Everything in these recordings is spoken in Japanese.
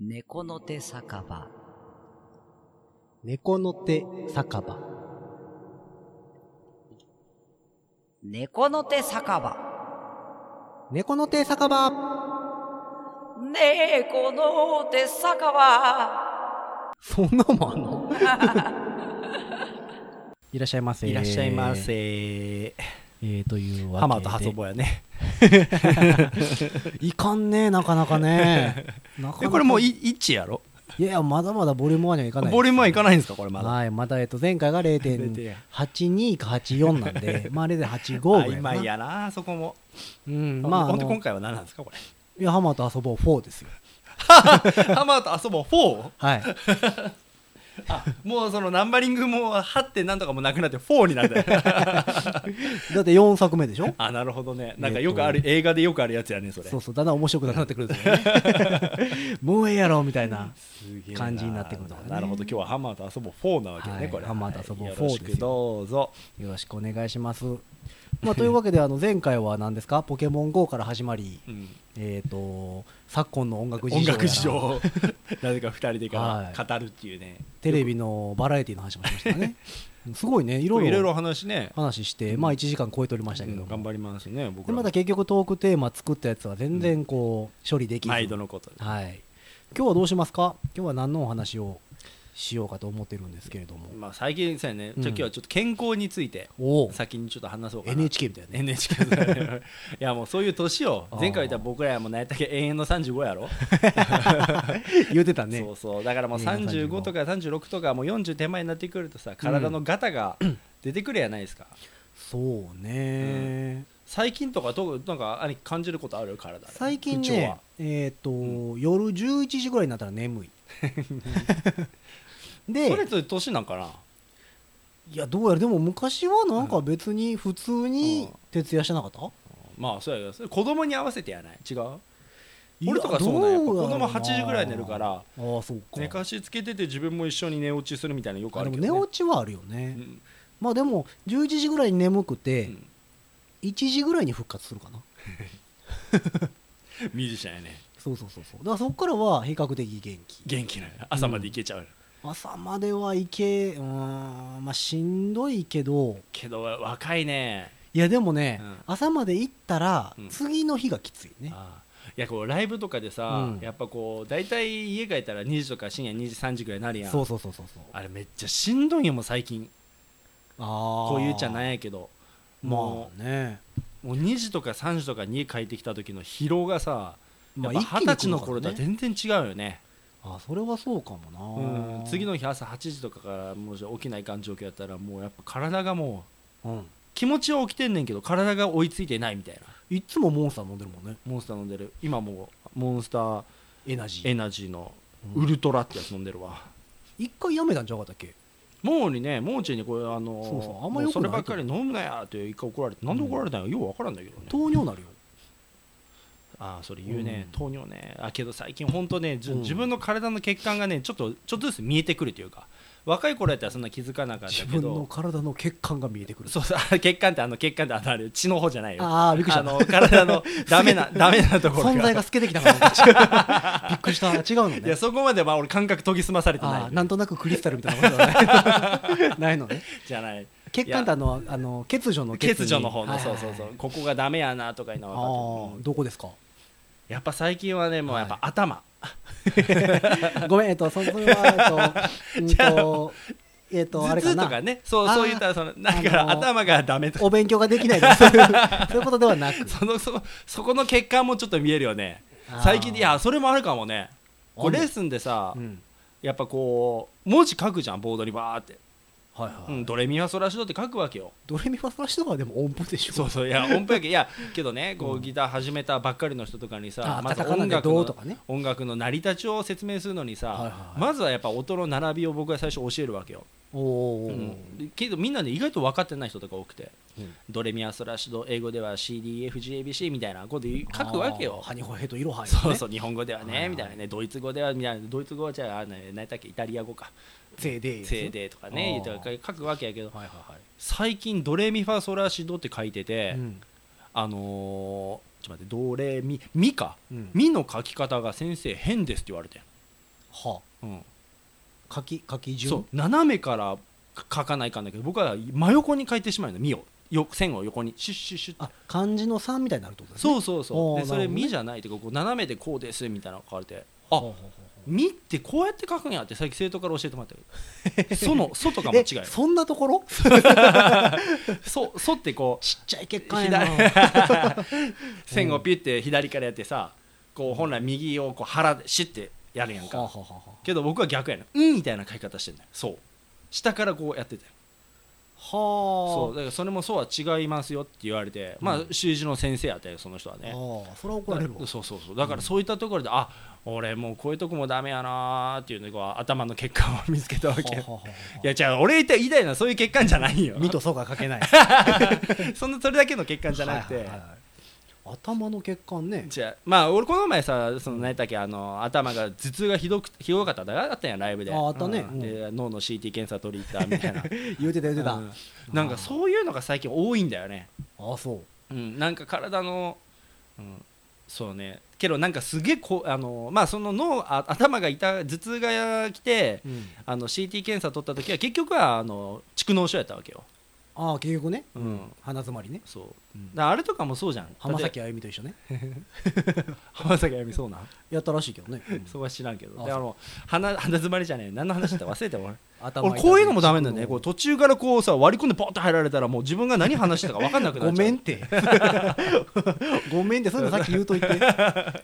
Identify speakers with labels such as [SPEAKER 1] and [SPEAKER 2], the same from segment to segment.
[SPEAKER 1] 猫の手酒場
[SPEAKER 2] 猫の手酒場。
[SPEAKER 1] 猫の手酒場
[SPEAKER 2] 猫の手酒場。
[SPEAKER 1] 猫の手酒場
[SPEAKER 2] そんなもんあん のいらっしゃいませ。
[SPEAKER 3] いらっしゃいま。せ。
[SPEAKER 2] えー、というわけで。
[SPEAKER 3] 浜田ハソボやね。
[SPEAKER 2] いかんねなかなか ね。なかなか
[SPEAKER 3] え、これもうい1やろ
[SPEAKER 2] いやいや、まだまだボリューム1にはいかないです。
[SPEAKER 3] ボリュームはいかないんですかこれまだ。
[SPEAKER 2] はい、まだ、えっと、前回が0.82か84なん で、まあ0.85ぐらいかな。
[SPEAKER 3] 今やな、そこも。
[SPEAKER 2] うん、ま
[SPEAKER 3] ま
[SPEAKER 2] あ、
[SPEAKER 3] あ、
[SPEAKER 2] あ
[SPEAKER 3] ほんで今
[SPEAKER 2] の、
[SPEAKER 3] 回は何なんですかこれ。
[SPEAKER 2] いや、浜田遊ぼう4ですよ。
[SPEAKER 3] 浜田ハソボ 4?
[SPEAKER 2] はい。
[SPEAKER 3] あ、もうそのナンバリングも8ってなんとかもなくなって4に なった。
[SPEAKER 2] だって4作目でしょ
[SPEAKER 3] あ、なるほどね。なんかよくある、映画でよくあるやつやね、それ。
[SPEAKER 2] そうそう、だんだん面白くなくなってくるんですよね。 もうええやろ、みたいな。
[SPEAKER 3] すげえ
[SPEAKER 2] 感じになってくるとかね
[SPEAKER 3] なるほど、今日は浜田遊ぼう4なわけね、
[SPEAKER 2] はい
[SPEAKER 3] これ。
[SPEAKER 2] 浜田遊ぼう4
[SPEAKER 3] よろしく
[SPEAKER 2] ですよ
[SPEAKER 3] どうぞ。
[SPEAKER 2] よろしくお願いします。まあ、というわけで、あの、前回は何ですかポケモン GO から始まり、
[SPEAKER 3] うん
[SPEAKER 2] えっと、昨今の音楽事情や
[SPEAKER 3] 音
[SPEAKER 2] ら
[SPEAKER 3] 楽事情を なぜか2人でか
[SPEAKER 2] はい
[SPEAKER 3] ら語るっていうね、
[SPEAKER 2] テレビのバラエティの話もしましたね。すごいね、い
[SPEAKER 3] いろ
[SPEAKER 2] ろい
[SPEAKER 3] いろ
[SPEAKER 2] ろ
[SPEAKER 3] 話ね、
[SPEAKER 2] 話して、まあ1時間超えておりましたけど
[SPEAKER 3] う
[SPEAKER 2] も
[SPEAKER 3] ん頑張りますね、僕
[SPEAKER 2] で
[SPEAKER 3] ら
[SPEAKER 2] ま
[SPEAKER 3] も
[SPEAKER 2] だ結局トークテーマ作ったやつは全然こう処理できず、は
[SPEAKER 3] 毎
[SPEAKER 2] い
[SPEAKER 3] 度のことで
[SPEAKER 2] 今日はどうしますか今日は何のお話をしようかと思ってるんですけれども
[SPEAKER 3] まあ、最近さね、
[SPEAKER 2] うん
[SPEAKER 3] じゃあ今日はちょっと健康について、
[SPEAKER 2] おお
[SPEAKER 3] 先にちょっと話そうかな。
[SPEAKER 2] NHK みたいなね
[SPEAKER 3] NHK だね いやもうそういう年を
[SPEAKER 2] あー
[SPEAKER 3] 前回言った僕らはもう何やったっけ永遠の35やろ、
[SPEAKER 2] 言うてたね
[SPEAKER 3] そうそうだからもう
[SPEAKER 2] 永遠の35
[SPEAKER 3] 35とか36とかもう40手前になってくるとさ体のガタが出てくるやないですか、
[SPEAKER 2] そうね、
[SPEAKER 3] 最近とかどうなんか兄貴感じることある体で
[SPEAKER 2] 最近
[SPEAKER 3] 不調
[SPEAKER 2] ね
[SPEAKER 3] は
[SPEAKER 2] えっ、と、夜11時ぐらいになったら 眠い
[SPEAKER 3] それ
[SPEAKER 2] で
[SPEAKER 3] と年なんかない
[SPEAKER 2] やどうやらでも昔はなんか別に普通に徹夜してなかった、
[SPEAKER 3] まあそうやけどそれ子供に合わせてやない違う
[SPEAKER 2] いや
[SPEAKER 3] 俺とかそうなんや
[SPEAKER 2] どうやろ
[SPEAKER 3] 子
[SPEAKER 2] うな
[SPEAKER 3] 供8時ぐらい寝るから
[SPEAKER 2] ああそうか
[SPEAKER 3] 寝かしつけてて自分も一緒に寝落ちするみたいなのよくあ
[SPEAKER 2] あで
[SPEAKER 3] る
[SPEAKER 2] も
[SPEAKER 3] けど、ね、
[SPEAKER 2] 寝落ちはあるよね、
[SPEAKER 3] うん
[SPEAKER 2] まあでも11時ぐらいに眠くて、
[SPEAKER 3] うん
[SPEAKER 2] 1時ぐらいに復活するかな
[SPEAKER 3] ミュージシャンやね
[SPEAKER 2] そうそうそうそうだからそこからは比較的元気
[SPEAKER 3] 元気なの朝までいけちゃう、
[SPEAKER 2] 朝まではいけうーんまあしんどいけど
[SPEAKER 3] けど若いね
[SPEAKER 2] いやでもね、
[SPEAKER 3] うん
[SPEAKER 2] 朝まで行ったら
[SPEAKER 3] うん
[SPEAKER 2] 次の日がきついね、
[SPEAKER 3] ああいやこうライブとかでさ、
[SPEAKER 2] うん
[SPEAKER 3] やっぱこう大体家帰ったら2時とか深夜2時3時ぐらいになるやん
[SPEAKER 2] そうそうそうそうそう
[SPEAKER 3] あれめっちゃしんどいよもう最近
[SPEAKER 2] あ
[SPEAKER 3] こういうじゃないんやけど
[SPEAKER 2] ま
[SPEAKER 3] も
[SPEAKER 2] あね
[SPEAKER 3] うもう2時とか3時とかに家帰ってきた時の疲労がさ
[SPEAKER 2] ま
[SPEAKER 3] やっ
[SPEAKER 2] あ
[SPEAKER 3] ぱ
[SPEAKER 2] 一気
[SPEAKER 3] 二十
[SPEAKER 2] に
[SPEAKER 3] 歳の頃とは
[SPEAKER 2] 来るからね
[SPEAKER 3] 全然違うよね
[SPEAKER 2] あそれはそうかもな、
[SPEAKER 3] うん次の日朝8時とかからもう起きないかん状況やったらもうやっぱ体がもう
[SPEAKER 2] うん
[SPEAKER 3] 気持ちは起きてんねんけど体が追いついてないみたいない
[SPEAKER 2] っつもモンスター飲んでるもんね
[SPEAKER 3] モンスター飲んでる今もうモンスター
[SPEAKER 2] エナジー
[SPEAKER 3] エナジーの
[SPEAKER 2] うん
[SPEAKER 3] ウルトラってやつ飲んでるわ、
[SPEAKER 2] 一回やめたんちゃうかったっけ
[SPEAKER 3] もうにねもうちにこれあのー
[SPEAKER 2] そうそうあんま良くない
[SPEAKER 3] もうそればっかり飲むなやって一回怒られてなんで怒られたんや、よう分からんだけどね
[SPEAKER 2] 糖尿なるよ
[SPEAKER 3] ああそれ言うね、
[SPEAKER 2] うん
[SPEAKER 3] 糖尿ねあけど最近本当ねじゅ
[SPEAKER 2] うん
[SPEAKER 3] 自分の体の血管がねちょっとちょっとずつ見えてくるというか若い頃やったらそんな気づかなかった
[SPEAKER 2] 自
[SPEAKER 3] け
[SPEAKER 2] 分の
[SPEAKER 3] ど
[SPEAKER 2] 体の血管が見えてくる
[SPEAKER 3] そうそうあ血管ってあの血管ってあのあれ血の方じゃないよ
[SPEAKER 2] ああびっくりし
[SPEAKER 3] あ
[SPEAKER 2] た
[SPEAKER 3] の体のダメなダメなところ
[SPEAKER 2] 存在が透けてきたから びっくりした違うの
[SPEAKER 3] いや
[SPEAKER 2] ね
[SPEAKER 3] そこまでは俺感覚研ぎ澄まされてない
[SPEAKER 2] あ
[SPEAKER 3] よ
[SPEAKER 2] ーなんとなくクリスタルみたいなことは ねないのね
[SPEAKER 3] じゃない
[SPEAKER 2] 血管ってあのあの欠如の
[SPEAKER 3] 欠
[SPEAKER 2] に
[SPEAKER 3] 如の方
[SPEAKER 2] は
[SPEAKER 3] の
[SPEAKER 2] いはい
[SPEAKER 3] そ
[SPEAKER 2] は
[SPEAKER 3] う
[SPEAKER 2] い
[SPEAKER 3] そうそうここがダメやなとかいうのは分か
[SPEAKER 2] あ
[SPEAKER 3] って
[SPEAKER 2] あ
[SPEAKER 3] る
[SPEAKER 2] どこですか
[SPEAKER 3] やっぱ最近はねもうやっぱ頭、
[SPEAKER 2] ごめんえっとそそれは えっとうんとえっとあ
[SPEAKER 3] 頭
[SPEAKER 2] れか
[SPEAKER 3] 痛
[SPEAKER 2] な
[SPEAKER 3] とかねそう
[SPEAKER 2] あー
[SPEAKER 3] そういったらそのだから、
[SPEAKER 2] あのー
[SPEAKER 3] 頭がダメとか
[SPEAKER 2] お勉強ができないと かそういうそういうことではなく
[SPEAKER 3] そのそそこの血管もちょっと見えるよね
[SPEAKER 2] あー
[SPEAKER 3] 最近いやそれもあるかもねこう
[SPEAKER 2] ある
[SPEAKER 3] レッスンでさ、
[SPEAKER 2] うん
[SPEAKER 3] やっぱこう文字書くじゃんボードにバーって、
[SPEAKER 2] はいは
[SPEAKER 3] うん、
[SPEAKER 2] い
[SPEAKER 3] ドレミファソラシドって書くわけよ
[SPEAKER 2] ドレミファソラシドはでも音符でしょ
[SPEAKER 3] そうそういや音符やけいやけどねこうギター始めたばっかりの人とかにさ
[SPEAKER 2] あ
[SPEAKER 3] まず
[SPEAKER 2] カタカナ
[SPEAKER 3] 音
[SPEAKER 2] で
[SPEAKER 3] 楽
[SPEAKER 2] どう
[SPEAKER 3] の
[SPEAKER 2] とかね
[SPEAKER 3] 音楽の成り立ちを説明するのにさ、
[SPEAKER 2] はいはい
[SPEAKER 3] まずはやっぱ音の並びを僕は最初教えるわけよ、
[SPEAKER 2] おおー
[SPEAKER 3] うんでけどみんなね意外と分かってない人とか多くて、
[SPEAKER 2] うん
[SPEAKER 3] ドレミアソラシド英語では CDFGABC みたいなこと言う書くわけ
[SPEAKER 2] あ
[SPEAKER 3] よ
[SPEAKER 2] ーハニホヘとイロハニね
[SPEAKER 3] そうそう日本語では
[SPEAKER 2] はいは
[SPEAKER 3] ね
[SPEAKER 2] い
[SPEAKER 3] みたいなねドイツ語ではみたいなドイツ語はじゃああの何だっけイタリア語か
[SPEAKER 2] せいでい
[SPEAKER 3] せいでとかね
[SPEAKER 2] あー
[SPEAKER 3] 言って書くわけやけど
[SPEAKER 2] はいは
[SPEAKER 3] 最近ドレミファソラシドって書いて
[SPEAKER 2] い
[SPEAKER 3] て、
[SPEAKER 2] はいうん
[SPEAKER 3] あのーちょっと待ってドレミミか
[SPEAKER 2] うん
[SPEAKER 3] ミの書き方が先生変ですって言われてん
[SPEAKER 2] は
[SPEAKER 3] うん、
[SPEAKER 2] あ、書き書き順
[SPEAKER 3] そう斜めから書かないかんだけど僕は真横に書いてしまうの「み」をよ線を横にシュッシュッシュッ
[SPEAKER 2] あ漢字の3みたいになるってことですね
[SPEAKER 3] そうそうそう
[SPEAKER 2] おー
[SPEAKER 3] でそ
[SPEAKER 2] な
[SPEAKER 3] れ「
[SPEAKER 2] るほどね
[SPEAKER 3] み」じゃないっていうかこう斜めでこうですみたいなの書かれて
[SPEAKER 2] ほうほ
[SPEAKER 3] あ
[SPEAKER 2] うほうほう
[SPEAKER 3] みってこうやって書くんやってさっき生徒から教えてもらったけど「 そ」の「そ」とかも違う よ
[SPEAKER 2] えそんなところ
[SPEAKER 3] 「そ」そってこう
[SPEAKER 2] ちっちゃい血管やな
[SPEAKER 3] 線をピュって左からやってさこう本来右をこう腹でシュッてやるやん
[SPEAKER 2] はあは
[SPEAKER 3] か
[SPEAKER 2] あはあはあ
[SPEAKER 3] けど僕は逆やねん「うん」みたいな書き方してんだよそう下からこうやってたよそ
[SPEAKER 2] は
[SPEAKER 3] うだからそれもそうは違いますよって言われて、まあ習字の先生やったよその人は
[SPEAKER 2] あ、
[SPEAKER 3] ね
[SPEAKER 2] ああそれは怒られるわ
[SPEAKER 3] だそうそうそうだからそういったところで、あ俺もうこういうとこもダメやなーっていうのが頭の欠陥を見つけたわけ
[SPEAKER 2] は
[SPEAKER 3] よ
[SPEAKER 2] あはあはあはい
[SPEAKER 3] やじゃあ俺言いたい言いたいのはそういう欠陥じゃないよ
[SPEAKER 2] ミとソが書けない
[SPEAKER 3] そんなそれだけの欠陥じゃなくて、
[SPEAKER 2] はいはいはいはい頭の血管ね
[SPEAKER 3] じゃあまあ俺この前さその何だっけあの頭が頭痛がひどくひどかっただあったやんライブで
[SPEAKER 2] ああったね
[SPEAKER 3] うんで脳の CT 検査取り行ったみ たいな
[SPEAKER 2] 言うてた言うてた、
[SPEAKER 3] うんなんかそういうのが最近多いんだよね
[SPEAKER 2] ああそう
[SPEAKER 3] うん、なんか体の、うん、そうねけどなんかすげえこうあのまあその脳あ頭が痛頭痛が来て
[SPEAKER 2] うん
[SPEAKER 3] あの CT 検査取った時は結局はあの蓄膿症やったわけよ、
[SPEAKER 2] ああ結局ね
[SPEAKER 3] うん
[SPEAKER 2] 鼻詰まりね
[SPEAKER 3] そうだからあれとかもそうじゃん
[SPEAKER 2] 浜
[SPEAKER 3] だって
[SPEAKER 2] 崎あゆみと一緒ね
[SPEAKER 3] 浜崎あゆみそうなん、
[SPEAKER 2] やったらしいけどね、うん
[SPEAKER 3] そうは知らんけど
[SPEAKER 2] あ
[SPEAKER 3] であの鼻鼻詰まりじゃねえ何の話だった忘れても
[SPEAKER 2] 頭
[SPEAKER 3] 俺こういうのもダメなんだねこ
[SPEAKER 2] こ
[SPEAKER 3] う途中からこうさ割り込んでポッと入られたらもう自分が何話してたか分かんなくな
[SPEAKER 2] ご
[SPEAKER 3] っちゃう
[SPEAKER 2] めんって ごめんってそういうのさっき言うといて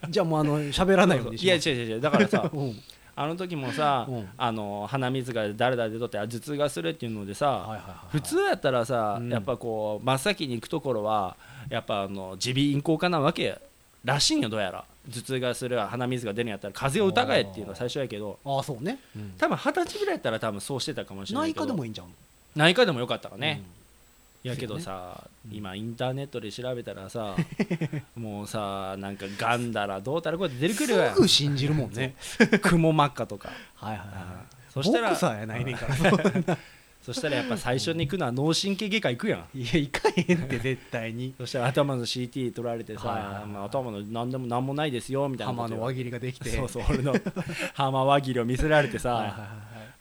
[SPEAKER 2] じゃあもうあの喋らないようにし
[SPEAKER 3] いや
[SPEAKER 2] ま
[SPEAKER 3] 違う
[SPEAKER 2] す
[SPEAKER 3] 違う違うだから さ
[SPEAKER 2] うん
[SPEAKER 3] あの時もさ、
[SPEAKER 2] うん
[SPEAKER 3] あの鼻水が誰々でとってあ頭痛がするっていうのでさ、
[SPEAKER 2] はいはいはい
[SPEAKER 3] 普通やったらさ、
[SPEAKER 2] うん
[SPEAKER 3] やっぱこう真っ先に行くところはやっぱあの耳鼻咽喉科なわけらしいんよどうやら頭痛がする鼻水が出るんやったら風邪を疑えっていうのは最初やけど
[SPEAKER 2] ああそうね、うん
[SPEAKER 3] 多分二十歳ぐらいやったら多分そうしてたかもしれない
[SPEAKER 2] 内
[SPEAKER 3] けど
[SPEAKER 2] 科でもいいんじゃん
[SPEAKER 3] 内科でもよかったわね、やけど
[SPEAKER 2] そ
[SPEAKER 3] さ、今インターネットで調べた らさもうさなんかがんだらどうたらこうやって出てくるわよ
[SPEAKER 2] すぐ信じるもんね
[SPEAKER 3] 雲真っ赤とか
[SPEAKER 2] はいはいは
[SPEAKER 3] そ
[SPEAKER 2] い
[SPEAKER 3] したら
[SPEAKER 2] ボクサーやないねんからそんない
[SPEAKER 3] そしたらやっぱ最初に行くのは脳神経外科行くやん
[SPEAKER 2] やいかへんって絶対 に
[SPEAKER 3] そしたら頭の CT 取られてさ、
[SPEAKER 2] はいはいはい
[SPEAKER 3] まあ、頭の何でも何もないですよみたいな
[SPEAKER 2] 浜の輪
[SPEAKER 3] 切
[SPEAKER 2] 切りができて
[SPEAKER 3] そうそう俺の浜輪切りを見せられてさ、
[SPEAKER 2] はいはいはいはい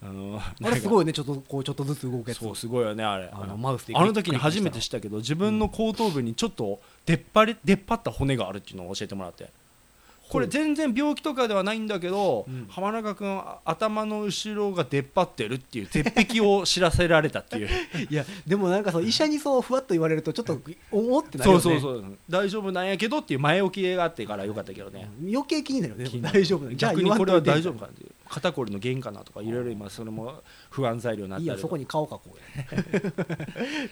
[SPEAKER 3] あの
[SPEAKER 2] あれす
[SPEAKER 3] い
[SPEAKER 2] ごいねちょっとこうちょっとずつ動くやつ
[SPEAKER 3] そうすごいよねあれ
[SPEAKER 2] あのマウスで
[SPEAKER 3] あの時に初めて知ったけど自分の後頭部にちょっと出っ張れ出っ張った骨があるっていうのを教えてもらってこれ全然病気とかではないんだけど、
[SPEAKER 2] うん
[SPEAKER 3] 浜中君あ頭の後ろが出っ張ってるっていう絶壁を知らせられたっていう
[SPEAKER 2] いやでもなんかそう医者にそうふわっと言われるとちょっとおおってなる
[SPEAKER 3] そ
[SPEAKER 2] よ
[SPEAKER 3] う
[SPEAKER 2] ね
[SPEAKER 3] そうそう大丈夫なんやけどっていう前置きがあってからよかったけどね、
[SPEAKER 2] 余計気になるよね
[SPEAKER 3] 気になる
[SPEAKER 2] 大丈夫なのじゃあ
[SPEAKER 3] 逆
[SPEAKER 2] 言
[SPEAKER 3] に
[SPEAKER 2] わん
[SPEAKER 3] こと
[SPEAKER 2] い
[SPEAKER 3] れ
[SPEAKER 2] て
[SPEAKER 3] は大丈夫かなっていう肩こりの原因かなとかいろいろ今それも不安材料になっ
[SPEAKER 2] いい
[SPEAKER 3] た
[SPEAKER 2] よ
[SPEAKER 3] り
[SPEAKER 2] そ
[SPEAKER 3] と
[SPEAKER 2] こ
[SPEAKER 3] か
[SPEAKER 2] に顔描こう よ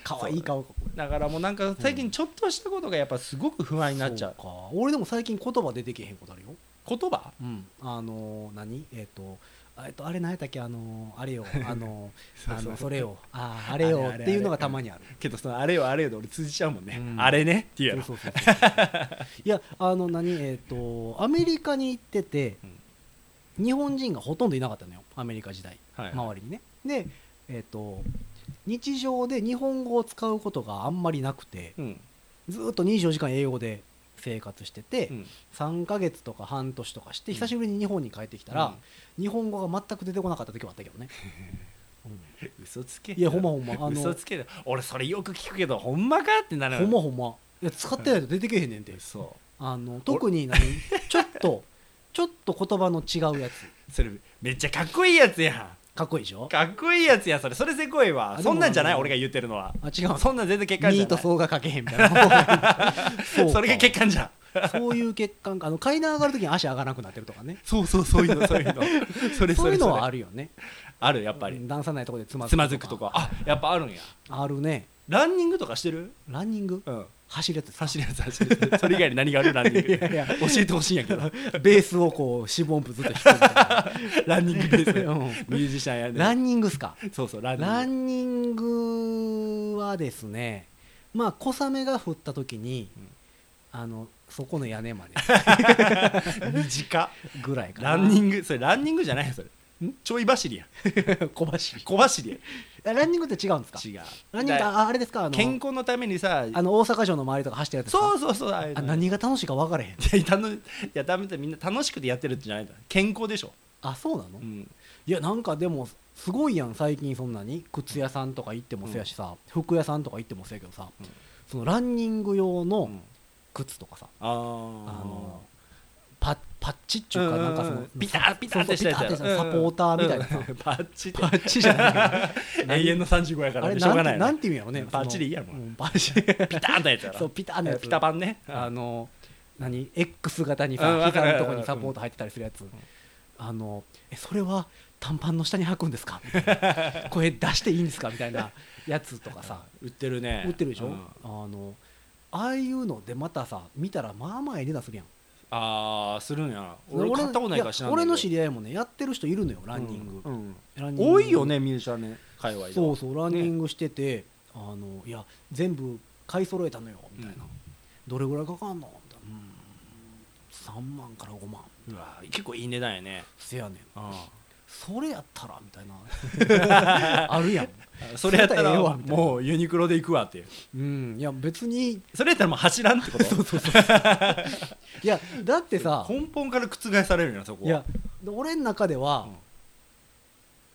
[SPEAKER 2] 可愛い顔描こうよ
[SPEAKER 3] だからもうなんか最近ちょっとしたことがやっぱすごく不安になっちゃう
[SPEAKER 2] そうか俺でも最近言葉出てけへんことあるよ
[SPEAKER 3] 言葉
[SPEAKER 2] あのー何えっ、とあえっとあれ何やったっけあのーあれよあのーあのそれよあーあれ
[SPEAKER 3] あれ
[SPEAKER 2] よ
[SPEAKER 3] あれ
[SPEAKER 2] っていうのがたまにある
[SPEAKER 3] けどそのあれよあれよで俺通じちゃうもんね、
[SPEAKER 2] うん
[SPEAKER 3] あれねっていうやろ
[SPEAKER 2] そうそうそうそういやあの何えっ、とアメリカに行ってて、日本人がほとんどいなかったのよアメリカ時代
[SPEAKER 3] はい
[SPEAKER 2] 周りにねでえっ、と日常で日本語を使うことがあんまりなくて
[SPEAKER 3] うん
[SPEAKER 2] ずーっと24時間英語で生活してて、
[SPEAKER 3] うん
[SPEAKER 2] 3ヶ月とか半年とかして
[SPEAKER 3] うん
[SPEAKER 2] 久しぶりに日本に帰ってきたら、日本語が全く出てこなかった時はあったけ どね、うん
[SPEAKER 3] うん嘘つけ
[SPEAKER 2] いやほんまほんまあの
[SPEAKER 3] 嘘つけだ俺それよく聞くけどほんまかってなる
[SPEAKER 2] ほんまほんまいや使ってないと出てけへんねんて
[SPEAKER 3] そ
[SPEAKER 2] あの特に何ちょっと ちょっと言葉の違うやつ
[SPEAKER 3] うそれめっちゃかっこいいやつや
[SPEAKER 2] かっこいいでしょ
[SPEAKER 3] んかっこいいやつやそれそれせこい
[SPEAKER 2] あ
[SPEAKER 3] わ
[SPEAKER 2] でも
[SPEAKER 3] そんなんじゃない
[SPEAKER 2] あの
[SPEAKER 3] 俺が言ってるのは
[SPEAKER 2] あ違う
[SPEAKER 3] そんなん全然欠陥じゃな
[SPEAKER 2] ニー
[SPEAKER 3] い
[SPEAKER 2] とそうが書けへんみたいなそう か
[SPEAKER 3] それが欠陥じゃん
[SPEAKER 2] そういう欠陥かあの階段上がる時に足上がらなくなってるとかね
[SPEAKER 3] そうそうそういうのそう いうのそれ
[SPEAKER 2] そういうのはあ
[SPEAKER 3] あ
[SPEAKER 2] る
[SPEAKER 3] る
[SPEAKER 2] よね
[SPEAKER 3] あるやっぱり
[SPEAKER 2] 段差ないとこでつまず
[SPEAKER 3] つ
[SPEAKER 2] く
[SPEAKER 3] まずくとかあやっぱあるんや
[SPEAKER 2] あるね
[SPEAKER 3] ランニングとかしてる
[SPEAKER 2] ランニング
[SPEAKER 3] うん
[SPEAKER 2] 走るやつですか
[SPEAKER 3] 走るやつ走る やつそれ以外に何があるランニング
[SPEAKER 2] いやいや
[SPEAKER 3] 教えてほしいんやけど
[SPEAKER 2] ベースをこう四分音符ずっと弾くみたいな
[SPEAKER 3] ランニングベース
[SPEAKER 2] うん
[SPEAKER 3] ミュージシャンやね
[SPEAKER 2] ランニングっすか
[SPEAKER 3] そうそうランニング
[SPEAKER 2] ランニングはですねまあ小雨が降った時に、
[SPEAKER 3] ん
[SPEAKER 2] あのそこの屋根 まで
[SPEAKER 3] 短
[SPEAKER 2] ぐらいかな
[SPEAKER 3] ランニ
[SPEAKER 2] グ
[SPEAKER 3] ングそれランニングじゃないよそれちょい走りや
[SPEAKER 2] 小走り
[SPEAKER 3] 小走りや
[SPEAKER 2] あランニングって違うんですか
[SPEAKER 3] 違う
[SPEAKER 2] ランニングって
[SPEAKER 3] だ
[SPEAKER 2] ああれですかあの
[SPEAKER 3] 健康のためにさ
[SPEAKER 2] あの大阪城の周りとか走ってるやつですか
[SPEAKER 3] そうそうそうああいうの
[SPEAKER 2] あ何が楽しいか分からへん
[SPEAKER 3] いや楽いやダメだみんな楽しくてやってるってじゃないんだ健康でしょ
[SPEAKER 2] あそうなの、
[SPEAKER 3] う
[SPEAKER 2] い
[SPEAKER 3] ん
[SPEAKER 2] やなんかでもすごいやん最近そんなに靴屋さんとか行ってもせやしさ、服屋さんとか行ってもせやけどさ、
[SPEAKER 3] うん
[SPEAKER 2] そのランニング用
[SPEAKER 3] う
[SPEAKER 2] の
[SPEAKER 3] ん
[SPEAKER 2] 靴とかさ、
[SPEAKER 3] あ
[SPEAKER 2] あ
[SPEAKER 3] の
[SPEAKER 2] のパッパッチっていうかなんかその、
[SPEAKER 3] ビタッビタッてした
[SPEAKER 2] そう
[SPEAKER 3] や
[SPEAKER 2] そう
[SPEAKER 3] つ
[SPEAKER 2] ビタッてし
[SPEAKER 3] やろ
[SPEAKER 2] たサポーターみたいなさ、
[SPEAKER 3] うんうんパッチって
[SPEAKER 2] パッチじゃないけど
[SPEAKER 3] 永遠の35やか
[SPEAKER 2] あ
[SPEAKER 3] ら
[SPEAKER 2] れ
[SPEAKER 3] ねしょう
[SPEAKER 2] な
[SPEAKER 3] が
[SPEAKER 2] ん
[SPEAKER 3] な
[SPEAKER 2] て
[SPEAKER 3] い
[SPEAKER 2] な
[SPEAKER 3] なん
[SPEAKER 2] て意味やろね
[SPEAKER 3] うん
[SPEAKER 2] その
[SPEAKER 3] バッチリいいやろ
[SPEAKER 2] うんバッチリ
[SPEAKER 3] ピターンとやつやろ
[SPEAKER 2] そうピターンのやつ
[SPEAKER 3] ピタパンね
[SPEAKER 2] あ
[SPEAKER 3] あ
[SPEAKER 2] の何 X 型に
[SPEAKER 3] うん
[SPEAKER 2] さ
[SPEAKER 3] わか
[SPEAKER 2] 膝
[SPEAKER 3] る
[SPEAKER 2] のとこにサポート入ってたりするやつあのえそれは短パンの下に履くんですかみたいなこれ出していいんですかみたいなやつとかさ
[SPEAKER 3] 売ってるね
[SPEAKER 2] 売ってるでしょ
[SPEAKER 3] うん
[SPEAKER 2] あのああいうのでまたさ見たらまあまあええ値段するやん
[SPEAKER 3] ああするんや俺買ったことないから知らん
[SPEAKER 2] や
[SPEAKER 3] ねん
[SPEAKER 2] 俺
[SPEAKER 3] けど
[SPEAKER 2] の知り合いもねやってる人いるのよランニング
[SPEAKER 3] うんうん
[SPEAKER 2] ランニング
[SPEAKER 3] 多いよねミュージシャンね界隈では
[SPEAKER 2] そうそうランニングしてて、あのいや全部買い揃えたのよみたいな、
[SPEAKER 3] うん
[SPEAKER 2] どれぐらいかかんのみたいな、うん、3万から5万
[SPEAKER 3] うわ結構いい値段やね
[SPEAKER 2] せやねん
[SPEAKER 3] あ
[SPEAKER 2] それやったらみたいな あるやん
[SPEAKER 3] あそれやった
[SPEAKER 2] それやったらえ
[SPEAKER 3] ら
[SPEAKER 2] えわみたいな
[SPEAKER 3] もうユニクロで行くわっていう
[SPEAKER 2] うんいや別に
[SPEAKER 3] それやったらもう走らんってこと
[SPEAKER 2] いやだってさ
[SPEAKER 3] 根本から覆されるよなそこはい
[SPEAKER 2] や俺の中では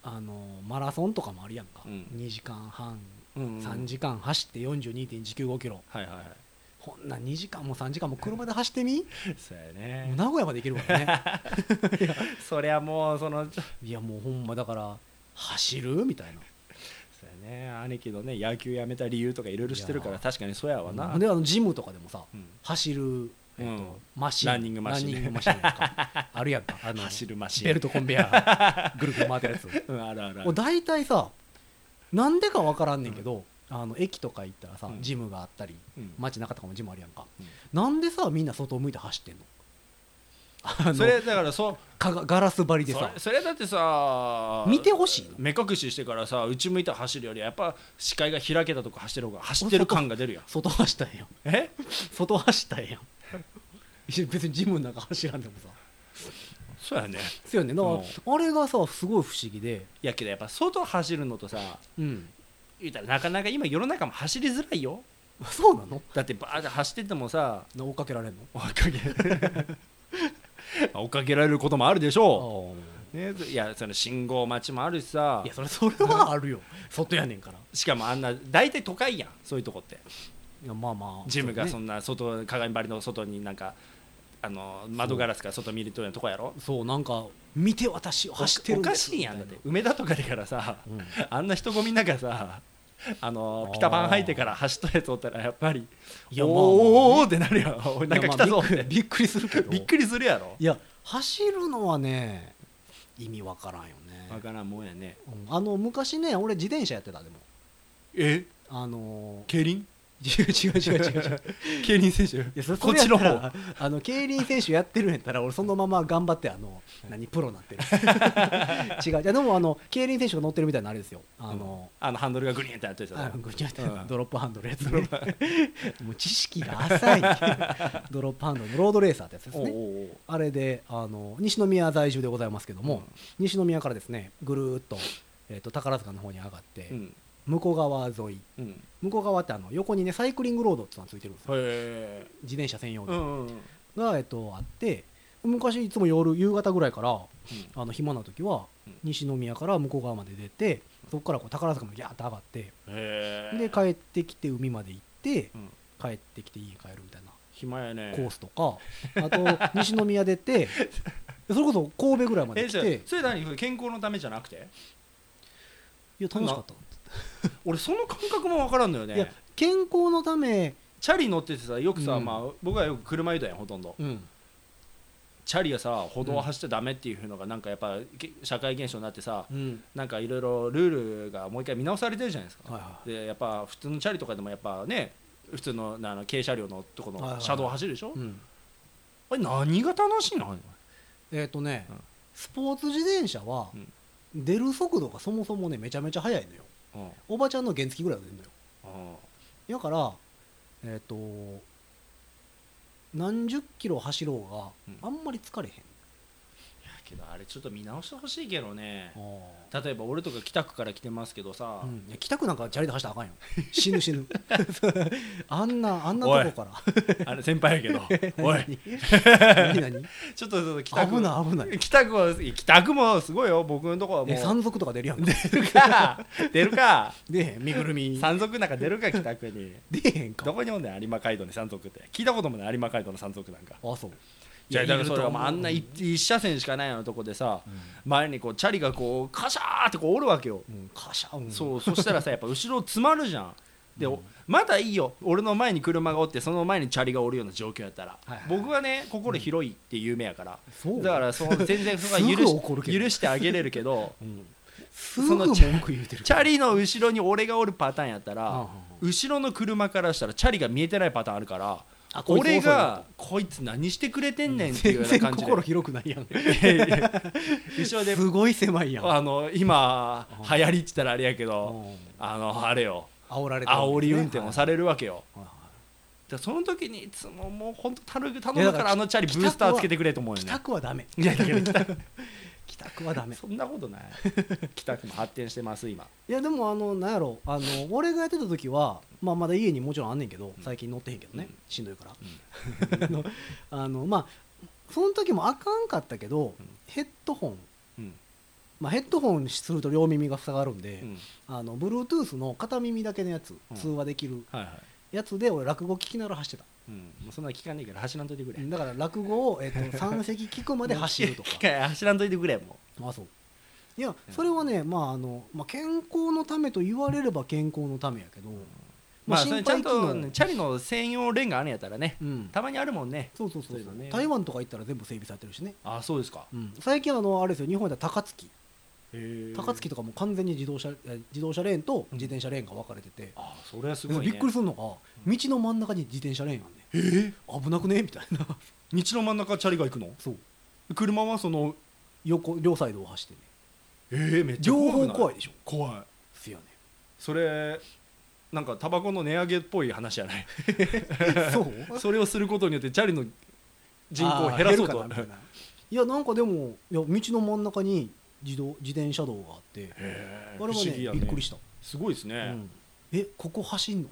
[SPEAKER 3] うん、
[SPEAKER 2] あのマラソンとかもあるやんか、
[SPEAKER 3] うん
[SPEAKER 2] 2時間半
[SPEAKER 3] うんうん
[SPEAKER 2] 3時間走って42.195キロ、
[SPEAKER 3] はいはいはい
[SPEAKER 2] ほんな2時間も3時間も車で走ってみ
[SPEAKER 3] そうや
[SPEAKER 2] もう
[SPEAKER 3] ね
[SPEAKER 2] 名古屋まで行けるからね
[SPEAKER 3] そりゃもう そのそう
[SPEAKER 2] いやもうほんまだから走るみたいな
[SPEAKER 3] やね兄貴のね野球やめた理由とかいろいろ知ってるか
[SPEAKER 2] い
[SPEAKER 3] ら
[SPEAKER 2] や
[SPEAKER 3] 確かにそうやわな
[SPEAKER 2] であのジムとかでもさ
[SPEAKER 3] うん
[SPEAKER 2] 走る、えっと
[SPEAKER 3] うん
[SPEAKER 2] マシン
[SPEAKER 3] ランニングマシ
[SPEAKER 2] ラ
[SPEAKER 3] ン
[SPEAKER 2] ンニングマシンと かあるやんかあの
[SPEAKER 3] 走るマシン
[SPEAKER 2] ベルトコンベヤーぐるぐる回ってるやつ
[SPEAKER 3] うんあるあるある
[SPEAKER 2] もう大体さなんでかわからんねんけど、あの駅とか行ったらさ、
[SPEAKER 3] うん
[SPEAKER 2] ジムがあったり
[SPEAKER 3] うん
[SPEAKER 2] 街中とかもジムあるやんか、
[SPEAKER 3] うん
[SPEAKER 2] なんでさみんな外向いて走ってんのあの
[SPEAKER 3] それだからそう
[SPEAKER 2] かがガラス張りで
[SPEAKER 3] そ
[SPEAKER 2] さ
[SPEAKER 3] れそれだってさ
[SPEAKER 2] 見てほしいの
[SPEAKER 3] 目隠ししてからさ内向いて走るよりやっぱ視界が開けたとこ走ってる方が走ってる感が出るやん
[SPEAKER 2] 外走ったんやん
[SPEAKER 3] え
[SPEAKER 2] 外走ったんやん別にジムなんか走らんでもさ
[SPEAKER 3] そうやね
[SPEAKER 2] そうよねだから、
[SPEAKER 3] う
[SPEAKER 2] あれがさすごい不思議で、
[SPEAKER 3] やけどやっぱ外走るのとさ
[SPEAKER 2] うん、
[SPEAKER 3] 言うたらなかなか今世の中も走りづらいよ
[SPEAKER 2] そうなの
[SPEAKER 3] だってバーって走っててもさ
[SPEAKER 2] 追っかけられんの
[SPEAKER 3] 追っか け追っかけられることもあるでしょ
[SPEAKER 2] あ
[SPEAKER 3] う、ね、いやその信号待ちもあるしさ
[SPEAKER 2] いやそれそれはあるよ外やねんから
[SPEAKER 3] しかもあんな大体都会やんそういうとこって
[SPEAKER 2] いやまあまあ
[SPEAKER 3] ジムが
[SPEAKER 2] そ
[SPEAKER 3] そ
[SPEAKER 2] うん
[SPEAKER 3] な外鏡張りの外になんかあの窓ガラスから外見るとようなとこやろ
[SPEAKER 2] ねそうなんか見て私を走ってる
[SPEAKER 3] お
[SPEAKER 2] ん
[SPEAKER 3] おか
[SPEAKER 2] です
[SPEAKER 3] しいやんだ
[SPEAKER 2] み
[SPEAKER 3] ったて梅田とかでからさ
[SPEAKER 2] いな
[SPEAKER 3] あんな人混みの中さあの
[SPEAKER 2] あー
[SPEAKER 3] ピタパン履いてから走ったやつおったらやっぱり
[SPEAKER 2] いや
[SPEAKER 3] おー
[SPEAKER 2] まあ
[SPEAKER 3] おーおーってなるやんおい
[SPEAKER 2] うん
[SPEAKER 3] なんか来たぞっ
[SPEAKER 2] いやまあ
[SPEAKER 3] て
[SPEAKER 2] びっくりびっくりするけど
[SPEAKER 3] びっくりするやろ
[SPEAKER 2] いや走るのはね意味わからんよね
[SPEAKER 3] わからんもんやね
[SPEAKER 2] うんあの昔ね俺自転車やってたでも
[SPEAKER 3] え
[SPEAKER 2] あのー
[SPEAKER 3] 競輪
[SPEAKER 2] 違う違う違う違う違う
[SPEAKER 3] 競輪選手
[SPEAKER 2] いやそ
[SPEAKER 3] こっちの
[SPEAKER 2] それやった
[SPEAKER 3] 方
[SPEAKER 2] らあの競輪選手やってるんやったら俺そのまま頑張ってあの何プロにな ってる違うじゃあでもあの競輪選手が乗ってるみたいなあれですよあの、
[SPEAKER 3] あのハンドルがグリーンってなってるやつ
[SPEAKER 2] あ
[SPEAKER 3] や
[SPEAKER 2] の
[SPEAKER 3] ろ
[SPEAKER 2] ぐちゃって
[SPEAKER 3] うん
[SPEAKER 2] ドロップハンドの やつねもう知識が浅いドロップハンドのロードレーサーってやつです
[SPEAKER 3] おうお
[SPEAKER 2] ね
[SPEAKER 3] うおう
[SPEAKER 2] あれであの西宮在住でございますけども、西宮からですねぐるーっと,、えー、と宝塚の方に上がって、
[SPEAKER 3] うん
[SPEAKER 2] 向こう側沿い
[SPEAKER 3] うんへ
[SPEAKER 2] 向こう側ってあの横にねサイクリングロードっていうのがついてるんですよ
[SPEAKER 3] え
[SPEAKER 2] 自転車専用の、
[SPEAKER 3] うんうんうん
[SPEAKER 2] が、えっと、あって昔いつも夜夕方ぐらいから
[SPEAKER 3] う
[SPEAKER 2] あの暇な時は
[SPEAKER 3] うん
[SPEAKER 2] 西宮から向こう側まで出てそこからこう宝塚までギャーッと上がって
[SPEAKER 3] んへえ
[SPEAKER 2] で帰ってきて海まで行って
[SPEAKER 3] うん
[SPEAKER 2] 帰ってきて家帰るみたいな
[SPEAKER 3] 暇やね
[SPEAKER 2] コースとかあと西宮出てそれこそ神戸ぐらいまで
[SPEAKER 3] え
[SPEAKER 2] 来
[SPEAKER 3] じゃあ
[SPEAKER 2] て
[SPEAKER 3] それ何健康のためじゃなくて
[SPEAKER 2] いや楽しかった
[SPEAKER 3] 俺その感覚も分からんのよ
[SPEAKER 2] いや
[SPEAKER 3] ね
[SPEAKER 2] 健康のため
[SPEAKER 3] チャリ乗っててさよくさ、
[SPEAKER 2] うん
[SPEAKER 3] まあ、僕はよく車移動やんほとんど
[SPEAKER 2] うん
[SPEAKER 3] チャリがさ歩道を走っちゃダメっていうのがなんかやっぱけ社会現象になってさ
[SPEAKER 2] うん
[SPEAKER 3] なんかいろいろルールがもう一回見直されてるじゃないですか、
[SPEAKER 2] はいはい
[SPEAKER 3] でやっぱ普通のチャリとかでもやっぱね普通のあの軽車両のとこ
[SPEAKER 2] はいはい
[SPEAKER 3] の
[SPEAKER 2] はい
[SPEAKER 3] 車道走るでしょ、
[SPEAKER 2] うん
[SPEAKER 3] あれ何が楽しいの
[SPEAKER 2] えっとね
[SPEAKER 3] うん
[SPEAKER 2] スポーツ自転車は
[SPEAKER 3] うん
[SPEAKER 2] 出る速度がそもそもねめちゃめちゃ速いのよ
[SPEAKER 3] うん
[SPEAKER 2] おばちゃんの原付ぐらいは出るのよ
[SPEAKER 3] うん
[SPEAKER 2] だからえっ、と何十キロ走ろうが、
[SPEAKER 3] うん
[SPEAKER 2] あんまり疲れへん
[SPEAKER 3] けけどあれちょっと見直してほしいけどね
[SPEAKER 2] あー
[SPEAKER 3] 例えば俺とか北区から来てますけどさ、
[SPEAKER 2] うん、いや北区なんかチャリで走ったらあかん よ死ぬ死ぬあんなあんなと
[SPEAKER 3] おい
[SPEAKER 2] こか
[SPEAKER 3] あれ先輩 やけどお
[SPEAKER 2] ら
[SPEAKER 3] い
[SPEAKER 2] 何何
[SPEAKER 3] ちょっとちょっと北区
[SPEAKER 2] 危ない危ない
[SPEAKER 3] 北区は北区もすごいよ僕のとこはも
[SPEAKER 2] え
[SPEAKER 3] う
[SPEAKER 2] 山賊とか出るやん
[SPEAKER 3] 出るか出るか
[SPEAKER 2] で身ぐるみ
[SPEAKER 3] 山賊なんか出るか北区に
[SPEAKER 2] 出へんか
[SPEAKER 3] どこにおんねん有馬街道に山賊って聞いたこともない有馬街道の山賊なんか
[SPEAKER 2] あそう
[SPEAKER 3] じゃあだからそれはもうあんな
[SPEAKER 2] う
[SPEAKER 3] 一一車線しかないようなとこでさ、前にこうチャリがこうカシャーってこうおるわけよ、
[SPEAKER 2] うんカシャン
[SPEAKER 3] そうそしたらさやっぱ後ろ詰まるじ ゃんで、おまだいいよ俺の前に車がおってその前にチャリがおるような状況やったら、
[SPEAKER 2] はいはい
[SPEAKER 3] 僕はね心広いって有名やから、
[SPEAKER 2] そう
[SPEAKER 3] だからその全然そこは許
[SPEAKER 2] すぐ
[SPEAKER 3] し
[SPEAKER 2] 怒るけど
[SPEAKER 3] 許してあげれるけど
[SPEAKER 2] すぐ文
[SPEAKER 3] その
[SPEAKER 2] 句言うてる
[SPEAKER 3] チャリの後ろに俺がおるパターンやったら、後ろの車からしたらチャリが見えてないパターンあるから
[SPEAKER 2] あこいつ
[SPEAKER 3] 俺がこいつ何してくれてんねんっていうような
[SPEAKER 2] 全然
[SPEAKER 3] 感じ
[SPEAKER 2] 心広くないやん
[SPEAKER 3] でいやいや後ろです
[SPEAKER 2] ごい狭いやん
[SPEAKER 3] あの今流行りって言ったらあれやけど
[SPEAKER 2] うん
[SPEAKER 3] あのあれよ
[SPEAKER 2] 煽られてる
[SPEAKER 3] 煽り運転を
[SPEAKER 2] は
[SPEAKER 3] されるわけよ
[SPEAKER 2] いはいはい
[SPEAKER 3] だからその時にいつももう本当頼む頼
[SPEAKER 2] いやだ
[SPEAKER 3] むか
[SPEAKER 2] から
[SPEAKER 3] らあのチャリブースターつけてくれと思うよね
[SPEAKER 2] 北区はダメ
[SPEAKER 3] いやだけど北区
[SPEAKER 2] 北区はダメ
[SPEAKER 3] そんなことない北区も発展してます今
[SPEAKER 2] いやでもあのなんやろあの俺がやってた時は、まあ、まだ家にもちろんあんねんけど最近乗ってへんけどね、
[SPEAKER 3] うん
[SPEAKER 2] しんどいから、 あのあのまあその時もあかんかったけど、
[SPEAKER 3] うん
[SPEAKER 2] ヘッドホン、
[SPEAKER 3] うん
[SPEAKER 2] まあ、ヘッドホンすると両耳が塞がるんで、
[SPEAKER 3] うん
[SPEAKER 2] あの Bluetooth の片耳だけのやつ、
[SPEAKER 3] うん
[SPEAKER 2] 通話できる
[SPEAKER 3] はいはい
[SPEAKER 2] やつで俺落語聞きながら走って
[SPEAKER 3] うんもうそんな聞かねえから走らんといてくれ
[SPEAKER 2] ただから落語を、えっと 3席聞くまで走るとか
[SPEAKER 3] 機械走らんといてくれも
[SPEAKER 2] あそういやそれはね、まああのまあ、健康のためと言われれば健康のためやけど、
[SPEAKER 3] うまあそ
[SPEAKER 2] 心
[SPEAKER 3] れちゃん
[SPEAKER 2] 肺機能
[SPEAKER 3] とねチャリの専用レンがあるんやったらね
[SPEAKER 2] うん、
[SPEAKER 3] たまにあるもんね
[SPEAKER 2] そうそうそう
[SPEAKER 3] そうだね
[SPEAKER 2] 台湾とか行ったら全部整備されてるしね、
[SPEAKER 3] あそうですか
[SPEAKER 2] 最近あのあれですよ日本だったら高槻高
[SPEAKER 3] 高
[SPEAKER 2] 槻とかもう完全に自動車え自動車レーンと自転車レーンが分かれてて、
[SPEAKER 3] あそれはすごいね
[SPEAKER 2] びっくりするのが道の真ん中に自転車レーンあんねん危なくねみたいな
[SPEAKER 3] 道の真ん中チャリが行くの
[SPEAKER 2] そう
[SPEAKER 3] 車はその
[SPEAKER 2] 横両サイドを走ってね
[SPEAKER 3] えー、めっちゃ
[SPEAKER 2] 両
[SPEAKER 3] 怖くない
[SPEAKER 2] 方怖いでしょ
[SPEAKER 3] 怖い
[SPEAKER 2] すよね
[SPEAKER 3] それなんかタバコの値上げっぽい話じゃない
[SPEAKER 2] そう
[SPEAKER 3] それをすることによってチャリの人口を減らそうと
[SPEAKER 2] あー減るかなみたいないやなんかでもいや道の真ん中に自動自転車道があって
[SPEAKER 3] へー
[SPEAKER 2] あれは
[SPEAKER 3] 不
[SPEAKER 2] ね
[SPEAKER 3] 思議や
[SPEAKER 2] びっくりした、
[SPEAKER 3] すごいです
[SPEAKER 2] う
[SPEAKER 3] ね、
[SPEAKER 2] んえここ走んの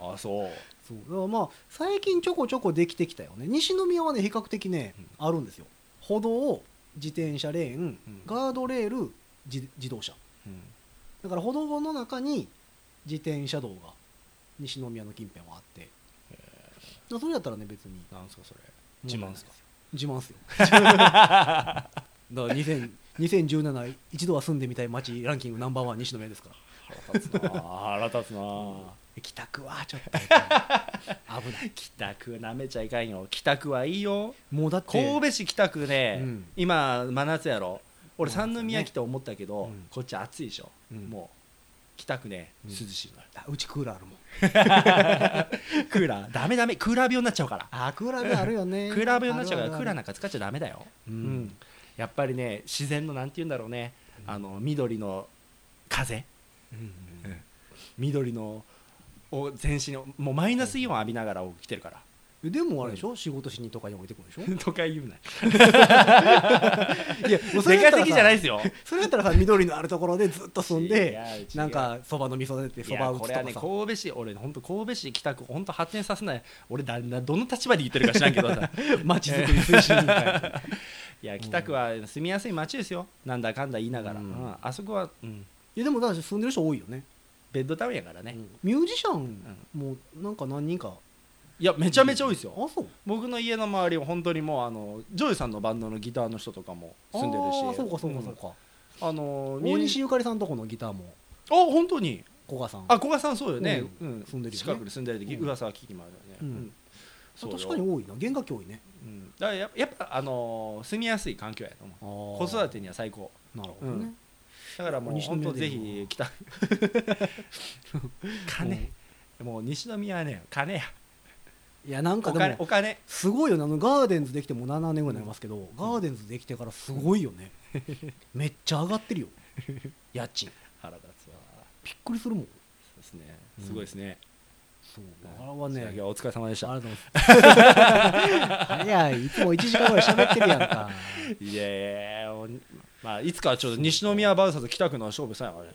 [SPEAKER 3] あそう
[SPEAKER 2] そうだからまあ最近ちょこちょこできてきたよね西宮はね比較的ね、あるんですよ歩道自転車レーン、
[SPEAKER 3] うん
[SPEAKER 2] ガードレール自自動車
[SPEAKER 3] うん
[SPEAKER 2] だから歩道の中に自転車道が西宮の近辺はあってだからそれやったらね別に
[SPEAKER 3] なんすかそれ自
[SPEAKER 2] 問題ない
[SPEAKER 3] 慢っすか
[SPEAKER 2] 自慢っすよだから2000 2017一度は住んでみたい街ランキングナンバーワン西宮ですから
[SPEAKER 3] 腹立つなあ腹 立つなあ
[SPEAKER 2] 北区はちょっと危ない
[SPEAKER 3] 北区なめちゃいかんよ北区はいいよ
[SPEAKER 2] もうだって
[SPEAKER 3] 神戸市北区ね、
[SPEAKER 2] うん
[SPEAKER 3] 今真夏やろ俺
[SPEAKER 2] そうなんですよね
[SPEAKER 3] 三宮来て思ったけど、
[SPEAKER 2] うん
[SPEAKER 3] こっち暑いでしょ、
[SPEAKER 2] うん
[SPEAKER 3] もう北区ね
[SPEAKER 2] うん
[SPEAKER 3] 涼しいのよ、
[SPEAKER 2] あうちクーラーあるもん
[SPEAKER 3] クーラーダメダメクーラー病になっちゃうから
[SPEAKER 2] あクーラーであるよね
[SPEAKER 3] クーラー病になっちゃうからクーラー
[SPEAKER 2] な
[SPEAKER 3] なんか使っちゃダメだよ、
[SPEAKER 2] うん
[SPEAKER 3] やっぱりね自然のなんて言うんだろうね、あの緑の風緑のを全身をもうマイナスイオン浴びながら起きてるから
[SPEAKER 2] でもあれでしょ仕事しにとかに置いてくるでしょ
[SPEAKER 3] とか言うな
[SPEAKER 2] でかいや
[SPEAKER 3] 世界的じゃない
[SPEAKER 2] い
[SPEAKER 3] ですよ
[SPEAKER 2] それやったらさ緑のあるところでずっと住んで
[SPEAKER 3] 違う違う
[SPEAKER 2] なんかそばの味噌でって
[SPEAKER 3] い
[SPEAKER 2] そば
[SPEAKER 3] や
[SPEAKER 2] 打つ
[SPEAKER 3] ことれ
[SPEAKER 2] か
[SPEAKER 3] はね
[SPEAKER 2] さ
[SPEAKER 3] 神戸市俺本当神戸市北区本当発展させない俺だなどの立場で言ってるか知らんけど さ
[SPEAKER 2] 街づくり推進委員会
[SPEAKER 3] いや北区は住みやすい街ですよなんだかんだ言いながら、
[SPEAKER 2] うん
[SPEAKER 3] うんあそこは、うん
[SPEAKER 2] いやでもだから住んでる人多いよね
[SPEAKER 3] ベッドタウンやからね、
[SPEAKER 2] ミュージシャンもなんか何人か
[SPEAKER 3] いやめちゃめちゃ多いですよ、
[SPEAKER 2] あそう
[SPEAKER 3] 僕の家の周りは本当にもうあのジョイさんのバンドのギターの人とかも住んでるし
[SPEAKER 2] あーそうかそうかそうか
[SPEAKER 3] あの
[SPEAKER 2] 大西
[SPEAKER 3] あ
[SPEAKER 2] ゆかりさんとこのギターも
[SPEAKER 3] 本当に
[SPEAKER 2] 古賀さん
[SPEAKER 3] あ古賀さんそうよね、
[SPEAKER 2] う
[SPEAKER 3] うんん
[SPEAKER 2] 住んでるよね
[SPEAKER 3] 近くに住んでる時、
[SPEAKER 2] うん
[SPEAKER 3] 噂は聞きますよね、
[SPEAKER 2] うん
[SPEAKER 3] そうよ
[SPEAKER 2] 確かに、多いな弦楽器多いね
[SPEAKER 3] うん、だからやっぱやっぱあの住みやすい環境やと思う
[SPEAKER 2] 子
[SPEAKER 3] 子育てには最高
[SPEAKER 2] なるほどね
[SPEAKER 3] だからもう
[SPEAKER 2] 西宮
[SPEAKER 3] 本当
[SPEAKER 2] でい
[SPEAKER 3] ぜ
[SPEAKER 2] いな
[SPEAKER 3] ひ来た金もう西宮はね金や
[SPEAKER 2] いやなんか
[SPEAKER 3] お
[SPEAKER 2] で
[SPEAKER 3] 金
[SPEAKER 2] も
[SPEAKER 3] お金
[SPEAKER 2] すごいよねあのガーデンズできてもう7年ぐらいになりますけど、ガーデンズできてからすごいよ ねめっちゃ上がってるよ家賃
[SPEAKER 3] 腹立つわ
[SPEAKER 2] びっくりするもん
[SPEAKER 3] そうですね
[SPEAKER 2] うん
[SPEAKER 3] すごいですね、
[SPEAKER 2] そうあれはねあ
[SPEAKER 3] い
[SPEAKER 2] り
[SPEAKER 3] やお疲れ様でし
[SPEAKER 2] がと
[SPEAKER 3] た
[SPEAKER 2] うございますあれやいつも1時間ぐらい喋ってるやん か
[SPEAKER 3] いやいやおまあいつかちょっと西宮バウサス北区の勝負さんやからね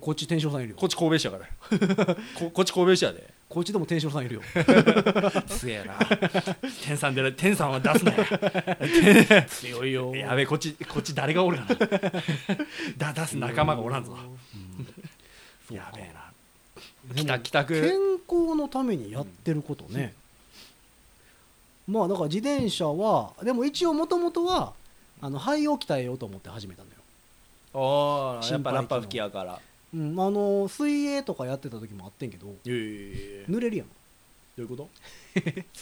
[SPEAKER 2] こっち天正さんいるよ
[SPEAKER 3] こっち神戸市やから ここっち神戸市やで
[SPEAKER 2] こっちでも天正さんいるよ
[SPEAKER 3] すげえな天さんで天さんは出すなよ
[SPEAKER 2] 強いよ
[SPEAKER 3] やべえこっちこっち誰がお るかなだ出す仲間がおらんぞ、やべえな
[SPEAKER 2] でも
[SPEAKER 3] 北北
[SPEAKER 2] 健
[SPEAKER 3] 区
[SPEAKER 2] 康のためにやってることね、まあだから自転車はでも一応もともとはあの肺を鍛えようと思って始めたのよ、
[SPEAKER 3] お
[SPEAKER 2] ーやっぱラッパ吹き
[SPEAKER 3] やから
[SPEAKER 2] うん、あの水泳とかやってた時もあってんけど
[SPEAKER 3] え
[SPEAKER 2] 濡れるやん
[SPEAKER 3] どういうこと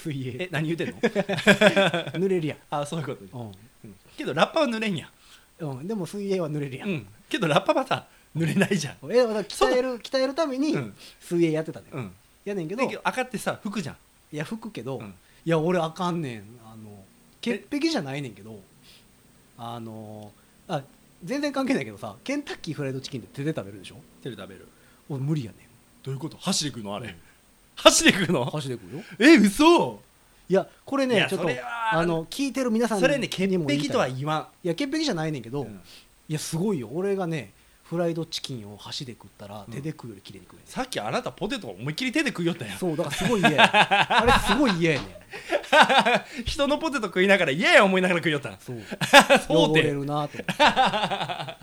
[SPEAKER 2] 水
[SPEAKER 3] え
[SPEAKER 2] 泳
[SPEAKER 3] 何言うてんの
[SPEAKER 2] 濡れるやん、
[SPEAKER 3] あそういうことね
[SPEAKER 2] うん
[SPEAKER 3] けどラッパは濡れんや
[SPEAKER 2] うん、でも水泳は濡れるや、
[SPEAKER 3] うんんけどラッパはさ濡れないじゃん
[SPEAKER 2] えだから鍛える鍛えるために
[SPEAKER 3] うん
[SPEAKER 2] 水泳やってたのよ、
[SPEAKER 3] うん
[SPEAKER 2] やねんけど
[SPEAKER 3] だけど赤ってさ服じゃん
[SPEAKER 2] いや吹くけど、
[SPEAKER 3] うん
[SPEAKER 2] いや俺あかんねんあの潔癖じゃないねんけどあのあ全然関係ないけどさケンタッキーフライドチキンって手で食べるでしょ
[SPEAKER 3] 手で食べる
[SPEAKER 2] 俺無理やね
[SPEAKER 3] どういうこと箸で食うのあれ、
[SPEAKER 2] うん
[SPEAKER 3] 箸で食うんの
[SPEAKER 2] 箸で食うよ
[SPEAKER 3] え嘘
[SPEAKER 2] いやこれ
[SPEAKER 3] い
[SPEAKER 2] ね
[SPEAKER 3] や
[SPEAKER 2] ちょっと
[SPEAKER 3] それは
[SPEAKER 2] あの聞いてる皆さん
[SPEAKER 3] それね潔
[SPEAKER 2] にも言いた
[SPEAKER 3] 癖
[SPEAKER 2] い
[SPEAKER 3] とは言わ
[SPEAKER 2] いや潔癖じゃないねんけど、
[SPEAKER 3] ん、うん
[SPEAKER 2] いやすごいよ俺がねフライドチキンを箸で食ったら
[SPEAKER 3] うん
[SPEAKER 2] 手で食うより綺麗に食うねん
[SPEAKER 3] さっきあなたポテト思いっきり手で食いよ ったやん
[SPEAKER 2] そうだからすごい嫌やあれすごい嫌やねん
[SPEAKER 3] 人のポテト食いながら嫌や思いながら食いよったん
[SPEAKER 2] そう
[SPEAKER 3] そう
[SPEAKER 2] 汚れ
[SPEAKER 3] て
[SPEAKER 2] る なと思って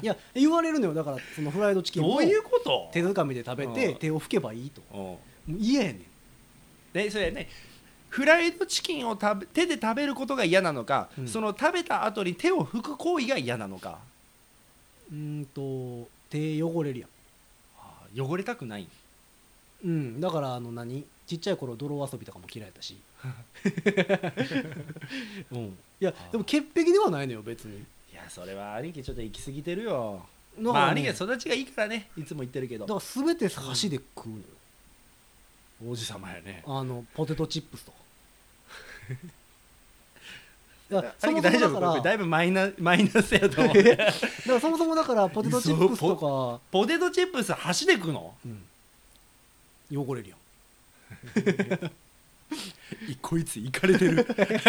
[SPEAKER 2] いや言われるのよだからそのフライドチキン
[SPEAKER 3] ど
[SPEAKER 2] を
[SPEAKER 3] ういうこと
[SPEAKER 2] 手づかみで食べ
[SPEAKER 3] う
[SPEAKER 2] て
[SPEAKER 3] ん
[SPEAKER 2] 手を拭けばいいと
[SPEAKER 3] うん
[SPEAKER 2] もう嫌やね
[SPEAKER 3] でそれねフライドチキンを食べ手で食べることが嫌なのか、
[SPEAKER 2] うん
[SPEAKER 3] その食べた後に手を拭く行為が嫌なのか
[SPEAKER 2] んうーんと手汚れるやん
[SPEAKER 3] あー汚れたくない
[SPEAKER 2] うんだからあの何ちっちゃい頃泥遊びとかも嫌いだしうんいや
[SPEAKER 3] あー
[SPEAKER 2] でも潔癖ではないのよ別に
[SPEAKER 3] いやそれは兄貴ちょっと行き過ぎてるよ、
[SPEAKER 2] だか
[SPEAKER 3] まあ
[SPEAKER 2] ら、
[SPEAKER 3] 兄
[SPEAKER 2] ね
[SPEAKER 3] 貴は
[SPEAKER 2] だか
[SPEAKER 3] 育ちがいいからねいつも言ってるけど
[SPEAKER 2] ら全て箸で食うのよ
[SPEAKER 3] 王子様やね
[SPEAKER 2] あのポテトチップスと かだからそ
[SPEAKER 3] 兄貴
[SPEAKER 2] もそ
[SPEAKER 3] 大
[SPEAKER 2] もだか
[SPEAKER 3] 丈
[SPEAKER 2] ら
[SPEAKER 3] 夫これだ
[SPEAKER 2] だか
[SPEAKER 3] いぶマ イナマイナスやと思う
[SPEAKER 2] らそもそもだからポテトチップスとか
[SPEAKER 3] ポテトチップス箸で食うの
[SPEAKER 2] うん、汚れるやん
[SPEAKER 3] こいついかれて る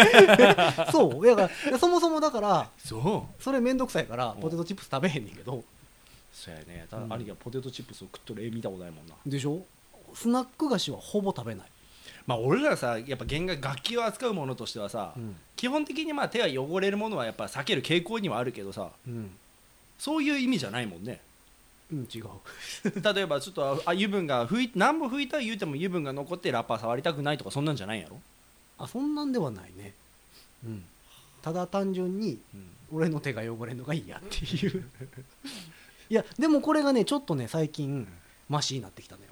[SPEAKER 2] そうだからそもそもだから
[SPEAKER 3] そう
[SPEAKER 2] それめんどくさいから
[SPEAKER 3] うん
[SPEAKER 2] ポテトチップス食べへんねんけど
[SPEAKER 3] そうやねただ
[SPEAKER 2] うん
[SPEAKER 3] 兄貴はポテトチップスを食っとる絵見たことないもんな
[SPEAKER 2] でしょスナック菓子はほぼ食べない、
[SPEAKER 3] まあ俺らさやっぱ弦楽楽器を扱うものとしてはさ、基本的にまあ手は汚れるものはやっぱ避ける傾向にはあるけどさ
[SPEAKER 2] うん
[SPEAKER 3] そういう意味じゃないも んね
[SPEAKER 2] うん、違う
[SPEAKER 3] 例えばちょっとあ油分が拭い何も拭いた言うても油分が残ってラッパー触りたくないとかそんなんじゃないんやろ、
[SPEAKER 2] あそんなんではないね、うん、ただ単純に俺の手が汚れるのが嫌っていう いやでもこれがねちょっとね最近マシになってきたのよ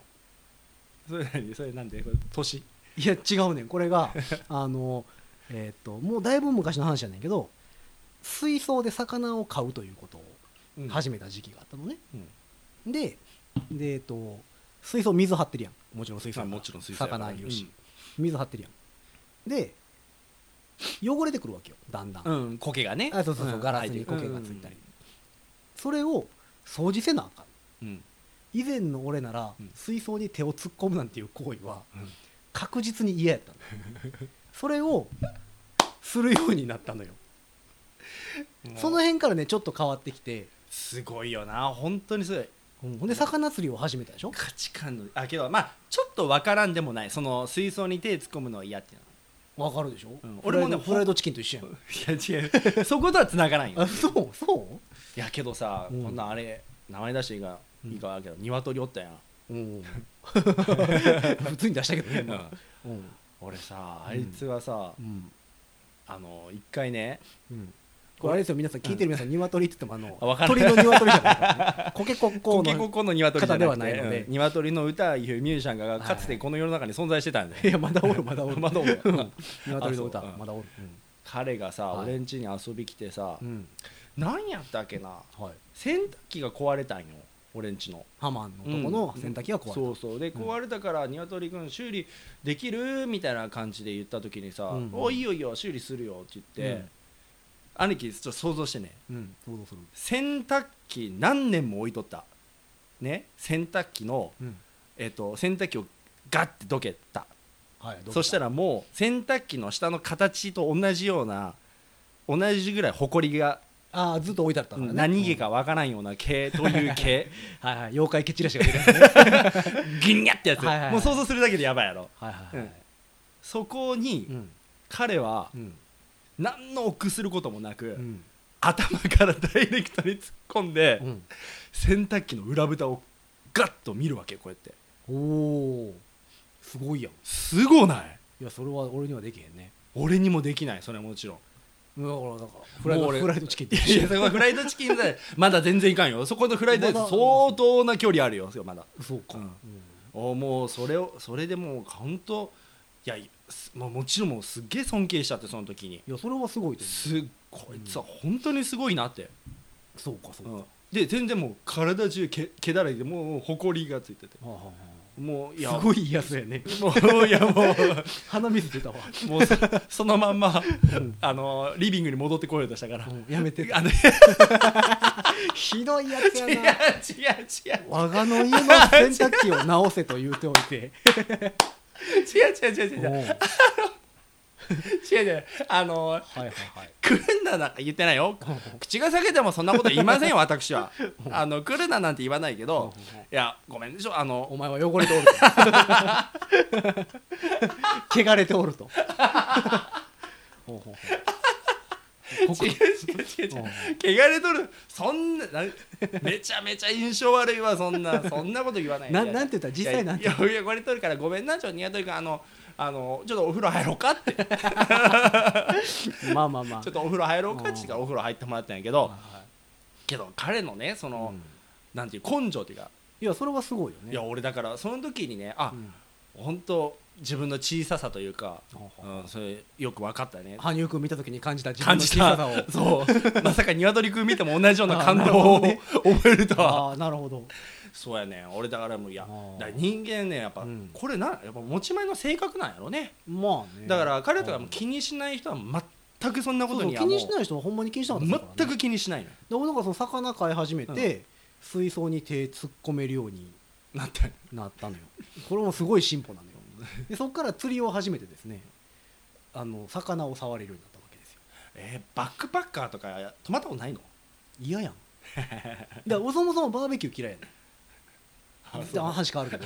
[SPEAKER 3] それ何それなんでこれ年
[SPEAKER 2] いや違うねんこれ があのえーっともうだいぶ昔の話やねんけど水槽で魚を買うということを始めた時期があったのね、でで、えっと、水槽水張ってるやんもちろん水槽やから
[SPEAKER 3] もちろん水槽やから
[SPEAKER 2] 魚いるし、水張ってるやんで汚れてくるわけよだんだん、
[SPEAKER 3] うん苔がね
[SPEAKER 2] あそうそうそう、
[SPEAKER 3] ん
[SPEAKER 2] ガラスに苔がついたり、それを掃除せなあかん
[SPEAKER 3] うんうん
[SPEAKER 2] 以前の俺なら、
[SPEAKER 3] うん
[SPEAKER 2] 水槽に手を突っ込むなんていう行為は、
[SPEAKER 3] うん
[SPEAKER 2] 確実に嫌やったのそれをするようになったの よその辺からねちょっと変わってきて、
[SPEAKER 3] すごいよな本当にすごい
[SPEAKER 2] うんほんで魚釣りを始めたでしょ
[SPEAKER 3] 価値観のあけどまあちょっとわからんでもないその水槽に手突っ込むのは嫌っていう
[SPEAKER 2] わかるでしょ、
[SPEAKER 3] うん俺もね
[SPEAKER 2] フライドフライドチキンと一緒やん
[SPEAKER 3] のいや違う そことは繋がないよ
[SPEAKER 2] あそうそ
[SPEAKER 3] いやけどさ、
[SPEAKER 2] うん
[SPEAKER 3] こんなあれ名前出していいか、
[SPEAKER 2] うん
[SPEAKER 3] いいかわけど鶏おったやん、
[SPEAKER 2] う、 普通に出したけどね、今うん
[SPEAKER 3] 俺さあいつはさ、
[SPEAKER 2] うん
[SPEAKER 3] あの一回ね
[SPEAKER 2] うん、これあれですよ皆さん聞いてる皆さん鶏って言ってもあの
[SPEAKER 3] あわかる
[SPEAKER 2] 鳥の鶏じゃないから、ね、コケコッ コ
[SPEAKER 3] コ
[SPEAKER 2] ー
[SPEAKER 3] ケ
[SPEAKER 2] の
[SPEAKER 3] コッコの鶏じゃ
[SPEAKER 2] 方で
[SPEAKER 3] な
[SPEAKER 2] は
[SPEAKER 3] く
[SPEAKER 2] ない
[SPEAKER 3] て
[SPEAKER 2] ので
[SPEAKER 3] うん鶏の歌いうミュージシャンがかつてこの世の中に存在してたんで、
[SPEAKER 2] いやまだおるまだおる
[SPEAKER 3] まだ おる
[SPEAKER 2] うん鶏の歌
[SPEAKER 3] あそううん
[SPEAKER 2] まだおる
[SPEAKER 3] 彼がさ、
[SPEAKER 2] はい
[SPEAKER 3] 俺ん家に遊び来てさ、
[SPEAKER 2] うん、うん
[SPEAKER 3] なんやったっけな
[SPEAKER 2] はい、
[SPEAKER 3] 洗濯機が壊れたんよ俺ん家の
[SPEAKER 2] ハマンのとこの洗濯機が壊れた、
[SPEAKER 3] そうそうで
[SPEAKER 2] うん
[SPEAKER 3] 壊れたから鶏くん修理できるみたいな感じで言った時にさ
[SPEAKER 2] うん
[SPEAKER 3] 「おいいよいいよ修理するよ」って言って、兄貴ちょっと想像してね
[SPEAKER 2] うん想像する、
[SPEAKER 3] 洗濯機何年も置いとったね洗濯機の、
[SPEAKER 2] うん
[SPEAKER 3] えっと洗濯機をガッてどけた
[SPEAKER 2] はい、
[SPEAKER 3] そした
[SPEAKER 2] ら
[SPEAKER 3] らもう洗濯機の下の形と同じような同じぐらいほこりが
[SPEAKER 2] ああずっと置いてあったからね
[SPEAKER 3] 何毛かわからんような毛という 毛
[SPEAKER 2] うんはいはい妖怪蹴散らしが出るやつね
[SPEAKER 3] ギンニャってや
[SPEAKER 2] は
[SPEAKER 3] つ、
[SPEAKER 2] いはいはい
[SPEAKER 3] もう想像するだけでやばいやろ
[SPEAKER 2] はいはいはい
[SPEAKER 3] そこ
[SPEAKER 2] う
[SPEAKER 3] に
[SPEAKER 2] ん
[SPEAKER 3] 彼は
[SPEAKER 2] うん
[SPEAKER 3] 何の臆することもなく、
[SPEAKER 2] うん
[SPEAKER 3] 頭からダイレクトに突っ込んで、
[SPEAKER 2] うん
[SPEAKER 3] 洗濯機の裏蓋をガッと見るわけこうやって
[SPEAKER 2] おおすごいやん
[SPEAKER 3] すごない
[SPEAKER 2] いやそれは俺にはできへんね
[SPEAKER 3] 俺にもできないそれはもちろん
[SPEAKER 2] だからだからフライ
[SPEAKER 3] も
[SPEAKER 2] ド
[SPEAKER 3] う俺
[SPEAKER 2] フライドチキンって
[SPEAKER 3] いやそこフライドチキンでまだ全然いかんよそこのフライドチキン
[SPEAKER 2] まだ
[SPEAKER 3] 相当な距離あるよまだ
[SPEAKER 2] そうか、
[SPEAKER 3] う
[SPEAKER 2] うんん
[SPEAKER 3] おもうそれをそれでもう本当いやすもうもちろんもうすっげえ尊敬しちゃってその時に
[SPEAKER 2] いやそれはすごいと思
[SPEAKER 3] すこいつは本当にすごいなって、
[SPEAKER 2] うそうかそう
[SPEAKER 3] う
[SPEAKER 2] か、
[SPEAKER 3] んで全然もう体中毛毛だらけでもうほこりがついてて
[SPEAKER 2] はあはあは
[SPEAKER 3] もういや
[SPEAKER 2] あすごいやつやね
[SPEAKER 3] もういやも
[SPEAKER 2] 鼻水出たわ、
[SPEAKER 3] うもうそそのまんま
[SPEAKER 2] うん
[SPEAKER 3] あのリビングに戻ってこようとしたから、
[SPEAKER 2] うんやめて
[SPEAKER 3] あの
[SPEAKER 2] ひどいやつ
[SPEAKER 3] 違う違
[SPEAKER 2] や
[SPEAKER 3] う
[SPEAKER 2] な
[SPEAKER 3] 違う
[SPEAKER 2] 我がの家の洗濯機を直せと言うておいて
[SPEAKER 3] 違う違う違う違
[SPEAKER 2] う
[SPEAKER 3] うん違う
[SPEAKER 2] はい
[SPEAKER 3] 違う違うあの
[SPEAKER 2] はいはい
[SPEAKER 3] 来るななんか言ってないよ口が裂けてもそんなこと言いませんよ私はあの来るななんて言わないけどいやごめんでしょあ
[SPEAKER 2] お
[SPEAKER 3] の
[SPEAKER 2] 前は汚れておると 汚れておるとほうほうほうここ
[SPEAKER 3] 違う違う違う違う汚れとるそんななめちゃめちゃ印象悪いわそんなそんなこと言わない
[SPEAKER 2] な
[SPEAKER 3] で
[SPEAKER 2] なんて言った実際なんて
[SPEAKER 3] いやいや汚れとるからごめんなちょニワトリ君あのあのちょっとお風呂入ろうかってち
[SPEAKER 2] まあまあまあ
[SPEAKER 3] ょっとお風呂入ろうかって言ってからお風呂入ってもらったんやけど
[SPEAKER 2] は
[SPEAKER 3] けど彼のねそ
[SPEAKER 2] いはい
[SPEAKER 3] の、
[SPEAKER 2] うん
[SPEAKER 3] なんていう根性っていうか、
[SPEAKER 2] いやそれはすごいよね
[SPEAKER 3] いや俺だからその時にねあ、
[SPEAKER 2] うん
[SPEAKER 3] 本当自分の小ささというか、
[SPEAKER 2] ほう
[SPEAKER 3] う、
[SPEAKER 2] ほうん
[SPEAKER 3] それよく分かったね
[SPEAKER 2] 羽生君見た時に感じた自分
[SPEAKER 3] 感
[SPEAKER 2] の
[SPEAKER 3] じ
[SPEAKER 2] 小
[SPEAKER 3] た
[SPEAKER 2] ささを
[SPEAKER 3] そうまさか鶏くん見ても同じような感
[SPEAKER 2] あーなる
[SPEAKER 3] 動を
[SPEAKER 2] ほどね
[SPEAKER 3] 覚えるとは
[SPEAKER 2] ああなるほど
[SPEAKER 3] そうやね俺だからもういや
[SPEAKER 2] あー
[SPEAKER 3] だから人間ねやっぱ、
[SPEAKER 2] うん
[SPEAKER 3] これなやっぱ持ち前の性格なんやろね
[SPEAKER 2] まあね
[SPEAKER 3] だから彼とかも
[SPEAKER 2] うん
[SPEAKER 3] 気にしない人は全くそんなこ
[SPEAKER 2] そうそ
[SPEAKER 3] と
[SPEAKER 2] う
[SPEAKER 3] には
[SPEAKER 2] 気
[SPEAKER 3] もう
[SPEAKER 2] にしない人はほんまに気にしなかったですからね
[SPEAKER 3] 全く気にしないのよ
[SPEAKER 2] で俺なんかその魚飼い始めて、水槽に手突っ込めるように
[SPEAKER 3] なって
[SPEAKER 2] なったのよこれもすごい進歩なのよでそこから釣りを始めてですねあの魚を触れるようになったわけですよ
[SPEAKER 3] えーバックパッカーとか泊まったことないの
[SPEAKER 2] 嫌 やんだからそもそもバーベキュー嫌いやねんで話変わるけどう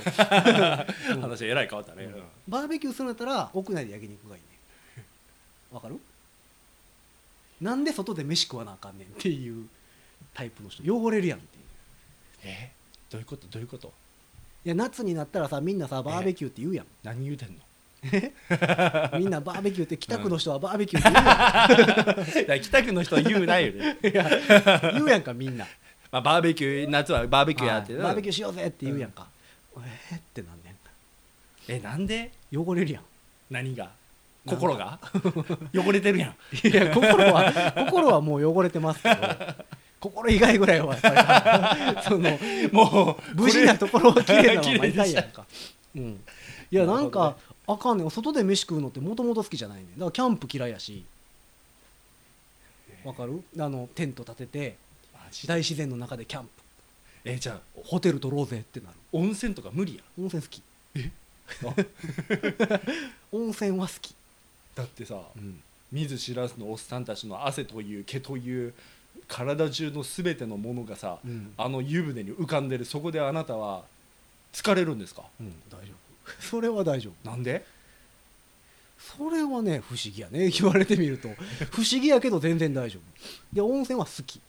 [SPEAKER 2] ん
[SPEAKER 3] 話えらい変わったね、
[SPEAKER 2] うんバーベキューするんだったら屋内で焼肉がいいね わかるなんで外で飯食わなあかんねんっていうタイプの人汚れるやんっていう
[SPEAKER 3] えどういうことどういうこと
[SPEAKER 2] いや夏になったらさみんなさバーベキューって言 うやん
[SPEAKER 3] 何言うてんの
[SPEAKER 2] みんなバーベキューって北区の人はバーベキューって
[SPEAKER 3] だから北区の人は言うないよ ね、
[SPEAKER 2] 言うやんいや言うやんかみんな
[SPEAKER 3] まあ、バーベキュー夏はバーベキューやって
[SPEAKER 2] は
[SPEAKER 3] る、
[SPEAKER 2] いバーベキューしようぜって言うやんか、えーってなんね
[SPEAKER 3] えなんで
[SPEAKER 2] ん汚れるやん
[SPEAKER 3] 何が
[SPEAKER 2] なんか
[SPEAKER 3] 心が汚れてるやん
[SPEAKER 2] い や心は心はもう汚れてますけど心以外ぐらいはやっぱり その
[SPEAKER 3] もう
[SPEAKER 2] 無事なところは綺麗なま
[SPEAKER 3] 綺
[SPEAKER 2] ま
[SPEAKER 3] 麗
[SPEAKER 2] い
[SPEAKER 3] にした
[SPEAKER 2] たい
[SPEAKER 3] い
[SPEAKER 2] やんか、 うん、いやなんかあかんねん外で飯食うのってもともと好きじゃないねんだからキャンプ嫌いやしわかるあのテント立てて
[SPEAKER 3] マジで
[SPEAKER 2] 大自然の中でキャンプ
[SPEAKER 3] えじゃあ
[SPEAKER 2] ホテル取ろうぜってなる
[SPEAKER 3] 温泉とか無理や
[SPEAKER 2] 温泉好き
[SPEAKER 3] あ
[SPEAKER 2] 温泉は好き、
[SPEAKER 3] だってさ見ず知らずのおっさんたちの汗という毛という体中の全てのものがさ、
[SPEAKER 2] うん
[SPEAKER 3] あの湯船に浮かんでるそこであなたは疲れるんですか
[SPEAKER 2] うん、大丈夫 それは大丈夫
[SPEAKER 3] なんで
[SPEAKER 2] それはね不思議やね 言われてみると不思議やけど全然大丈夫で温泉は好き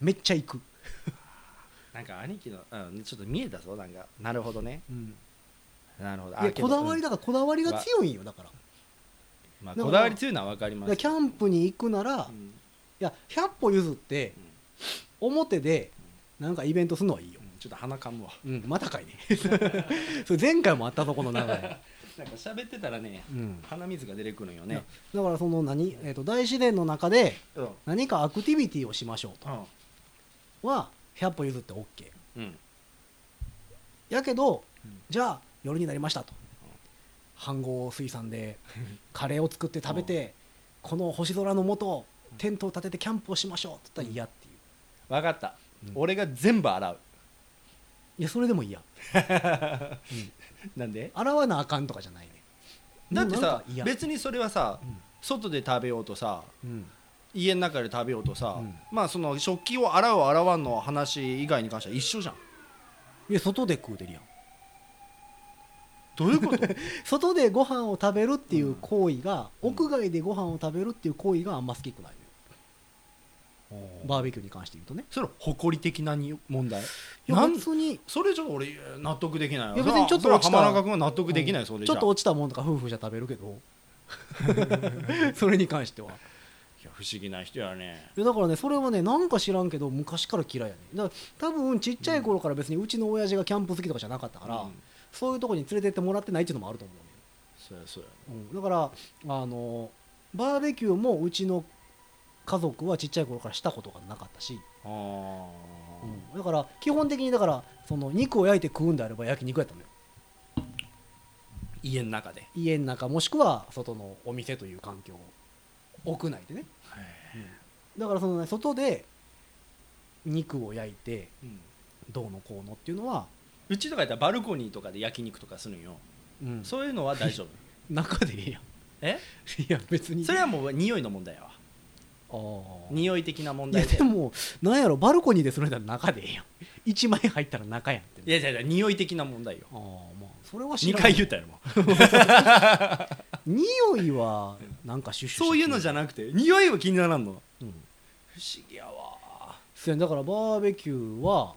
[SPEAKER 2] めっちゃ行く、
[SPEAKER 3] なんか兄貴の、うん、ちょっと見えたぞなんかなるほどねなるほど
[SPEAKER 2] いやこだわりだからこだわりが強いんよだから
[SPEAKER 3] まあ、
[SPEAKER 2] だから
[SPEAKER 3] こだわり強いのは分かり
[SPEAKER 2] だ
[SPEAKER 3] ま
[SPEAKER 2] から
[SPEAKER 3] す
[SPEAKER 2] キャンプに行くなら、いや100歩譲って表でなんかイベントするのはいいよ、
[SPEAKER 3] ちょっと鼻かむわ
[SPEAKER 2] うん、またかいね それ前回もあったぞこの流れ、
[SPEAKER 3] なんか喋ってたらね
[SPEAKER 2] うん、
[SPEAKER 3] 鼻水が出てくるんよ
[SPEAKER 2] ね
[SPEAKER 3] ね、
[SPEAKER 2] だからその何、えー、と大自然の中で
[SPEAKER 3] うん
[SPEAKER 2] 何かアクティビティをしましょうとは100歩譲って OK
[SPEAKER 3] うん
[SPEAKER 2] やけど、
[SPEAKER 3] うん
[SPEAKER 2] じゃあ夜になりましたと飯合水産でカレーを作って食べてこの星空の下テントを立ててキャンプをしましょうって言ったら嫌っていう
[SPEAKER 3] 分かった、
[SPEAKER 2] うん
[SPEAKER 3] 俺が全部洗う
[SPEAKER 2] いやそれでもいいや
[SPEAKER 3] なんで
[SPEAKER 2] 洗わなあかんとかじゃないね
[SPEAKER 3] だってさ
[SPEAKER 2] もうなんか嫌
[SPEAKER 3] 別にそれはさ、
[SPEAKER 2] うん
[SPEAKER 3] 外で食べようとさ
[SPEAKER 2] うん
[SPEAKER 3] 家の中で食べようとさ、
[SPEAKER 2] うん
[SPEAKER 3] まあその食器を洗う洗わんの話以外に関しては一緒じゃん
[SPEAKER 2] いや外で食うてるやん
[SPEAKER 3] どういうこと
[SPEAKER 2] 外でご飯を食べるっていう行為が、屋外でご飯を食べるっていう行為があんま好きくないのよバーベキューに関して言うとね
[SPEAKER 3] それ誇り的なに問題
[SPEAKER 2] いや
[SPEAKER 3] なん
[SPEAKER 2] 別に
[SPEAKER 3] それちょっと俺納得できない
[SPEAKER 2] いや別にちょっと落ちた
[SPEAKER 3] 浜中君は納得できない、
[SPEAKER 2] うん
[SPEAKER 3] それ
[SPEAKER 2] ち
[SPEAKER 3] じゃ
[SPEAKER 2] ょっと落ちたもんとか夫婦じゃ食べるけ どそれに関してはい
[SPEAKER 3] や不思議な人やね
[SPEAKER 2] いやだからねそれはねなんか知らんけど昔から嫌いやねだから多分ちっちゃい頃から別にうちの親父がキャンプ好きとかじゃなかったから、
[SPEAKER 3] うん
[SPEAKER 2] そういうとこに連れてってもらってないっていうのもあると思
[SPEAKER 3] そうやそうや
[SPEAKER 2] う、うん、だからあのバーベキューもうちの家族はちっちゃい頃からしたことがなかったし、
[SPEAKER 3] あ
[SPEAKER 2] う
[SPEAKER 3] ー、
[SPEAKER 2] ん、だから基本的にだからその肉を焼いて食うんであれば焼肉やったのよ
[SPEAKER 3] 家の中で
[SPEAKER 2] 家の中もしくは外のお店という環境屋内でねだからそのね外で肉を焼いて
[SPEAKER 3] うん
[SPEAKER 2] どうのこうのっていうのは、
[SPEAKER 3] うちとかやったらバルコニーとかで焼肉とかするんよ、
[SPEAKER 2] うん、
[SPEAKER 3] そういうのは 大丈夫
[SPEAKER 2] 中でいいやん
[SPEAKER 3] え
[SPEAKER 2] いや別に
[SPEAKER 3] それはもう匂いの問題やわ
[SPEAKER 2] あー
[SPEAKER 3] 匂い的な問
[SPEAKER 2] いや
[SPEAKER 3] 題で
[SPEAKER 2] でもなんやろバルコニーでするんだったら中でええやん1枚入ったら中やんって
[SPEAKER 3] いやいやいや匂い的な問題よ
[SPEAKER 2] ああまあそれは知
[SPEAKER 3] 2
[SPEAKER 2] らな
[SPEAKER 3] 回
[SPEAKER 2] い
[SPEAKER 3] 言ったよも
[SPEAKER 2] 匂
[SPEAKER 3] う
[SPEAKER 2] いはなんかシュッシュ
[SPEAKER 3] そういうのじゃ
[SPEAKER 2] な
[SPEAKER 3] なくて匂いは気にならんの
[SPEAKER 2] うん
[SPEAKER 3] 不思議やわ
[SPEAKER 2] そうやんだからバーベキューは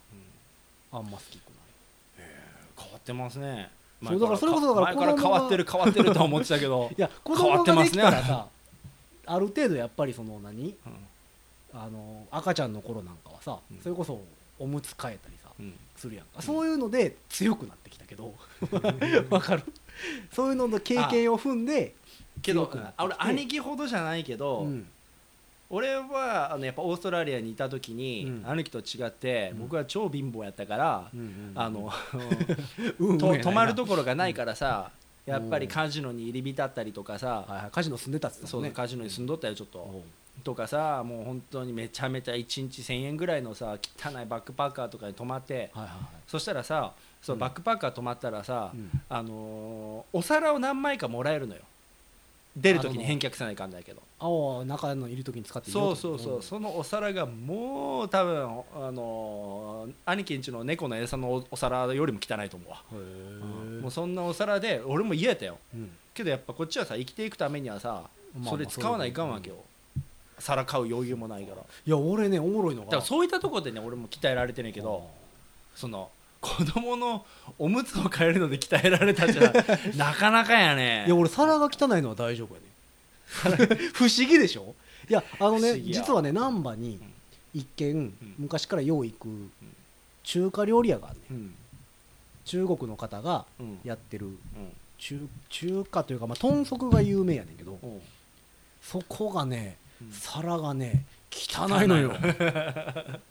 [SPEAKER 2] あんま好きくない
[SPEAKER 3] 変わってますね
[SPEAKER 2] そうだからそれこそだから
[SPEAKER 3] 前から
[SPEAKER 2] 子供
[SPEAKER 3] 変
[SPEAKER 2] が
[SPEAKER 3] わってる変わってるとは思ってた けど
[SPEAKER 2] いや子
[SPEAKER 3] 変わ
[SPEAKER 2] 供
[SPEAKER 3] って
[SPEAKER 2] が
[SPEAKER 3] ま
[SPEAKER 2] ですき
[SPEAKER 3] ね
[SPEAKER 2] たらさ、ある程度やっぱりその何
[SPEAKER 3] うん
[SPEAKER 2] あの赤ちゃんの頃なんかはさ、
[SPEAKER 3] うん
[SPEAKER 2] それこそおむつ替えたりさ
[SPEAKER 3] うん
[SPEAKER 2] するやんかそういうので強くなってきたけどわかるそういうのの経験を踏んで
[SPEAKER 3] けど
[SPEAKER 2] 強くなって
[SPEAKER 3] あ俺兄貴ほどじゃないけど、
[SPEAKER 2] うん
[SPEAKER 3] 俺はあのやっぱオーストラリアにいた時に、
[SPEAKER 2] うん
[SPEAKER 3] 兄貴と違って、
[SPEAKER 2] うん
[SPEAKER 3] 僕は超貧乏やったから、あの、
[SPEAKER 2] うんうん
[SPEAKER 3] と
[SPEAKER 2] やな
[SPEAKER 3] 泊まるところがないからさ、やっぱりカジノに入り浸ったりとかさ、
[SPEAKER 2] はいはいカジノ住んでたっつってた
[SPEAKER 3] そ
[SPEAKER 2] も
[SPEAKER 3] うんだ
[SPEAKER 2] ね
[SPEAKER 3] カジノに住んどったよちょっと、
[SPEAKER 2] おう
[SPEAKER 3] とかさもう本当にめちゃめちゃ1日1000円ぐらいのさ汚いバックパッカーとかに泊まって、
[SPEAKER 2] はいはいは
[SPEAKER 3] そしたらさそのバックパッカー泊まったらさ、
[SPEAKER 2] いうん
[SPEAKER 3] あのーお皿を何枚かもらえるのよ出る時に
[SPEAKER 2] あ
[SPEAKER 3] 返却せないかんだけど
[SPEAKER 2] 青は中のいる時に使っていいよ
[SPEAKER 3] そう
[SPEAKER 2] って
[SPEAKER 3] そ
[SPEAKER 2] こ
[SPEAKER 3] う
[SPEAKER 2] と
[SPEAKER 3] そう、そのお皿がもう多分あのー兄貴んちの猫の餌のおお皿よりも汚いと思うわ、
[SPEAKER 2] へえ
[SPEAKER 3] もうそんなお皿で俺も嫌やったよ
[SPEAKER 2] うん
[SPEAKER 3] けどやっぱこっちはさ生きていくためにはさ
[SPEAKER 2] まあまあ
[SPEAKER 3] それ使わないかんわけよ、皿買う余裕もないから
[SPEAKER 2] いや俺ねおもろいの
[SPEAKER 3] だから
[SPEAKER 2] が
[SPEAKER 3] そういったところでね俺も鍛えられてんねんけどその子供のおむつを変えるので鍛えられたじゃ んなかなかやね
[SPEAKER 2] いや俺皿が汚いのは大丈夫やね 不思議でしょいやあの
[SPEAKER 3] 不思
[SPEAKER 2] ね
[SPEAKER 3] 議や
[SPEAKER 2] 実はね難波に
[SPEAKER 3] ん
[SPEAKER 2] 一軒
[SPEAKER 3] ん
[SPEAKER 2] 昔からよう行く中華料理屋があるね
[SPEAKER 3] うん
[SPEAKER 2] 中国の方が
[SPEAKER 3] うん
[SPEAKER 2] やってる
[SPEAKER 3] うん
[SPEAKER 2] 中中華というかまあ豚足が有名やねんけど
[SPEAKER 3] うん
[SPEAKER 2] そこがね
[SPEAKER 3] うん
[SPEAKER 2] 皿がね汚いのよ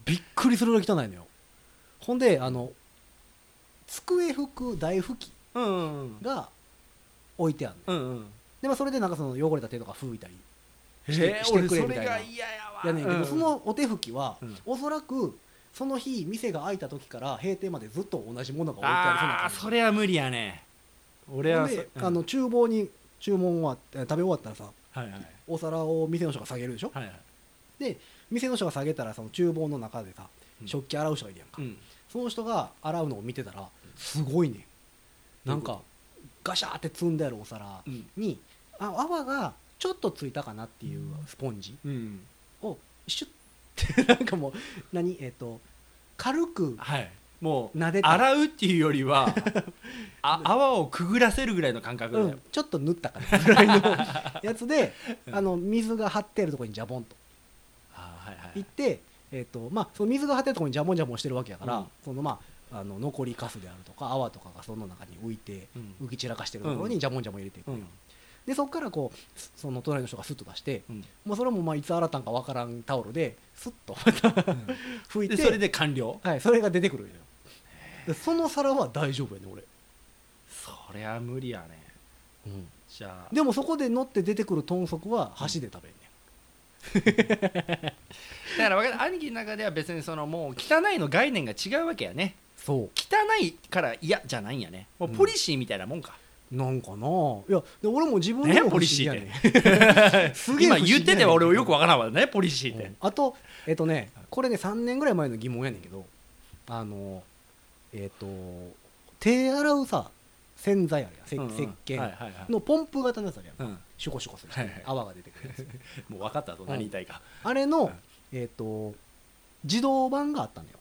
[SPEAKER 2] びっくりするぐらい汚いのよほんであの机拭く台拭き
[SPEAKER 3] うん
[SPEAKER 2] が置いてある、ねん、
[SPEAKER 3] うんうん
[SPEAKER 2] でまあそれでなんかその汚れた手とか拭いたり
[SPEAKER 3] え
[SPEAKER 2] して
[SPEAKER 3] ー
[SPEAKER 2] して
[SPEAKER 3] 俺
[SPEAKER 2] くれ
[SPEAKER 3] そ
[SPEAKER 2] み
[SPEAKER 3] れ
[SPEAKER 2] たいな
[SPEAKER 3] が嫌やわ
[SPEAKER 2] やねんけど、
[SPEAKER 3] うん
[SPEAKER 2] そのお手拭きは、
[SPEAKER 3] うん
[SPEAKER 2] おそらくその日店が開いた時から閉店までずっと同じものが置いて
[SPEAKER 3] あ
[SPEAKER 2] あ
[SPEAKER 3] あ
[SPEAKER 2] り
[SPEAKER 3] そ
[SPEAKER 2] そうな感じ
[SPEAKER 3] れは無理やね俺
[SPEAKER 2] ほ
[SPEAKER 3] は
[SPEAKER 2] んで、
[SPEAKER 3] そうん
[SPEAKER 2] あの厨房に注文は食べ終わったらさ
[SPEAKER 3] はいはい
[SPEAKER 2] お皿を店の人が下げるでしょ、
[SPEAKER 3] はいはい
[SPEAKER 2] 店の人が下げたらその厨房の中でさ
[SPEAKER 3] うん
[SPEAKER 2] 食器洗う人がいるやんか、
[SPEAKER 3] うん
[SPEAKER 2] その人が洗うのを見てたらすごいねんなんかガシャーって積んであるお皿
[SPEAKER 3] うん
[SPEAKER 2] にあ泡がちょっとついたかなっていうスポンジ
[SPEAKER 3] うん
[SPEAKER 2] をシュッ てなんかもう何えっ、と軽く
[SPEAKER 3] はいもう
[SPEAKER 2] 撫でた
[SPEAKER 3] 洗うっていうよりは あ泡をくぐらせるぐらいの感覚だ
[SPEAKER 2] う
[SPEAKER 3] よ、
[SPEAKER 2] ん、ちょっと縫ったかなぐらいの やつであの水が張ってあるところにジャボンと
[SPEAKER 3] あーはいはい
[SPEAKER 2] 行って、えっとまあ、その水が張ってるところにジャボンジャボンしてるわけやから、
[SPEAKER 3] うん
[SPEAKER 2] そのまああの残りかすであるとか泡とかがその中に浮いて
[SPEAKER 3] うん
[SPEAKER 2] 浮き散らかしてるところにジャボンジャボン入れていく
[SPEAKER 3] う
[SPEAKER 2] のよ、
[SPEAKER 3] ん
[SPEAKER 2] でそこからこうすその隣の人がスッと出して、
[SPEAKER 3] うん
[SPEAKER 2] まあ、それもまあいつ洗ったんかわからんタオルでスッとまた拭いて
[SPEAKER 3] でそれで完了
[SPEAKER 2] はい、それが出てくるのよでその皿は大丈夫やね俺、
[SPEAKER 3] そりゃ無理やねじゃあ
[SPEAKER 2] でもそこで乗って出てくる豚足は箸で食べんねん
[SPEAKER 3] だから分かる兄貴の中では別にそのもう汚いの概念が違うわけやね
[SPEAKER 2] そう
[SPEAKER 3] 汚いから嫌じゃないんやねもうポリシーみたいなもんか、
[SPEAKER 2] なんかないやで俺も自分で
[SPEAKER 3] ね
[SPEAKER 2] も
[SPEAKER 3] ポリシ
[SPEAKER 2] 不
[SPEAKER 3] ー
[SPEAKER 2] 思議やね すげえ不
[SPEAKER 3] 今
[SPEAKER 2] 思議
[SPEAKER 3] 言ってて
[SPEAKER 2] やねんけど
[SPEAKER 3] 俺よくわからんわねポリシーって、
[SPEAKER 2] うんあとえっとねこれね3年ぐらい前の疑問やねんけどあのえっと手洗うさ洗剤あるやんせ
[SPEAKER 3] うんうん
[SPEAKER 2] 石鹸
[SPEAKER 3] はいはいはい
[SPEAKER 2] のポンプ型のやつあるやん
[SPEAKER 3] うん、
[SPEAKER 2] シュコシュコする
[SPEAKER 3] はいはい
[SPEAKER 2] 泡が出てくるやつ
[SPEAKER 3] もう分かったぞ何言いたいか、
[SPEAKER 2] あれ
[SPEAKER 3] うん
[SPEAKER 2] のえっと自動版があったのよ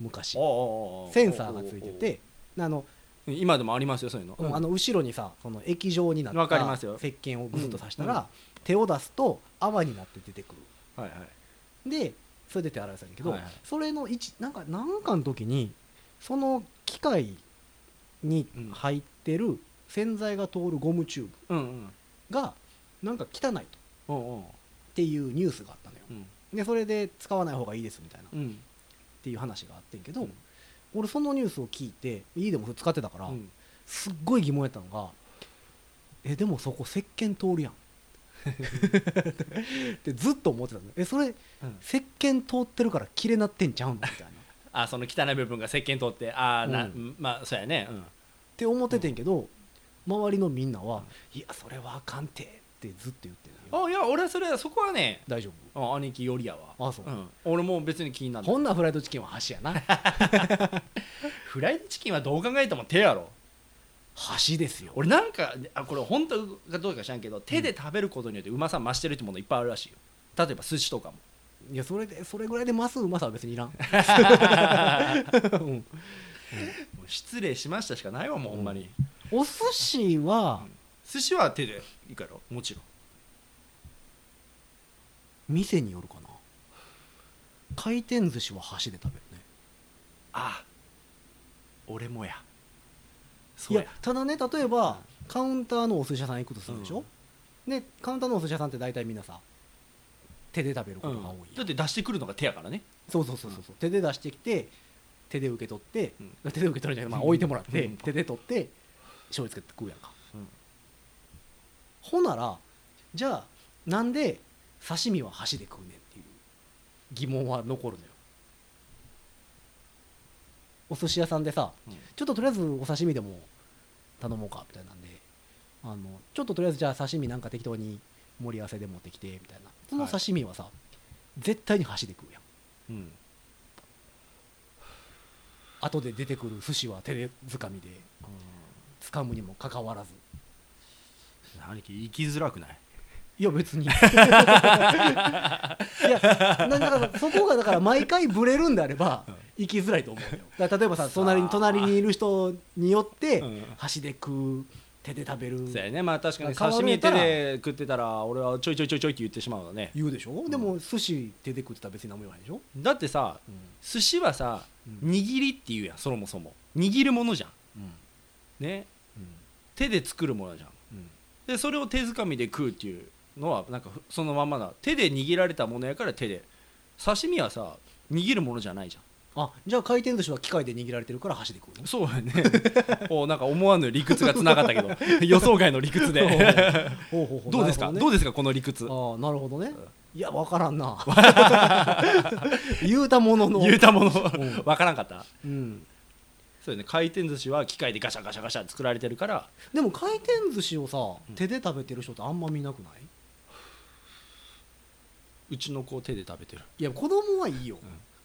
[SPEAKER 2] 昔
[SPEAKER 3] おうおうおうおう
[SPEAKER 2] センサーがついててあの
[SPEAKER 3] 今でもありますよそういうの、
[SPEAKER 2] あの後ろにさその液状にな
[SPEAKER 3] わ
[SPEAKER 2] っ
[SPEAKER 3] か
[SPEAKER 2] た
[SPEAKER 3] りますよ
[SPEAKER 2] 石鹸をグッと刺した
[SPEAKER 3] うんう
[SPEAKER 2] ら手を出すと泡になって出てくる
[SPEAKER 3] はいはい
[SPEAKER 2] でそれで手洗いされるけど、
[SPEAKER 3] はいはい
[SPEAKER 2] それの一なんかなんかの時にその機械に
[SPEAKER 3] うん
[SPEAKER 2] 入ってる洗剤が通るゴムチューブ
[SPEAKER 3] うんうん
[SPEAKER 2] がなんか汚いとっ
[SPEAKER 3] おうお
[SPEAKER 2] ていうニュースがあったのよ
[SPEAKER 3] ううん
[SPEAKER 2] でそれで使わない方がいいですみたいなっ
[SPEAKER 3] うん
[SPEAKER 2] ていう話があってんけど、
[SPEAKER 3] うん
[SPEAKER 2] 俺そのニュースを聞いて家でもそれ使ってたから、
[SPEAKER 3] うん
[SPEAKER 2] すっごい疑問やったのがえでもそこ石鹸通る やんってずっと思ってたのえそれ
[SPEAKER 3] うん
[SPEAKER 2] 石鹸通ってるから綺麗なってんちゃうのみたいな
[SPEAKER 3] あその汚い部分が石鹸取ってああ、な
[SPEAKER 2] うん
[SPEAKER 3] まあそうやね、うん
[SPEAKER 2] って思っててんけど、周りのみんなは「いやそれはあかんて」ってずっと言ってるよ
[SPEAKER 3] あいや俺はそれそこはね
[SPEAKER 2] 大丈
[SPEAKER 3] あ兄貴よりやわ、
[SPEAKER 2] あそうん
[SPEAKER 3] 俺も別に気にな
[SPEAKER 2] 夫
[SPEAKER 3] んない
[SPEAKER 2] ほんならフライドチキンは箸や な
[SPEAKER 3] フライドチキンはどう考えても手やろ
[SPEAKER 2] 箸ですよ
[SPEAKER 3] 俺なんかあこれ本当かどうか知らんけど手で食べることによってうまさ増してるってものいっぱいあるらしいよ例えば寿司とかも
[SPEAKER 2] いやそれでそれぐらいで増すうまさは別にい らんうん
[SPEAKER 3] もう失礼しましたしかないわもうほんまに、
[SPEAKER 2] お寿司は
[SPEAKER 3] 寿司は手でいくやろもちろん
[SPEAKER 2] 店によるかな回転寿司は箸で食べるね
[SPEAKER 3] ああ俺もや
[SPEAKER 2] い
[SPEAKER 3] そうや
[SPEAKER 2] やただね例えばカウンターのお寿司屋さん行くとするでしょ、でカウンターのお寿司屋さんって大体みんなさ手で食べることが多いやん、
[SPEAKER 3] だって出してくるのが手やからね
[SPEAKER 2] そうそうそうそう、手で出してきて手で受け取って、
[SPEAKER 3] う
[SPEAKER 2] 手で受け取るんじゃなくて、まあ、置いてもらって、
[SPEAKER 3] うん
[SPEAKER 2] 手で取って醤油つけて食うやんか、
[SPEAKER 3] うん
[SPEAKER 2] ほならじゃあなんで刺身は箸で食うねんっていう疑問は残るのよお寿司屋さんでさ、
[SPEAKER 3] うん
[SPEAKER 2] ちょっととりあえずお刺身でも頼もうかみたいなんであのちょっととりあえずじゃあ刺身なんか適当に盛り合わせで持ってきてみたいなその刺身はさ、絶対に箸で食うやん
[SPEAKER 3] うん
[SPEAKER 2] 後で出てくる寿司は手で掴みで掴むにもかかわらず
[SPEAKER 3] 兄貴生きづらくない
[SPEAKER 2] いや別 にいやなんかだからそこがだから毎回ブレるんであれば行きづらいと思うよだから例えばさ隣に隣にいる人によって
[SPEAKER 3] うん
[SPEAKER 2] 箸で食う手で食べる
[SPEAKER 3] そうやねまあ確かに
[SPEAKER 2] 変わ
[SPEAKER 3] 刺
[SPEAKER 2] るんやっ
[SPEAKER 3] 身
[SPEAKER 2] た
[SPEAKER 3] 手
[SPEAKER 2] ら
[SPEAKER 3] で食ってたら俺はちょいちょいちょいちょいって言ってしまうのね
[SPEAKER 2] 言うでしょでも寿司手で食ってたら別に何も言わないでしょ
[SPEAKER 3] だってさ寿司はさ
[SPEAKER 2] うん
[SPEAKER 3] 握りっていうやんそもそも握るものじゃん
[SPEAKER 2] うん
[SPEAKER 3] ね手で作るものじゃん
[SPEAKER 2] うん
[SPEAKER 3] でそれを手づかみで食うっていうのはなんかふそのまんまだ手で握られたものやから手で刺身はさ握るものじゃないじゃ
[SPEAKER 2] あじゃあ回転寿司は機械で握られてるから箸で食うの
[SPEAKER 3] んそうやね おなんか思わぬ理屈がつながったけ ど予想外の理屈で
[SPEAKER 2] ほうほうほ
[SPEAKER 3] どうですか
[SPEAKER 2] なる
[SPEAKER 3] ど
[SPEAKER 2] ほ
[SPEAKER 3] うですかこの理屈
[SPEAKER 2] どねああなるほどねいや分からんな 言うたものの
[SPEAKER 3] 言うたもの
[SPEAKER 2] ん
[SPEAKER 3] わからんかった
[SPEAKER 2] うん、
[SPEAKER 3] そうよね回転寿司は機械でガシャガシャガシャ作られてるから
[SPEAKER 2] でも回転寿司をさ、手で食べてる人ってあんま見なくないう
[SPEAKER 3] ちの子手で食べてる
[SPEAKER 2] いや子供はいいよ、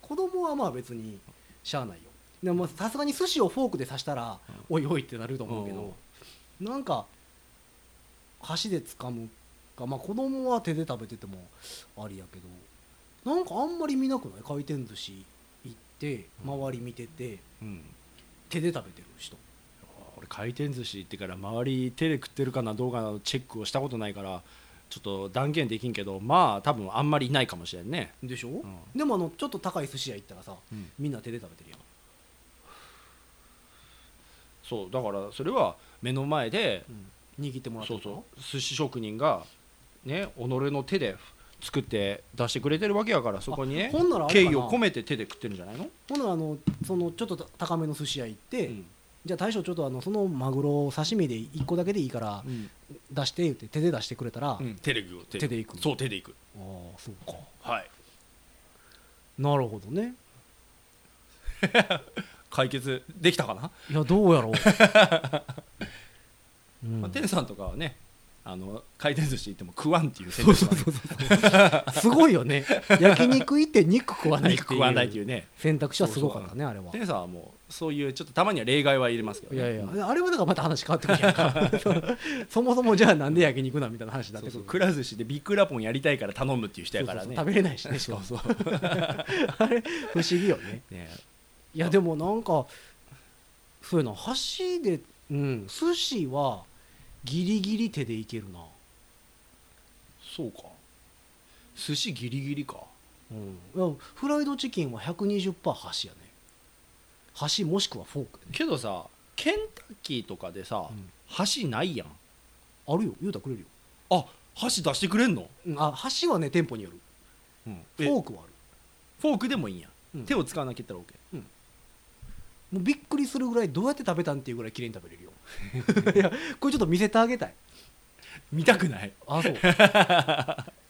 [SPEAKER 2] 子供はまあ別にしゃあないよでもまあさすがに寿司をフォークで刺したら、おいおいってなると思うけど、なんか箸で掴むかまあ子供は手で食べててもありやけどなんかあんまり見なくない回転寿司行って周り見てて、
[SPEAKER 3] うん
[SPEAKER 2] 手で食べてる人
[SPEAKER 3] 俺回転寿司行ってから周り手で食ってるかなどうかなのチェックをしたことないからちょっと断言できんけどまあ多分あんまりいないかもしれんね
[SPEAKER 2] でしょ、
[SPEAKER 3] ん
[SPEAKER 2] でもあのちょっと高い寿司屋行ったらさ、
[SPEAKER 3] うん
[SPEAKER 2] みんな手で食べてるやん
[SPEAKER 3] そうだからそれは目の前で、
[SPEAKER 2] 握ってもらって
[SPEAKER 3] そ
[SPEAKER 2] る
[SPEAKER 3] う
[SPEAKER 2] の
[SPEAKER 3] そう寿司職人がね己の手で作って出してくれてるわけやからそこにね
[SPEAKER 2] あほんならあれ
[SPEAKER 3] 敬
[SPEAKER 2] かな
[SPEAKER 3] 意を込めて手で食ってるんじゃないの、
[SPEAKER 2] ほなあのそのちょっと高めの寿司屋行って、
[SPEAKER 3] うん
[SPEAKER 2] じゃあ大将ちょっとあのそのマグロを刺身で1個だけでいいから出して言って手で出してくれたら、
[SPEAKER 3] うん手で行くよ
[SPEAKER 2] 手で行く
[SPEAKER 3] そう手で行く
[SPEAKER 2] ああそうか
[SPEAKER 3] はい
[SPEAKER 2] なるほどね
[SPEAKER 3] 解決できたかな、
[SPEAKER 2] いやどうやろう、 うん
[SPEAKER 3] まあ、テンさんとかはねあの回転寿司行っても食わんっていう選
[SPEAKER 2] そう
[SPEAKER 3] 択肢
[SPEAKER 2] そうそうそ
[SPEAKER 3] がね
[SPEAKER 2] うすごいよね焼肉行って肉食わないって
[SPEAKER 3] 肉食わないって
[SPEAKER 2] い
[SPEAKER 3] いううね
[SPEAKER 2] 選択肢はすごかったねあれは
[SPEAKER 3] テンさんはもうそういうちょっとたまには例外は入れますけど、
[SPEAKER 2] い
[SPEAKER 3] ね、
[SPEAKER 2] やいやあれはだからまた話変わってくるやん かそもそもじゃあなんで焼肉なんみたいな話になっ
[SPEAKER 3] そ
[SPEAKER 2] てく
[SPEAKER 3] うそう
[SPEAKER 2] る
[SPEAKER 3] くら寿司でビッグラポンやりたいから頼むっていう人やから
[SPEAKER 2] そう
[SPEAKER 3] ね
[SPEAKER 2] そうそう食べれないしねしかも あれ不思議よね
[SPEAKER 3] ね
[SPEAKER 2] いやでもなんかそういうの箸でうん寿司はギリギリ手でいけるな
[SPEAKER 3] そうか寿司ギリギリか
[SPEAKER 2] うんいやフライドチキンは120%箸やね箸もしくはフォークやね
[SPEAKER 3] けどさケンタッキーとかでさ、
[SPEAKER 2] うん
[SPEAKER 3] 箸ないやん
[SPEAKER 2] あるよ言うたらくれるよ
[SPEAKER 3] あ箸出してくれんの、
[SPEAKER 2] うんあ箸はね店舗によるフ
[SPEAKER 3] え
[SPEAKER 2] ォークはある
[SPEAKER 3] フォークでもいいんや、
[SPEAKER 2] うん
[SPEAKER 3] 手を使わなきゃったら OK
[SPEAKER 2] もうびっくりするぐらいどうやって食べたんっていうぐらい綺麗に食べれるよ いやこれちょっと見せてあげたい
[SPEAKER 3] 見たくない、
[SPEAKER 2] あそう
[SPEAKER 3] へ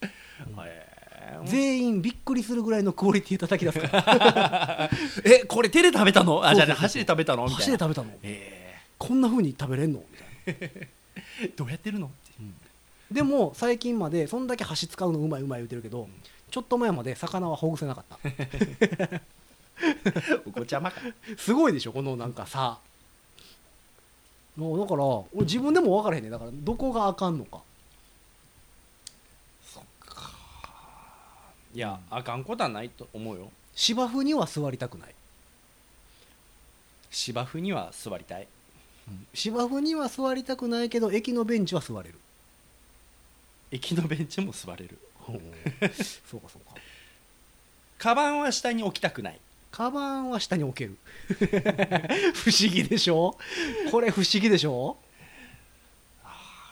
[SPEAKER 3] ー
[SPEAKER 2] 全員びっくりするぐらいのクオリティ叩き出すから
[SPEAKER 3] えこれ手で食べたのあ
[SPEAKER 2] そうそ
[SPEAKER 3] じ
[SPEAKER 2] うそう
[SPEAKER 3] ゃあね箸で食べたのみたいな
[SPEAKER 2] 箸で食べたの
[SPEAKER 3] え
[SPEAKER 2] こんな風に食べれんのみたいな
[SPEAKER 3] ーどうやってるのって
[SPEAKER 2] でも最近までそんだけ箸使うのうまいうまい言うてるけどちょっと前まで魚はほぐせなかった
[SPEAKER 3] ごちゃまか
[SPEAKER 2] すごいでしょこのなんかさもうだから俺自分でも分からへんねんだからどこがあかんのか
[SPEAKER 3] いやあかんことはないと思うよ
[SPEAKER 2] 芝生には座りたくない
[SPEAKER 3] 芝生には座りたい
[SPEAKER 2] 芝生には座りたくないけど駅のベンチは座れる
[SPEAKER 3] 駅のベンチも座れる
[SPEAKER 2] そうかそうか
[SPEAKER 3] カバンは下に置きたくない
[SPEAKER 2] カバンは下に置ける 不思議でしょこれ不思議でしょ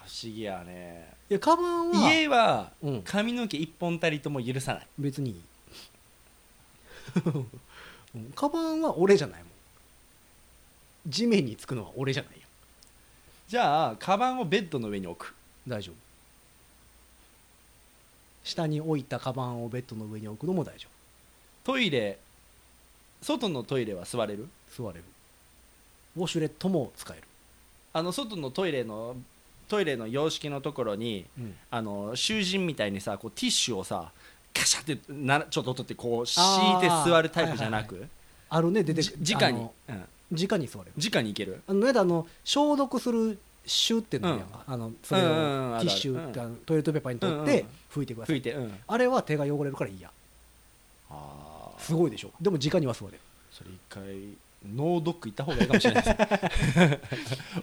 [SPEAKER 3] 不思議やね
[SPEAKER 2] いやカバンは
[SPEAKER 3] 家は
[SPEAKER 2] うん
[SPEAKER 3] 髪の毛一本たりとも許さない
[SPEAKER 2] 別にいい うんカバンは俺じゃないもん地面につくのは俺じゃないよ
[SPEAKER 3] じゃあカバンをベッドの上に置く
[SPEAKER 2] 大丈夫下に置いたカバンをベッドの上に置くのも大丈
[SPEAKER 3] トイレ外のトイレは座れる
[SPEAKER 2] 夫座れるウォシュレットも使える、
[SPEAKER 3] あの外のトイレのトイレの様式のところにあの囚人みたいにさこうティッシュをさカシャってなちょっと取ってこう敷いて座るタイプじゃなく
[SPEAKER 2] あるね出て
[SPEAKER 3] じ直
[SPEAKER 2] あ
[SPEAKER 3] に
[SPEAKER 2] の
[SPEAKER 3] うん
[SPEAKER 2] 直に座れる
[SPEAKER 3] 直に行ける
[SPEAKER 2] あのなんだあの消毒するシュってのあるやんか、あのそれを
[SPEAKER 3] う
[SPEAKER 2] テ
[SPEAKER 3] んうんうんあ
[SPEAKER 2] ィッ
[SPEAKER 3] る
[SPEAKER 2] シュ
[SPEAKER 3] ある
[SPEAKER 2] あのトイレットペーパーに取っ
[SPEAKER 3] う
[SPEAKER 2] て
[SPEAKER 3] んうん
[SPEAKER 2] 拭いてくださ
[SPEAKER 3] 拭
[SPEAKER 2] い、
[SPEAKER 3] いてうん
[SPEAKER 2] あれは手が汚れるからいいや
[SPEAKER 3] あ
[SPEAKER 2] すごいでしょでも直には座れる
[SPEAKER 3] それ一回ノードック行った方がいいかもしれないですね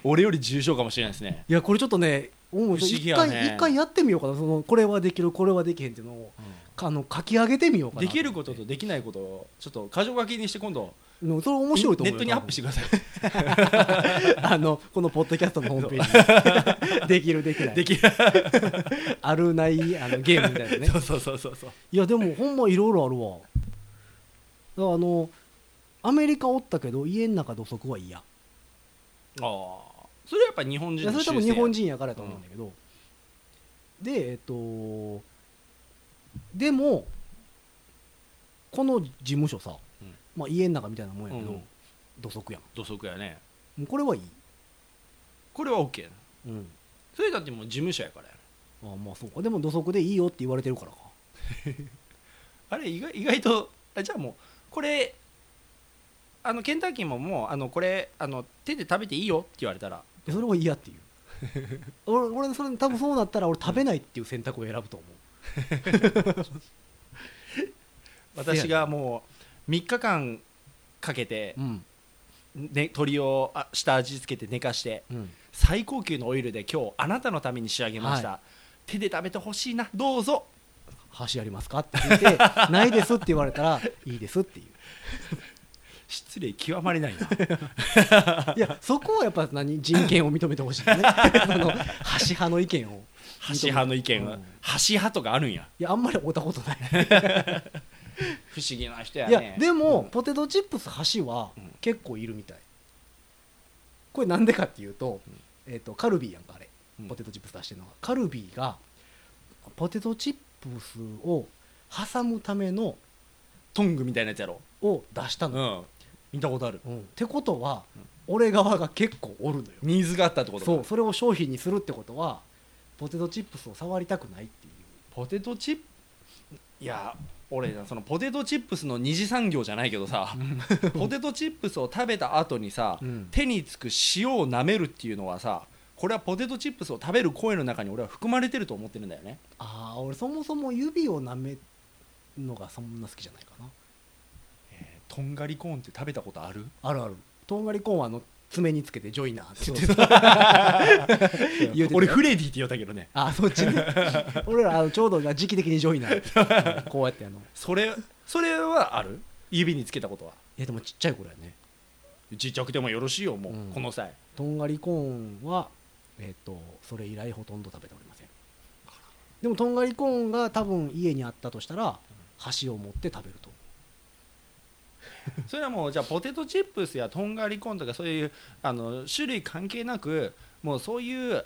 [SPEAKER 3] 俺より重症かもしれないですね
[SPEAKER 2] いやこれちょっとね思う
[SPEAKER 3] 不思議
[SPEAKER 2] 一
[SPEAKER 3] や
[SPEAKER 2] 回
[SPEAKER 3] ね
[SPEAKER 2] 一回やってみようかなそのこれはできるこれはできへんっていうのをあの書き上げてみようかな
[SPEAKER 3] できることとできないことをちょっと箇条書きにして今度
[SPEAKER 2] うんそれ面白いと思う
[SPEAKER 3] ネットにアップしててください
[SPEAKER 2] く あのこのポッドキャストのホームペー ジにできるできない
[SPEAKER 3] できる
[SPEAKER 2] あるないあのゲームみたいなね
[SPEAKER 3] そうそうそうそうそう
[SPEAKER 2] いやでもほんまいろいろあるわだからあのアメリカおったけど家の中土足は嫌
[SPEAKER 3] ああそれはやっぱ日本
[SPEAKER 2] い
[SPEAKER 3] 人
[SPEAKER 2] やそ
[SPEAKER 3] の
[SPEAKER 2] れ
[SPEAKER 3] 習性
[SPEAKER 2] 多分日本人やからやと思うんだけど、でえっとでもこの事務所さ、
[SPEAKER 3] うん
[SPEAKER 2] まあ、家の中みたいなもんやけど、
[SPEAKER 3] うん
[SPEAKER 2] 土足やん
[SPEAKER 3] 土足やね
[SPEAKER 2] もうこれはいい、
[SPEAKER 3] これは OK
[SPEAKER 2] うん、
[SPEAKER 3] それだってもう事務所やからやね
[SPEAKER 2] あまあそうかでも土足でいいよって言われてるからか
[SPEAKER 3] あれ意外意外とあじゃあもうこれあのケンタッキーももうあのこれあの手で食べていいよって言われたら
[SPEAKER 2] でそれは嫌っていう 俺俺それ多分そうなったら俺食べないっていう選択を選ぶと思う
[SPEAKER 3] 私がもう3日間かけて、
[SPEAKER 2] うん
[SPEAKER 3] ね、鶏をあ下味付けて寝かして
[SPEAKER 2] うん
[SPEAKER 3] 最高級のオイルで今日あなたのために仕上げました、
[SPEAKER 2] は
[SPEAKER 3] 手で食べてほしいなどうぞ
[SPEAKER 2] 箸ありますかって聞いて 「ないです」って言われたら「いいです」っていう
[SPEAKER 3] 失礼極まりない な
[SPEAKER 2] いやそこはやっぱ何人権を認めてほしいよね その箸派の意見を
[SPEAKER 3] 橋派の意見
[SPEAKER 2] う
[SPEAKER 3] は
[SPEAKER 2] ん
[SPEAKER 3] 橋派とかあるんや
[SPEAKER 2] いやあんまりおったことない
[SPEAKER 3] 不思議な人や
[SPEAKER 2] い
[SPEAKER 3] ね
[SPEAKER 2] やでも、ポテトチップス箸は
[SPEAKER 3] うん
[SPEAKER 2] 結構いるみたいこれなんでかっていうと,、えっとカルビーやんかあれ
[SPEAKER 3] うん
[SPEAKER 2] ポテトチップス出してるのがカルビーがポテトチップスを挟むための
[SPEAKER 3] トングみたいなやつやろ
[SPEAKER 2] を出したの、
[SPEAKER 3] うん見たことある
[SPEAKER 2] うん、ってことは、俺側が結構おるのよ
[SPEAKER 3] ニーズがあったってことか
[SPEAKER 2] そうそれを商品にするってことはポテトチップスを触りたくないっていう
[SPEAKER 3] ポテトチップいや俺なそのポテトチップスの二次産業じゃないけどさポテトチップスを食べた後にさ、
[SPEAKER 2] うん
[SPEAKER 3] 手につく塩を舐めるっていうのはさこれはポテトチップスを食べる声の中に俺は含まれてると思ってるんだよね
[SPEAKER 2] ああ俺そもそも指を舐めるのがそんな好きじゃないかな
[SPEAKER 3] えーとんがりコーンって食べたことある
[SPEAKER 2] あるあるとんがりコーンはあの爪につけてジョイナーって言って た言うてたよ
[SPEAKER 3] 俺フレディって言ったけどね
[SPEAKER 2] あそっちね 俺らあのちょうどが時期的にジョイナー うんこうやってあのい
[SPEAKER 3] それそれはある指につけたことは
[SPEAKER 2] やでもちっちゃい頃やね
[SPEAKER 3] ちっちゃくてもよろしいよもう、
[SPEAKER 2] うん
[SPEAKER 3] この際
[SPEAKER 2] とんがりコーンはえっ、とそれ以来ほとんど食べておりませんでもとんがりコーンが多分家にあったとしたら箸を持って食べると
[SPEAKER 3] それはもうじゃあポテトチップスやとんがりコーンとかそういうあの種類関係なくもうそういう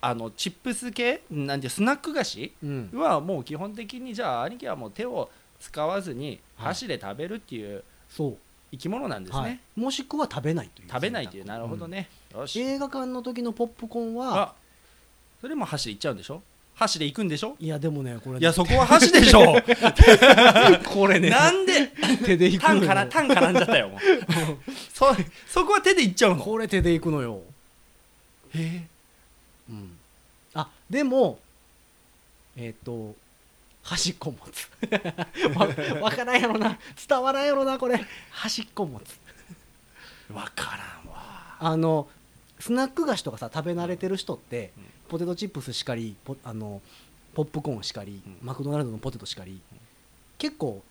[SPEAKER 3] あのチップス系なんてスナック菓子
[SPEAKER 2] うん
[SPEAKER 3] はもう基本的にじゃあ兄貴はもう手を使わずに
[SPEAKER 2] はい
[SPEAKER 3] 箸で食べるっていう
[SPEAKER 2] そう
[SPEAKER 3] 生き物なんですね、
[SPEAKER 2] はい、もしくは食べないという
[SPEAKER 3] 食べないっていう
[SPEAKER 2] 選択
[SPEAKER 3] なるほどね、よ
[SPEAKER 2] うん
[SPEAKER 3] し
[SPEAKER 2] 映画館の時のポップコーンは
[SPEAKER 3] あそれも箸でいっちゃうんでしょ箸で行くんでしょ
[SPEAKER 2] いやでもねこれね
[SPEAKER 3] いやそこは箸でし ょ
[SPEAKER 2] これね
[SPEAKER 3] なんで
[SPEAKER 2] 手でいく
[SPEAKER 3] タン
[SPEAKER 2] の
[SPEAKER 3] から
[SPEAKER 2] よ
[SPEAKER 3] タン絡んじゃったよも うそそこは手でいっちゃうの
[SPEAKER 2] これ手でいくのよ
[SPEAKER 3] へえ
[SPEAKER 2] うんあでもえっ、と端っこ持つ わわからんやろな伝わらんやろなこれ端っこ持つ
[SPEAKER 3] 分からんわ
[SPEAKER 2] あのスナック菓子とかさ食べ慣れてる人って、
[SPEAKER 3] うん
[SPEAKER 2] ポテトチップスしかりポあのポップコーンしかり、
[SPEAKER 3] うん
[SPEAKER 2] マクドナルドのポテトしかり、結構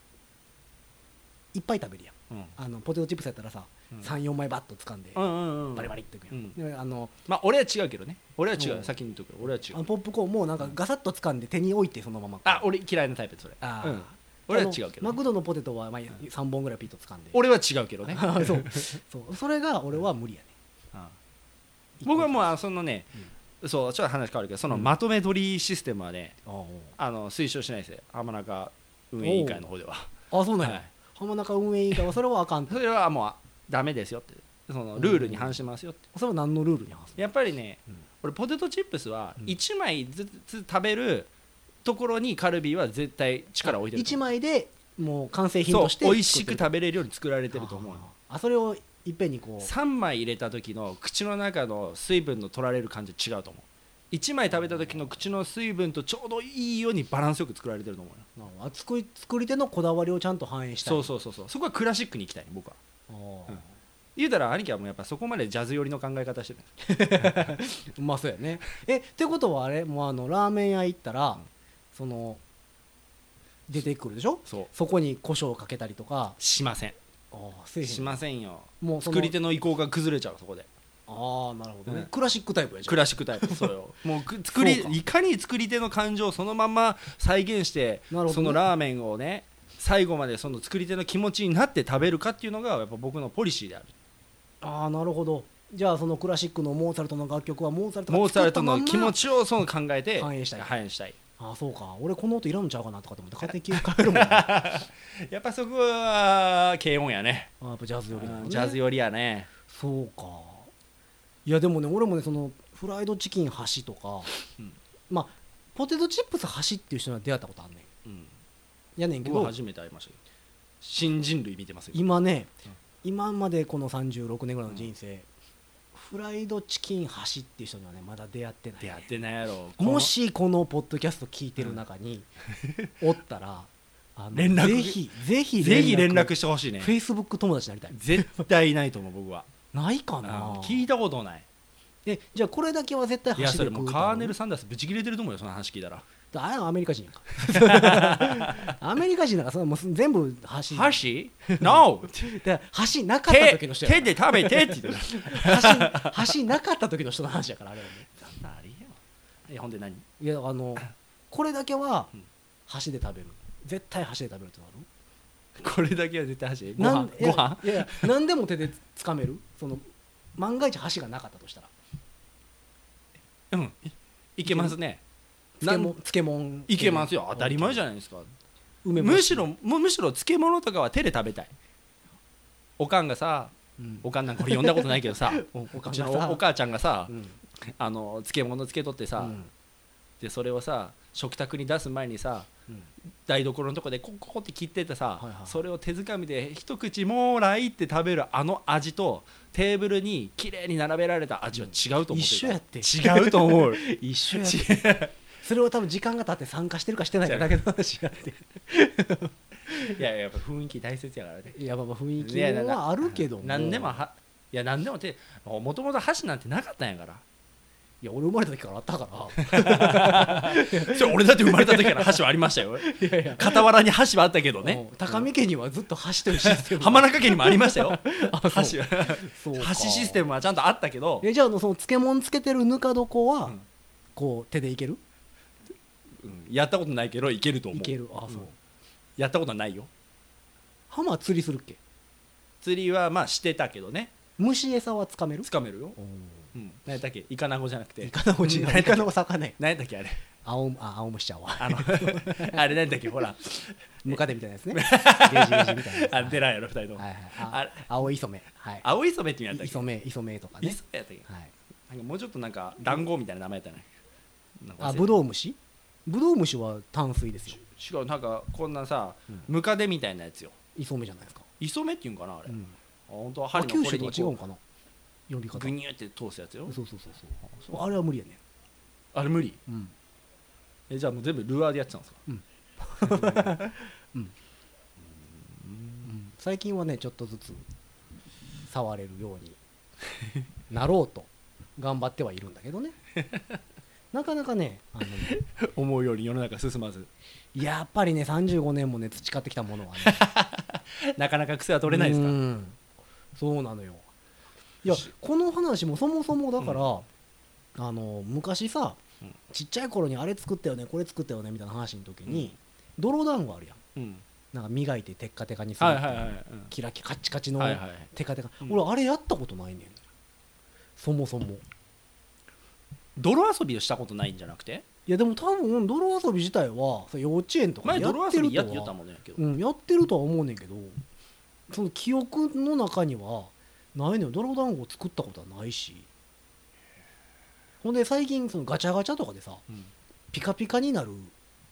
[SPEAKER 2] いっぱい食べるやん
[SPEAKER 3] うん
[SPEAKER 2] あのポテトチップスやったらさ、
[SPEAKER 3] うん
[SPEAKER 2] 34枚バッと掴んで、
[SPEAKER 3] うんうんうん
[SPEAKER 2] バリバリっていくやん、
[SPEAKER 3] うん
[SPEAKER 2] であの
[SPEAKER 3] まあ俺は違うけどね俺は違う、
[SPEAKER 2] うん
[SPEAKER 3] 先に言っとくけど俺は違
[SPEAKER 2] あ
[SPEAKER 3] う
[SPEAKER 2] のポップコーンもなんかガサッと掴んで手に置いてそのまま
[SPEAKER 3] あ俺嫌いなタイプそれ
[SPEAKER 2] あー
[SPEAKER 3] うん、俺は違うけ
[SPEAKER 2] あの
[SPEAKER 3] ど、
[SPEAKER 2] マクドのポテトはまあ3本ぐらいピッと掴んで
[SPEAKER 3] 俺は違うけどね、
[SPEAKER 2] あーそうそうそれが俺は無理やね
[SPEAKER 3] うん 僕はもうあそのね、そうちょっと話変わるけどそのまとめ取りシステムはねあの推奨しないですよ浜中運営委員会の方では
[SPEAKER 2] あそうなん
[SPEAKER 3] は
[SPEAKER 2] や
[SPEAKER 3] い
[SPEAKER 2] 浜中運営委員会はそれはあかんと
[SPEAKER 3] それはもうダメですよってそのルールに反しますよって
[SPEAKER 2] それは何のルールに合わせ
[SPEAKER 3] やっぱりね、
[SPEAKER 2] うん
[SPEAKER 3] 俺ポテトチップスは
[SPEAKER 2] うん
[SPEAKER 3] 1枚ずつ食べるところにカルビーは絶対力を置いてると
[SPEAKER 2] 1
[SPEAKER 3] 思
[SPEAKER 2] 枚でもう完成
[SPEAKER 3] う
[SPEAKER 2] 品として
[SPEAKER 3] そう美味しく
[SPEAKER 2] 作っ
[SPEAKER 3] 食べれるように作られて
[SPEAKER 2] て
[SPEAKER 3] ると思うよ
[SPEAKER 2] あーあそれをいっぺんにこう
[SPEAKER 3] 3枚入れた時の口の中の水分の取られる感じ違うと思う1枚食べた時の口の水分とちょうどいいようにバランスよく作られてると思うよ
[SPEAKER 2] なんか作り作り手のこだわりをちゃんと反映したい
[SPEAKER 3] そうそうそうそうそこはクラシックに行きたいね僕は
[SPEAKER 2] あー
[SPEAKER 3] うん言うたら兄貴はもうやっぱそこまでジャズ寄りの考え方してる
[SPEAKER 2] うまそうやねえってことはあれもうあのラーメン屋行ったらその出てくるでしょ
[SPEAKER 3] そう
[SPEAKER 2] そこに胡椒をかけたりとか
[SPEAKER 3] しません
[SPEAKER 2] ああせえへん
[SPEAKER 3] しませんよ
[SPEAKER 2] もうその
[SPEAKER 3] 作り手の意向が崩れちゃうそこで
[SPEAKER 2] ああなるほどね
[SPEAKER 3] ね
[SPEAKER 2] クラシックタイプやじゃん
[SPEAKER 3] クラシックタイプそうよもうく作り
[SPEAKER 2] そうか
[SPEAKER 3] いかに作り手の感情をそのまま再現して、
[SPEAKER 2] なるほどね
[SPEAKER 3] そのラーメンをね最後までその作り手の気持ちになって食べるかっていうのがやっぱ僕のポリシーである
[SPEAKER 2] ああなるほどじゃあそのクラシックのモーツァルトの楽曲はモーツァルトが
[SPEAKER 3] モーツァ
[SPEAKER 2] 作っ
[SPEAKER 3] ル
[SPEAKER 2] た
[SPEAKER 3] ト
[SPEAKER 2] まん
[SPEAKER 3] の
[SPEAKER 2] ま
[SPEAKER 3] 気持ちをその考えて
[SPEAKER 2] 反映したい
[SPEAKER 3] 反映したい
[SPEAKER 2] ああそうか俺この音いらんのちゃうかなとかと思って勝手に気を変えるもん、 ね、あ
[SPEAKER 3] やっぱそこは軽音やね
[SPEAKER 2] あやっぱジャズよりなんだね
[SPEAKER 3] ジャズ寄りやね
[SPEAKER 2] そうかいやでもね俺もねそのフライドチキン箸とか、
[SPEAKER 3] うん
[SPEAKER 2] まあポテトチップス箸っていう人には出会ったことあんね
[SPEAKER 3] うん
[SPEAKER 2] んやねんけ
[SPEAKER 3] 僕は
[SPEAKER 2] ど
[SPEAKER 3] 初めて会いましたよ新人類見てますよ
[SPEAKER 2] 今ね、今までこの36年ぐらいの人生、フライドチキン箸っていう人にはねまだ出会ってない、
[SPEAKER 3] 出会ってないやろこの
[SPEAKER 2] もしこのポッドキャスト聞いてる中に、おったらあの
[SPEAKER 3] 連絡
[SPEAKER 2] ぜひぜひ
[SPEAKER 3] ぜひ連絡してほしいね
[SPEAKER 2] フェイスブック友達になりたい
[SPEAKER 3] 絶対ないと思う僕は
[SPEAKER 2] ないか
[SPEAKER 3] うん
[SPEAKER 2] な
[SPEAKER 3] 聞いたことない
[SPEAKER 2] えじゃあこれだけは絶対
[SPEAKER 3] いや
[SPEAKER 2] 箸
[SPEAKER 3] そ
[SPEAKER 2] で
[SPEAKER 3] れ
[SPEAKER 2] 食
[SPEAKER 3] もう
[SPEAKER 2] うと
[SPEAKER 3] カーネル・サンダースぶち切れてると思うよその話聞いたら
[SPEAKER 2] あれはアメリカ人やん かアメリカ人なんかそんなもう全部箸
[SPEAKER 3] 箸 ?No!
[SPEAKER 2] で箸なかった
[SPEAKER 3] 手
[SPEAKER 2] 時の人や
[SPEAKER 3] 手で食べてって 言ってた
[SPEAKER 2] 箸箸なかった時の人の話やからあれはね
[SPEAKER 3] あれやいやほんで何
[SPEAKER 2] いやあのこれだけは
[SPEAKER 3] うん
[SPEAKER 2] 箸で食べる絶対箸で食べるってなる
[SPEAKER 3] これだけは絶対箸ご
[SPEAKER 2] な
[SPEAKER 3] 飯
[SPEAKER 2] んい
[SPEAKER 3] ご
[SPEAKER 2] や
[SPEAKER 3] 飯
[SPEAKER 2] いやいや何でも手でつかめるその万が一箸がなかったとしたら
[SPEAKER 3] うんいいけますね
[SPEAKER 2] 漬
[SPEAKER 3] な
[SPEAKER 2] 物
[SPEAKER 3] ん
[SPEAKER 2] 漬物
[SPEAKER 3] いけますよ当たり前じゃないですか
[SPEAKER 2] 梅干し
[SPEAKER 3] むしろむむしろ漬物とかは手で食べたいおかんがさ
[SPEAKER 2] うん
[SPEAKER 3] おかんなんか俺呼んだことないけどさ
[SPEAKER 2] おお
[SPEAKER 3] う
[SPEAKER 2] か
[SPEAKER 3] ち
[SPEAKER 2] し
[SPEAKER 3] のおお母ちゃんがさ
[SPEAKER 2] うん
[SPEAKER 3] あの漬物漬けとってさ、
[SPEAKER 2] うん
[SPEAKER 3] でそれをさ食卓に出す前にさ
[SPEAKER 2] うん
[SPEAKER 3] 台所のとこでコココって切っててさ、
[SPEAKER 2] はいはい
[SPEAKER 3] それを手づかみで一口もらいって食べるあの味とテーブルに綺麗に並べられた味は違うと思う
[SPEAKER 2] 一緒やって
[SPEAKER 3] 違うと 思う
[SPEAKER 2] 一緒やって
[SPEAKER 3] 違
[SPEAKER 2] それを多分時間が経って参加してるかしてないかだけの話やって
[SPEAKER 3] ういややっぱ雰囲気大切やからね
[SPEAKER 2] いやまあまあ雰囲
[SPEAKER 3] い
[SPEAKER 2] 気
[SPEAKER 3] やだから
[SPEAKER 2] はあるけども
[SPEAKER 3] 何でもはいや何でもってもともと箸なんてなかったんやから
[SPEAKER 2] いや俺生まれた時からあったから
[SPEAKER 3] それ俺だって生まれた時から箸はありました よ
[SPEAKER 2] いやいや
[SPEAKER 3] 傍らに箸はあったけど ね
[SPEAKER 2] うん高見家にはずっと箸というシステム
[SPEAKER 3] 浜中家にも ありましたよ
[SPEAKER 2] そう
[SPEAKER 3] 箸は箸システ
[SPEAKER 2] ム
[SPEAKER 3] ムはちゃんとあったけど、
[SPEAKER 2] えじゃああのその漬物つけてるぬか床は、
[SPEAKER 3] うん
[SPEAKER 2] こう手でいける
[SPEAKER 3] うんやったことないけどいけると思
[SPEAKER 2] い
[SPEAKER 3] う
[SPEAKER 2] けるあそう、
[SPEAKER 3] んやったことはないよ
[SPEAKER 2] 浜は釣りするっけ
[SPEAKER 3] 釣りはまあしてたけどね
[SPEAKER 2] 虫餌はつかめる
[SPEAKER 3] つかめるよ、
[SPEAKER 2] お
[SPEAKER 3] うん、何やったっけイカナゴじゃなくて
[SPEAKER 2] イカのおじ
[SPEAKER 3] うん
[SPEAKER 2] の
[SPEAKER 3] 何や
[SPEAKER 2] イ
[SPEAKER 3] った
[SPEAKER 2] カ
[SPEAKER 3] っけ
[SPEAKER 2] のお魚や
[SPEAKER 3] 何やったっけ あれ
[SPEAKER 2] 青あ青虫ちゃうわ
[SPEAKER 3] あのあれ何やったっけほら
[SPEAKER 2] ムカデみたいな やつねゲージゲージみたいな
[SPEAKER 3] あ
[SPEAKER 2] やつ
[SPEAKER 3] 出らんやろ二人とも、
[SPEAKER 2] はいはい
[SPEAKER 3] あ
[SPEAKER 2] あ
[SPEAKER 3] れ
[SPEAKER 2] 青い染めはい
[SPEAKER 3] 青い染めって言うんやったっ
[SPEAKER 2] 磯め磯めとか
[SPEAKER 3] け
[SPEAKER 2] ね
[SPEAKER 3] 磯やったっけ
[SPEAKER 2] はい
[SPEAKER 3] なんかもうちょっとなんか団子みたいな名前やったねなんか
[SPEAKER 2] あ
[SPEAKER 3] 忘れた
[SPEAKER 2] ブドウ虫ブドウ虫は淡水ですよ
[SPEAKER 3] 違うなんかこんなさ、
[SPEAKER 2] うん
[SPEAKER 3] ムカデみたいなやつよ
[SPEAKER 2] 磯めじゃないですか、
[SPEAKER 3] 磯目っていうんかなあれ、
[SPEAKER 2] う
[SPEAKER 3] あ
[SPEAKER 2] ん、
[SPEAKER 3] 本当は
[SPEAKER 2] あ
[SPEAKER 3] 針
[SPEAKER 2] 九
[SPEAKER 3] のこ
[SPEAKER 2] 州
[SPEAKER 3] れ
[SPEAKER 2] と
[SPEAKER 3] に
[SPEAKER 2] は違う
[SPEAKER 3] こ
[SPEAKER 2] んかな呼び
[SPEAKER 3] う
[SPEAKER 2] 方
[SPEAKER 3] グニューって通すやつよ
[SPEAKER 2] そうそうそうそうあれは無理やね
[SPEAKER 3] あれ無理
[SPEAKER 2] うん
[SPEAKER 3] えじゃあもう全部ルアーでやってたんですか
[SPEAKER 2] うん最近はねちょっとずつ触れるようになろうと頑張ってはいるんだけど ねなかなかねあのね
[SPEAKER 3] 思うより世の中進まず
[SPEAKER 2] やっぱりね35年もね培ってきたものはね
[SPEAKER 3] なかなか癖は取れないですか
[SPEAKER 2] うんそうなのよいやこの話もそもそもだから、あの昔さ、
[SPEAKER 3] うん
[SPEAKER 2] ちっちゃい頃にあれ作ったよねこれ作ったよねみたいな話の時に、泥団子あるやん
[SPEAKER 3] うん
[SPEAKER 2] なんか磨いてテッカテカにする
[SPEAKER 3] は
[SPEAKER 2] っ
[SPEAKER 3] い
[SPEAKER 2] て
[SPEAKER 3] は
[SPEAKER 2] いう、
[SPEAKER 3] いはい
[SPEAKER 2] キラキラカッチカチ
[SPEAKER 3] うん
[SPEAKER 2] の
[SPEAKER 3] はいはいはい
[SPEAKER 2] テカテカ、
[SPEAKER 3] うん
[SPEAKER 2] 俺あれやったことないねんそもそも
[SPEAKER 3] 泥遊びをしたことないんじゃなくて
[SPEAKER 2] いやでも多分泥遊び自体はそう幼稚園とか
[SPEAKER 3] 前
[SPEAKER 2] でやっ
[SPEAKER 3] 泥
[SPEAKER 2] て
[SPEAKER 3] 遊
[SPEAKER 2] ると
[SPEAKER 3] びやって言った
[SPEAKER 2] は
[SPEAKER 3] もんねけど
[SPEAKER 2] うん、やってるとは思うねんけどその記憶の中にはないのよ泥団子を作ったことはないしほんで最近そのガチャガチャとかでさ
[SPEAKER 3] うん
[SPEAKER 2] ピカピカになる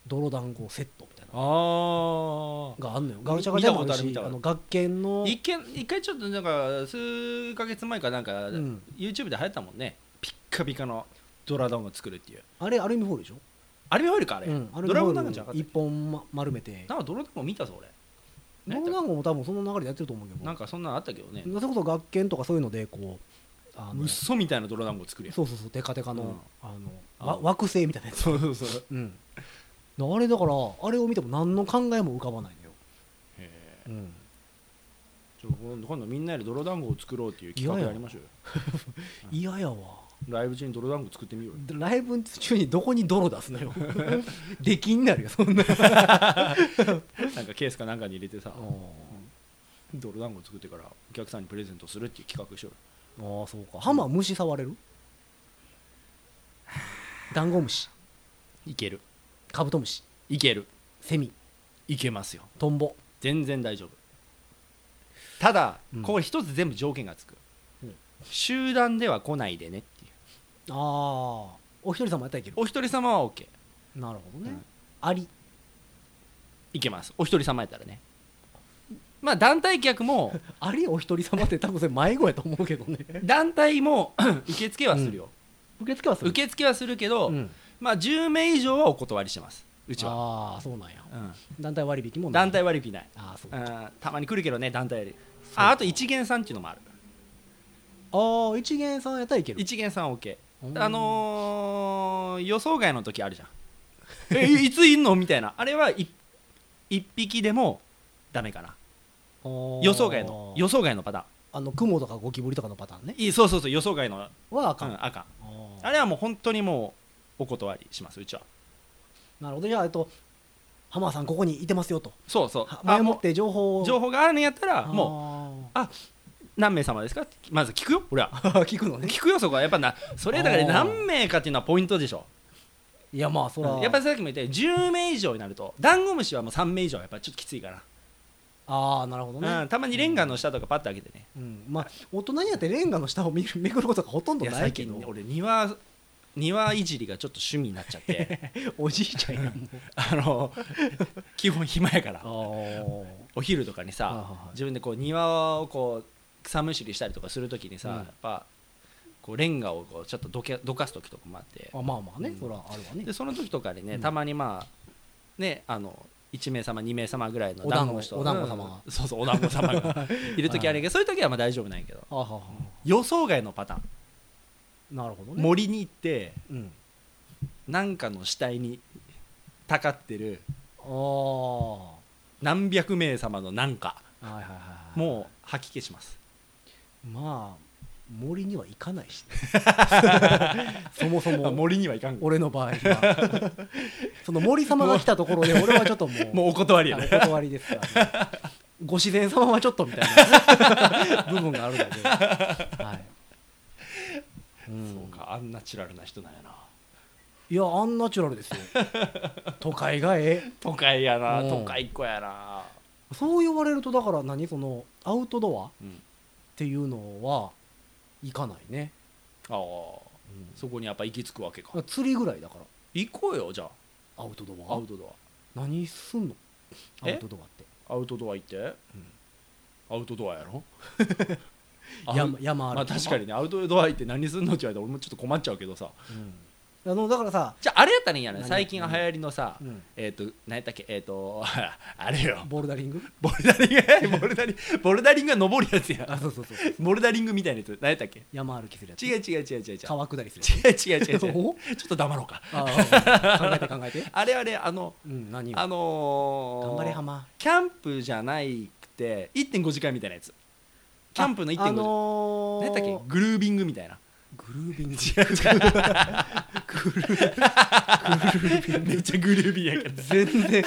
[SPEAKER 2] 泥団子セットみたいなの
[SPEAKER 3] ああ
[SPEAKER 2] があんのよガチャガチャもあるし
[SPEAKER 3] 見た
[SPEAKER 2] あ
[SPEAKER 3] ことある
[SPEAKER 2] の
[SPEAKER 3] 見
[SPEAKER 2] 学研の
[SPEAKER 3] 一見一回ちょっとなんか数ヶ月前かなんか
[SPEAKER 2] うん
[SPEAKER 3] YouTube で流行ったもんねピッカピカのドラドンを作るっていう
[SPEAKER 2] あれアルミホイルでしょ
[SPEAKER 3] アルミホイルかあれ
[SPEAKER 2] うんアルミ
[SPEAKER 3] ドラ
[SPEAKER 2] ホ
[SPEAKER 3] ゴ
[SPEAKER 2] イ
[SPEAKER 3] ンな
[SPEAKER 2] ル
[SPEAKER 3] んかじゃなかった
[SPEAKER 2] 一本ま丸めて
[SPEAKER 3] なんか泥団子見たぞ俺
[SPEAKER 2] 泥
[SPEAKER 3] なんやっ
[SPEAKER 2] 団子も多分その流れでやってると思うけ
[SPEAKER 3] たなん
[SPEAKER 2] ど
[SPEAKER 3] かそんなのあったけどね
[SPEAKER 2] それこそ学研とかそういうのでこうあの
[SPEAKER 3] うっそみたいな泥団子作るやん
[SPEAKER 2] そうそうそうテカテカの,、
[SPEAKER 3] うん
[SPEAKER 2] あ
[SPEAKER 3] あ
[SPEAKER 2] のわ惑星みたいなやつ
[SPEAKER 3] そうそうそう
[SPEAKER 2] うん、あれだからあれを見ても何の考えも浮かばないのよ、
[SPEAKER 3] へえ
[SPEAKER 2] うん、
[SPEAKER 3] ちょ今度今度みんなで泥団子を作ろうっていう企
[SPEAKER 2] い
[SPEAKER 3] 画
[SPEAKER 2] やい
[SPEAKER 3] や
[SPEAKER 2] や
[SPEAKER 3] りましょうよ
[SPEAKER 2] 嫌やわ
[SPEAKER 3] ライブ中に泥団子作ってみようよ
[SPEAKER 2] ライブ中にどこに泥出すのよ 出禁になるよそんな
[SPEAKER 3] なんかケースかなんかに入れてさ泥団子作ってからお客さんにプレゼントするっていう企画しようよ
[SPEAKER 2] ああそうかハマは虫触れるダンゴムシ
[SPEAKER 3] いける
[SPEAKER 2] カブトムシ
[SPEAKER 3] いける
[SPEAKER 2] セミ
[SPEAKER 3] いけますよ
[SPEAKER 2] トンボ
[SPEAKER 3] 全然大丈夫ただ、
[SPEAKER 2] うん
[SPEAKER 3] ここ一つ全部条件がつく、
[SPEAKER 2] うん
[SPEAKER 3] 集団では来ないでねっていう
[SPEAKER 2] ああお一人様やったらいける
[SPEAKER 3] お一人様は OK
[SPEAKER 2] なるほどね、
[SPEAKER 3] うん
[SPEAKER 2] アリ
[SPEAKER 3] いけますお一人様やったらねまあ団体客も
[SPEAKER 2] アリお一人様って多分それ迷子やと思うけどね
[SPEAKER 3] 団体も 受付はするよ、
[SPEAKER 2] 受付はする
[SPEAKER 3] 受付はするけど、
[SPEAKER 2] うん
[SPEAKER 3] まあ10名以上はお断りしてますうちは、
[SPEAKER 2] ああそうなんや
[SPEAKER 3] うん、
[SPEAKER 2] 団体割引もない
[SPEAKER 3] 団体割引ない
[SPEAKER 2] ああそう
[SPEAKER 3] うんたまに来るけどね団体よりああと一元さんっていうのもある
[SPEAKER 2] ああ一元さんやったらいける
[SPEAKER 3] 一元さん OK
[SPEAKER 2] うん
[SPEAKER 3] あのー予想外の時あるじゃ んえいいついんのみたいなあれはい一匹でもダメかな
[SPEAKER 2] あー
[SPEAKER 3] 予想外の予想外のパタ
[SPEAKER 2] あの雲とかゴキブリとかのパターンね
[SPEAKER 3] ーンいいそうそうそう予想外の、うん、
[SPEAKER 2] はあかん、あ
[SPEAKER 3] あかん
[SPEAKER 2] ー
[SPEAKER 3] あれはもう本当にもうお断りしますうちは
[SPEAKER 2] なるほどじゃあえっと浜田さんここにいてますよと
[SPEAKER 3] そうそう
[SPEAKER 2] は
[SPEAKER 3] あ
[SPEAKER 2] 前もっ
[SPEAKER 3] も
[SPEAKER 2] て情報を
[SPEAKER 3] う情報があるんやったらもう
[SPEAKER 2] も
[SPEAKER 3] 何名様ですかってまず聞くよ俺は
[SPEAKER 2] う 聞くのね
[SPEAKER 3] 聞くよそこはやっぱなそれだから
[SPEAKER 2] あー
[SPEAKER 3] 何名かっていうのはポイントでしょ
[SPEAKER 2] いやまあそら
[SPEAKER 3] やっぱりさっきも言ったように10名以上になるとダンゴムシはもう3名以上はやっぱちょっときついから
[SPEAKER 2] ああなるほど
[SPEAKER 3] う
[SPEAKER 2] ね
[SPEAKER 3] ん、、たまにレンガの下とかパッと開けてね
[SPEAKER 2] うん、まあ大人になってレンガの下を見るめぐることがほとん
[SPEAKER 3] い
[SPEAKER 2] ど
[SPEAKER 3] や
[SPEAKER 2] ない
[SPEAKER 3] 最
[SPEAKER 2] け
[SPEAKER 3] 近ね
[SPEAKER 2] ど
[SPEAKER 3] 俺庭庭いじりがちょっと趣味になっちゃって
[SPEAKER 2] おじいちゃんや も
[SPEAKER 3] あの基本暇やから
[SPEAKER 2] う
[SPEAKER 3] お昼とか
[SPEAKER 2] はいはい
[SPEAKER 3] にさ
[SPEAKER 2] はい
[SPEAKER 3] 自分でこう庭をこう草むしりしたりとかするときにさ、
[SPEAKER 2] うん
[SPEAKER 3] やっぱこうレンガをこうちょっとどけどかす時とかもあって
[SPEAKER 2] あまあまあね、
[SPEAKER 3] うん
[SPEAKER 2] そらあるわね
[SPEAKER 3] でその時とかで
[SPEAKER 2] う
[SPEAKER 3] ね
[SPEAKER 2] ん
[SPEAKER 3] たまにまあねあの1名様2名様ぐらいの
[SPEAKER 2] お団子
[SPEAKER 3] の人
[SPEAKER 2] お団子様が
[SPEAKER 3] うんそうそうお団子様 がいる時あるけどそういう時はまあ大丈夫なんやけど
[SPEAKER 2] あはは
[SPEAKER 3] 予想外のパターン
[SPEAKER 2] なるほどね
[SPEAKER 3] 森に行って
[SPEAKER 2] うん、
[SPEAKER 3] なんかの死体にたかってる
[SPEAKER 2] ああは
[SPEAKER 3] 何百名様のなんか
[SPEAKER 2] いはいはいも
[SPEAKER 3] もう吐き気します
[SPEAKER 2] うまあ森には行かないしね、 そもそ
[SPEAKER 3] あ
[SPEAKER 2] も
[SPEAKER 3] 森にはいかんも
[SPEAKER 2] 俺の場合は その森様が来たと ころで俺はちょっともう
[SPEAKER 3] うお断りや
[SPEAKER 2] あのお
[SPEAKER 3] ね
[SPEAKER 2] 断りですから、ね、ご自然様はちょっとみたい な部分があるので、はいうん
[SPEAKER 3] そうかアンナチュラルな人なんやない
[SPEAKER 2] やアンナチュラルです よ都会がええ
[SPEAKER 3] 都会やな
[SPEAKER 2] うん
[SPEAKER 3] 都会っ子やな
[SPEAKER 2] そう言われるとだから何そのアウトドアっ
[SPEAKER 3] うん
[SPEAKER 2] ていうのは行かないね、
[SPEAKER 3] ああそこにやっぱ行き着くわけか
[SPEAKER 2] 釣りぐらいだから
[SPEAKER 3] 行こうよじゃ
[SPEAKER 2] アウトド
[SPEAKER 3] あ
[SPEAKER 2] ア
[SPEAKER 3] アウトド
[SPEAKER 2] 何すんのア
[SPEAKER 3] え
[SPEAKER 2] ウトドアって
[SPEAKER 3] アアウトドア行ってアウトドアや ろあ
[SPEAKER 2] 山山
[SPEAKER 3] ま
[SPEAKER 2] 歩
[SPEAKER 3] あ
[SPEAKER 2] きと
[SPEAKER 3] 確かにねアウトドア行って何すんのって言われたら俺もちょっと困っちゃうけどさ
[SPEAKER 2] うんあのだからさ、
[SPEAKER 3] じゃああれやったらいいんやね
[SPEAKER 2] 何
[SPEAKER 3] 最近流行りのさ
[SPEAKER 2] うん
[SPEAKER 3] えっと何やったっけえっと あれよ
[SPEAKER 2] ボルダリン グ
[SPEAKER 3] ボルダリング ボルダリングボルダリングが登るやつや
[SPEAKER 2] あそうそうそうそう
[SPEAKER 3] ボルダリングみたいなやつ何やったっけ
[SPEAKER 2] 山歩きするやつ
[SPEAKER 3] 違う違う違う違う違う違う
[SPEAKER 2] 川下りするやつ
[SPEAKER 3] 違う違う違う ちょ
[SPEAKER 2] お
[SPEAKER 3] っと黙ろうか
[SPEAKER 2] ああ考えて考えて。
[SPEAKER 3] あれあれあの
[SPEAKER 2] うん、何を
[SPEAKER 3] あのー
[SPEAKER 2] 頑張れ浜。
[SPEAKER 3] キャンプじゃないくて1.5時間みたいなやつキャンプの1.5時間、
[SPEAKER 2] あのー、
[SPEAKER 3] 何やったっけグルービングみたいな
[SPEAKER 2] グルービング。
[SPEAKER 3] 違う違うめっちゃグルービンやけど
[SPEAKER 2] 全然、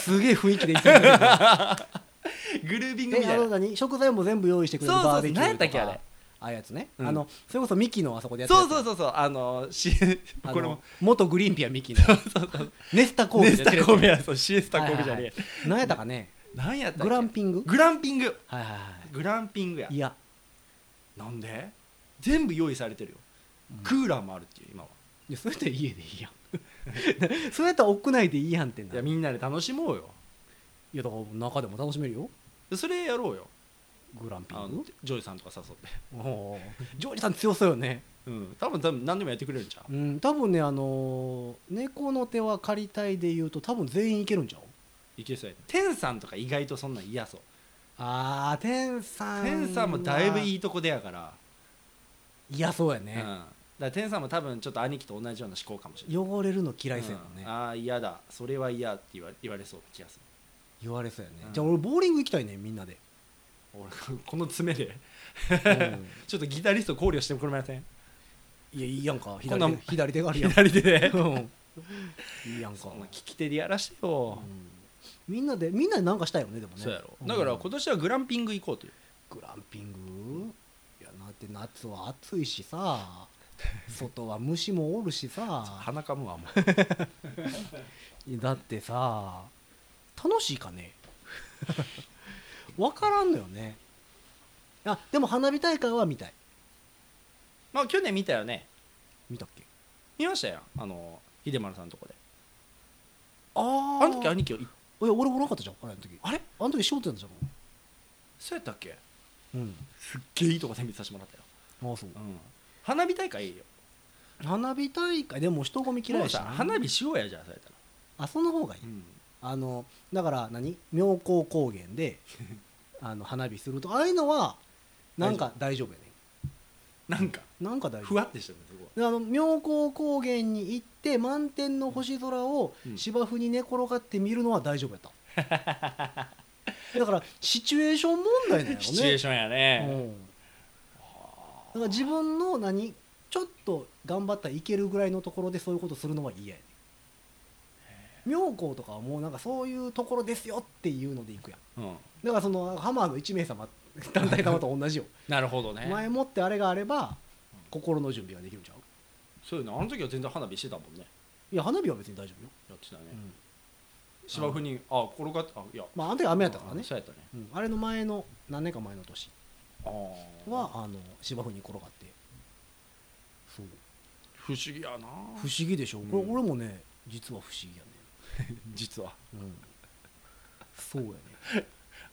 [SPEAKER 2] すげえ雰囲気で言ってるんだ
[SPEAKER 3] グルービン
[SPEAKER 2] けど。え、
[SPEAKER 3] グ みた
[SPEAKER 2] あ
[SPEAKER 3] い
[SPEAKER 2] の
[SPEAKER 3] な
[SPEAKER 2] 何食材も全部用意してくれる
[SPEAKER 3] そうそう
[SPEAKER 2] バーベキューとか。
[SPEAKER 3] 何やったっけあれ
[SPEAKER 2] ああいうやつね、
[SPEAKER 3] うん
[SPEAKER 2] あのそれこそミキのあそこでやって
[SPEAKER 3] そうそう
[SPEAKER 2] う
[SPEAKER 3] そうそうあのし
[SPEAKER 2] あの
[SPEAKER 3] これも
[SPEAKER 2] 元グリーンピアミキ のネスタ神
[SPEAKER 3] ネ
[SPEAKER 2] 戸で
[SPEAKER 3] ス
[SPEAKER 2] やってるや
[SPEAKER 3] タ
[SPEAKER 2] つ
[SPEAKER 3] 神戸やそうシエスタ神戸じゃねえ
[SPEAKER 2] 何やったかね
[SPEAKER 3] 何やったっけ
[SPEAKER 2] グランピング
[SPEAKER 3] グランピング
[SPEAKER 2] はいはいは
[SPEAKER 3] グランピングや
[SPEAKER 2] いいや
[SPEAKER 3] なんで全部用意されてるよクーラーもあるっていう今はい
[SPEAKER 2] やそうやったら家でいいやん そうやったら屋内でいいやんってない
[SPEAKER 3] やみんなで楽しもうよ
[SPEAKER 2] いやだから中でも楽しめるよ
[SPEAKER 3] それやろうよ
[SPEAKER 2] グランピ
[SPEAKER 3] あ
[SPEAKER 2] ン
[SPEAKER 3] の
[SPEAKER 2] グ
[SPEAKER 3] ジョイさんとか誘って
[SPEAKER 2] おージョージさん強そうよね
[SPEAKER 3] うん多分多分何でもやってくれるんちゃう
[SPEAKER 2] うん、多分ね、あのー猫の手は借りたいで言うと、多分全員いけるんちゃう
[SPEAKER 3] いけそうや天さんとか意外とそんなん嫌そう
[SPEAKER 2] あー、天さん。
[SPEAKER 3] 天さんもだいぶいいとこでやから、
[SPEAKER 2] い。や、そうや
[SPEAKER 3] うん、だ
[SPEAKER 2] ね、
[SPEAKER 3] から天さんも多分ちょっと兄貴と同じような思考かもしれない
[SPEAKER 2] 汚れるの嫌いそうやもん
[SPEAKER 3] う
[SPEAKER 2] ね
[SPEAKER 3] ん。ああ嫌だそれは嫌って言われ言われそうな気がす
[SPEAKER 2] 言われそうやね、
[SPEAKER 3] うん
[SPEAKER 2] じゃあ、俺、ボーリング行きたいね、みんな で。
[SPEAKER 3] る俺この爪で
[SPEAKER 2] うん
[SPEAKER 3] ちょっとギタリスト考慮してもらえません
[SPEAKER 2] いや、いいやんか。
[SPEAKER 3] こんな
[SPEAKER 2] 左
[SPEAKER 3] ん
[SPEAKER 2] 手左手があ るやん。
[SPEAKER 3] 左手で
[SPEAKER 2] うんいいやんか
[SPEAKER 3] そんな。利き手でやらしてよ、
[SPEAKER 2] うんみんなで、みんなでなんかしたいよね、でもね。
[SPEAKER 3] そうやろ
[SPEAKER 2] ん
[SPEAKER 3] だから今年はグランピング行こうという
[SPEAKER 2] グランピングいやなって夏は暑いし さ外は虫もおるしさ
[SPEAKER 3] 鼻かむわも
[SPEAKER 2] だってさ楽しいか ねわからんのよねあでも花火大会は見たい
[SPEAKER 3] まあ去年見たよね
[SPEAKER 2] 見たっけ
[SPEAKER 3] 見ましたよあの秀丸さんのとこで
[SPEAKER 2] あ
[SPEAKER 3] あの時兄貴い
[SPEAKER 2] いや俺おらんかったじゃんあれあの時
[SPEAKER 3] あれ
[SPEAKER 2] あの時仕事やんじゃん
[SPEAKER 3] そうやったっけ
[SPEAKER 2] うん
[SPEAKER 3] すっげえいいとこ選別させてもらったよ、
[SPEAKER 2] ああそう
[SPEAKER 3] うん、花火大会いいよ
[SPEAKER 2] 花火大会でも人混み嫌いやしな
[SPEAKER 3] もうさ花火しようやじゃあそれやったら、
[SPEAKER 2] あその方がいいあのだから何妙高高原 であの花火するとああいうのはなんか大丈夫やね
[SPEAKER 3] なんか
[SPEAKER 2] なんか大丈
[SPEAKER 3] ふ
[SPEAKER 2] 夫
[SPEAKER 3] わってしてるねそこは
[SPEAKER 2] であの妙高高原に行って満天の星空を
[SPEAKER 3] うん
[SPEAKER 2] 芝生に寝転がって見るのは大丈夫や っただからシチュエーション問題なんやろね
[SPEAKER 3] シチュエーションやね、
[SPEAKER 2] うんだから自分の何ちょっと頑張ったらいけるぐらいのところでそういうことするのは嫌やね妙高とかはもうなんかそういうところですよっていうので行くやん
[SPEAKER 3] うん、
[SPEAKER 2] だからそのハマーの1名様団体様と同 じよ
[SPEAKER 3] なるほどね
[SPEAKER 2] 前もってあれがあれば心の準備ができるんちゃう
[SPEAKER 3] そういうのあの時は全然花火してたもんね
[SPEAKER 2] いや花火は別に大丈夫よ、
[SPEAKER 3] やってたね、
[SPEAKER 2] うん
[SPEAKER 3] 芝生にあ転がったあいや
[SPEAKER 2] まあ、あの時雨やったからね、
[SPEAKER 3] そうやったね
[SPEAKER 2] うん、あれの前の何年か前の年
[SPEAKER 3] あー
[SPEAKER 2] はあの芝生に転がってそう
[SPEAKER 3] 不思議やな
[SPEAKER 2] 不思議でしょこれ
[SPEAKER 3] うん
[SPEAKER 2] 俺もね実は不思議やね
[SPEAKER 3] 実は
[SPEAKER 2] うんそうやね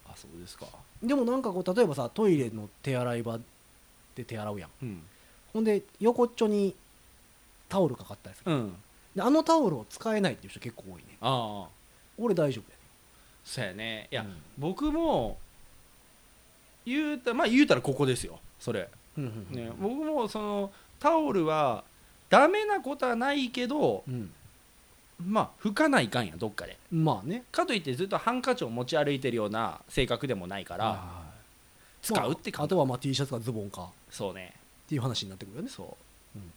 [SPEAKER 3] あそうですか
[SPEAKER 2] でもなんかこう例えばさトイレの手洗い場で手洗うやん
[SPEAKER 3] うん
[SPEAKER 2] ほんで横っちょにタオルかかったりする
[SPEAKER 3] うん
[SPEAKER 2] であのタオルを使えないっていう人結構多いね
[SPEAKER 3] ああ
[SPEAKER 2] 俺大丈夫
[SPEAKER 3] そうやねい
[SPEAKER 2] や
[SPEAKER 3] や、
[SPEAKER 2] ね
[SPEAKER 3] 僕も言うたまあ言うたらここですよそれ、
[SPEAKER 2] うんうんうん
[SPEAKER 3] ね僕もそのタオルはダメなことはないけど
[SPEAKER 2] うん
[SPEAKER 3] まあ拭かないかんやどっかで
[SPEAKER 2] まあね
[SPEAKER 3] かといってずっとハンカチを持ち歩いてるような性格でもないから使うって
[SPEAKER 2] まあ
[SPEAKER 3] 感
[SPEAKER 2] あ
[SPEAKER 3] じ、
[SPEAKER 2] とはまあ T シャツかズボンかっ
[SPEAKER 3] そうね
[SPEAKER 2] ていう話になってくるよね
[SPEAKER 3] そう
[SPEAKER 2] やっ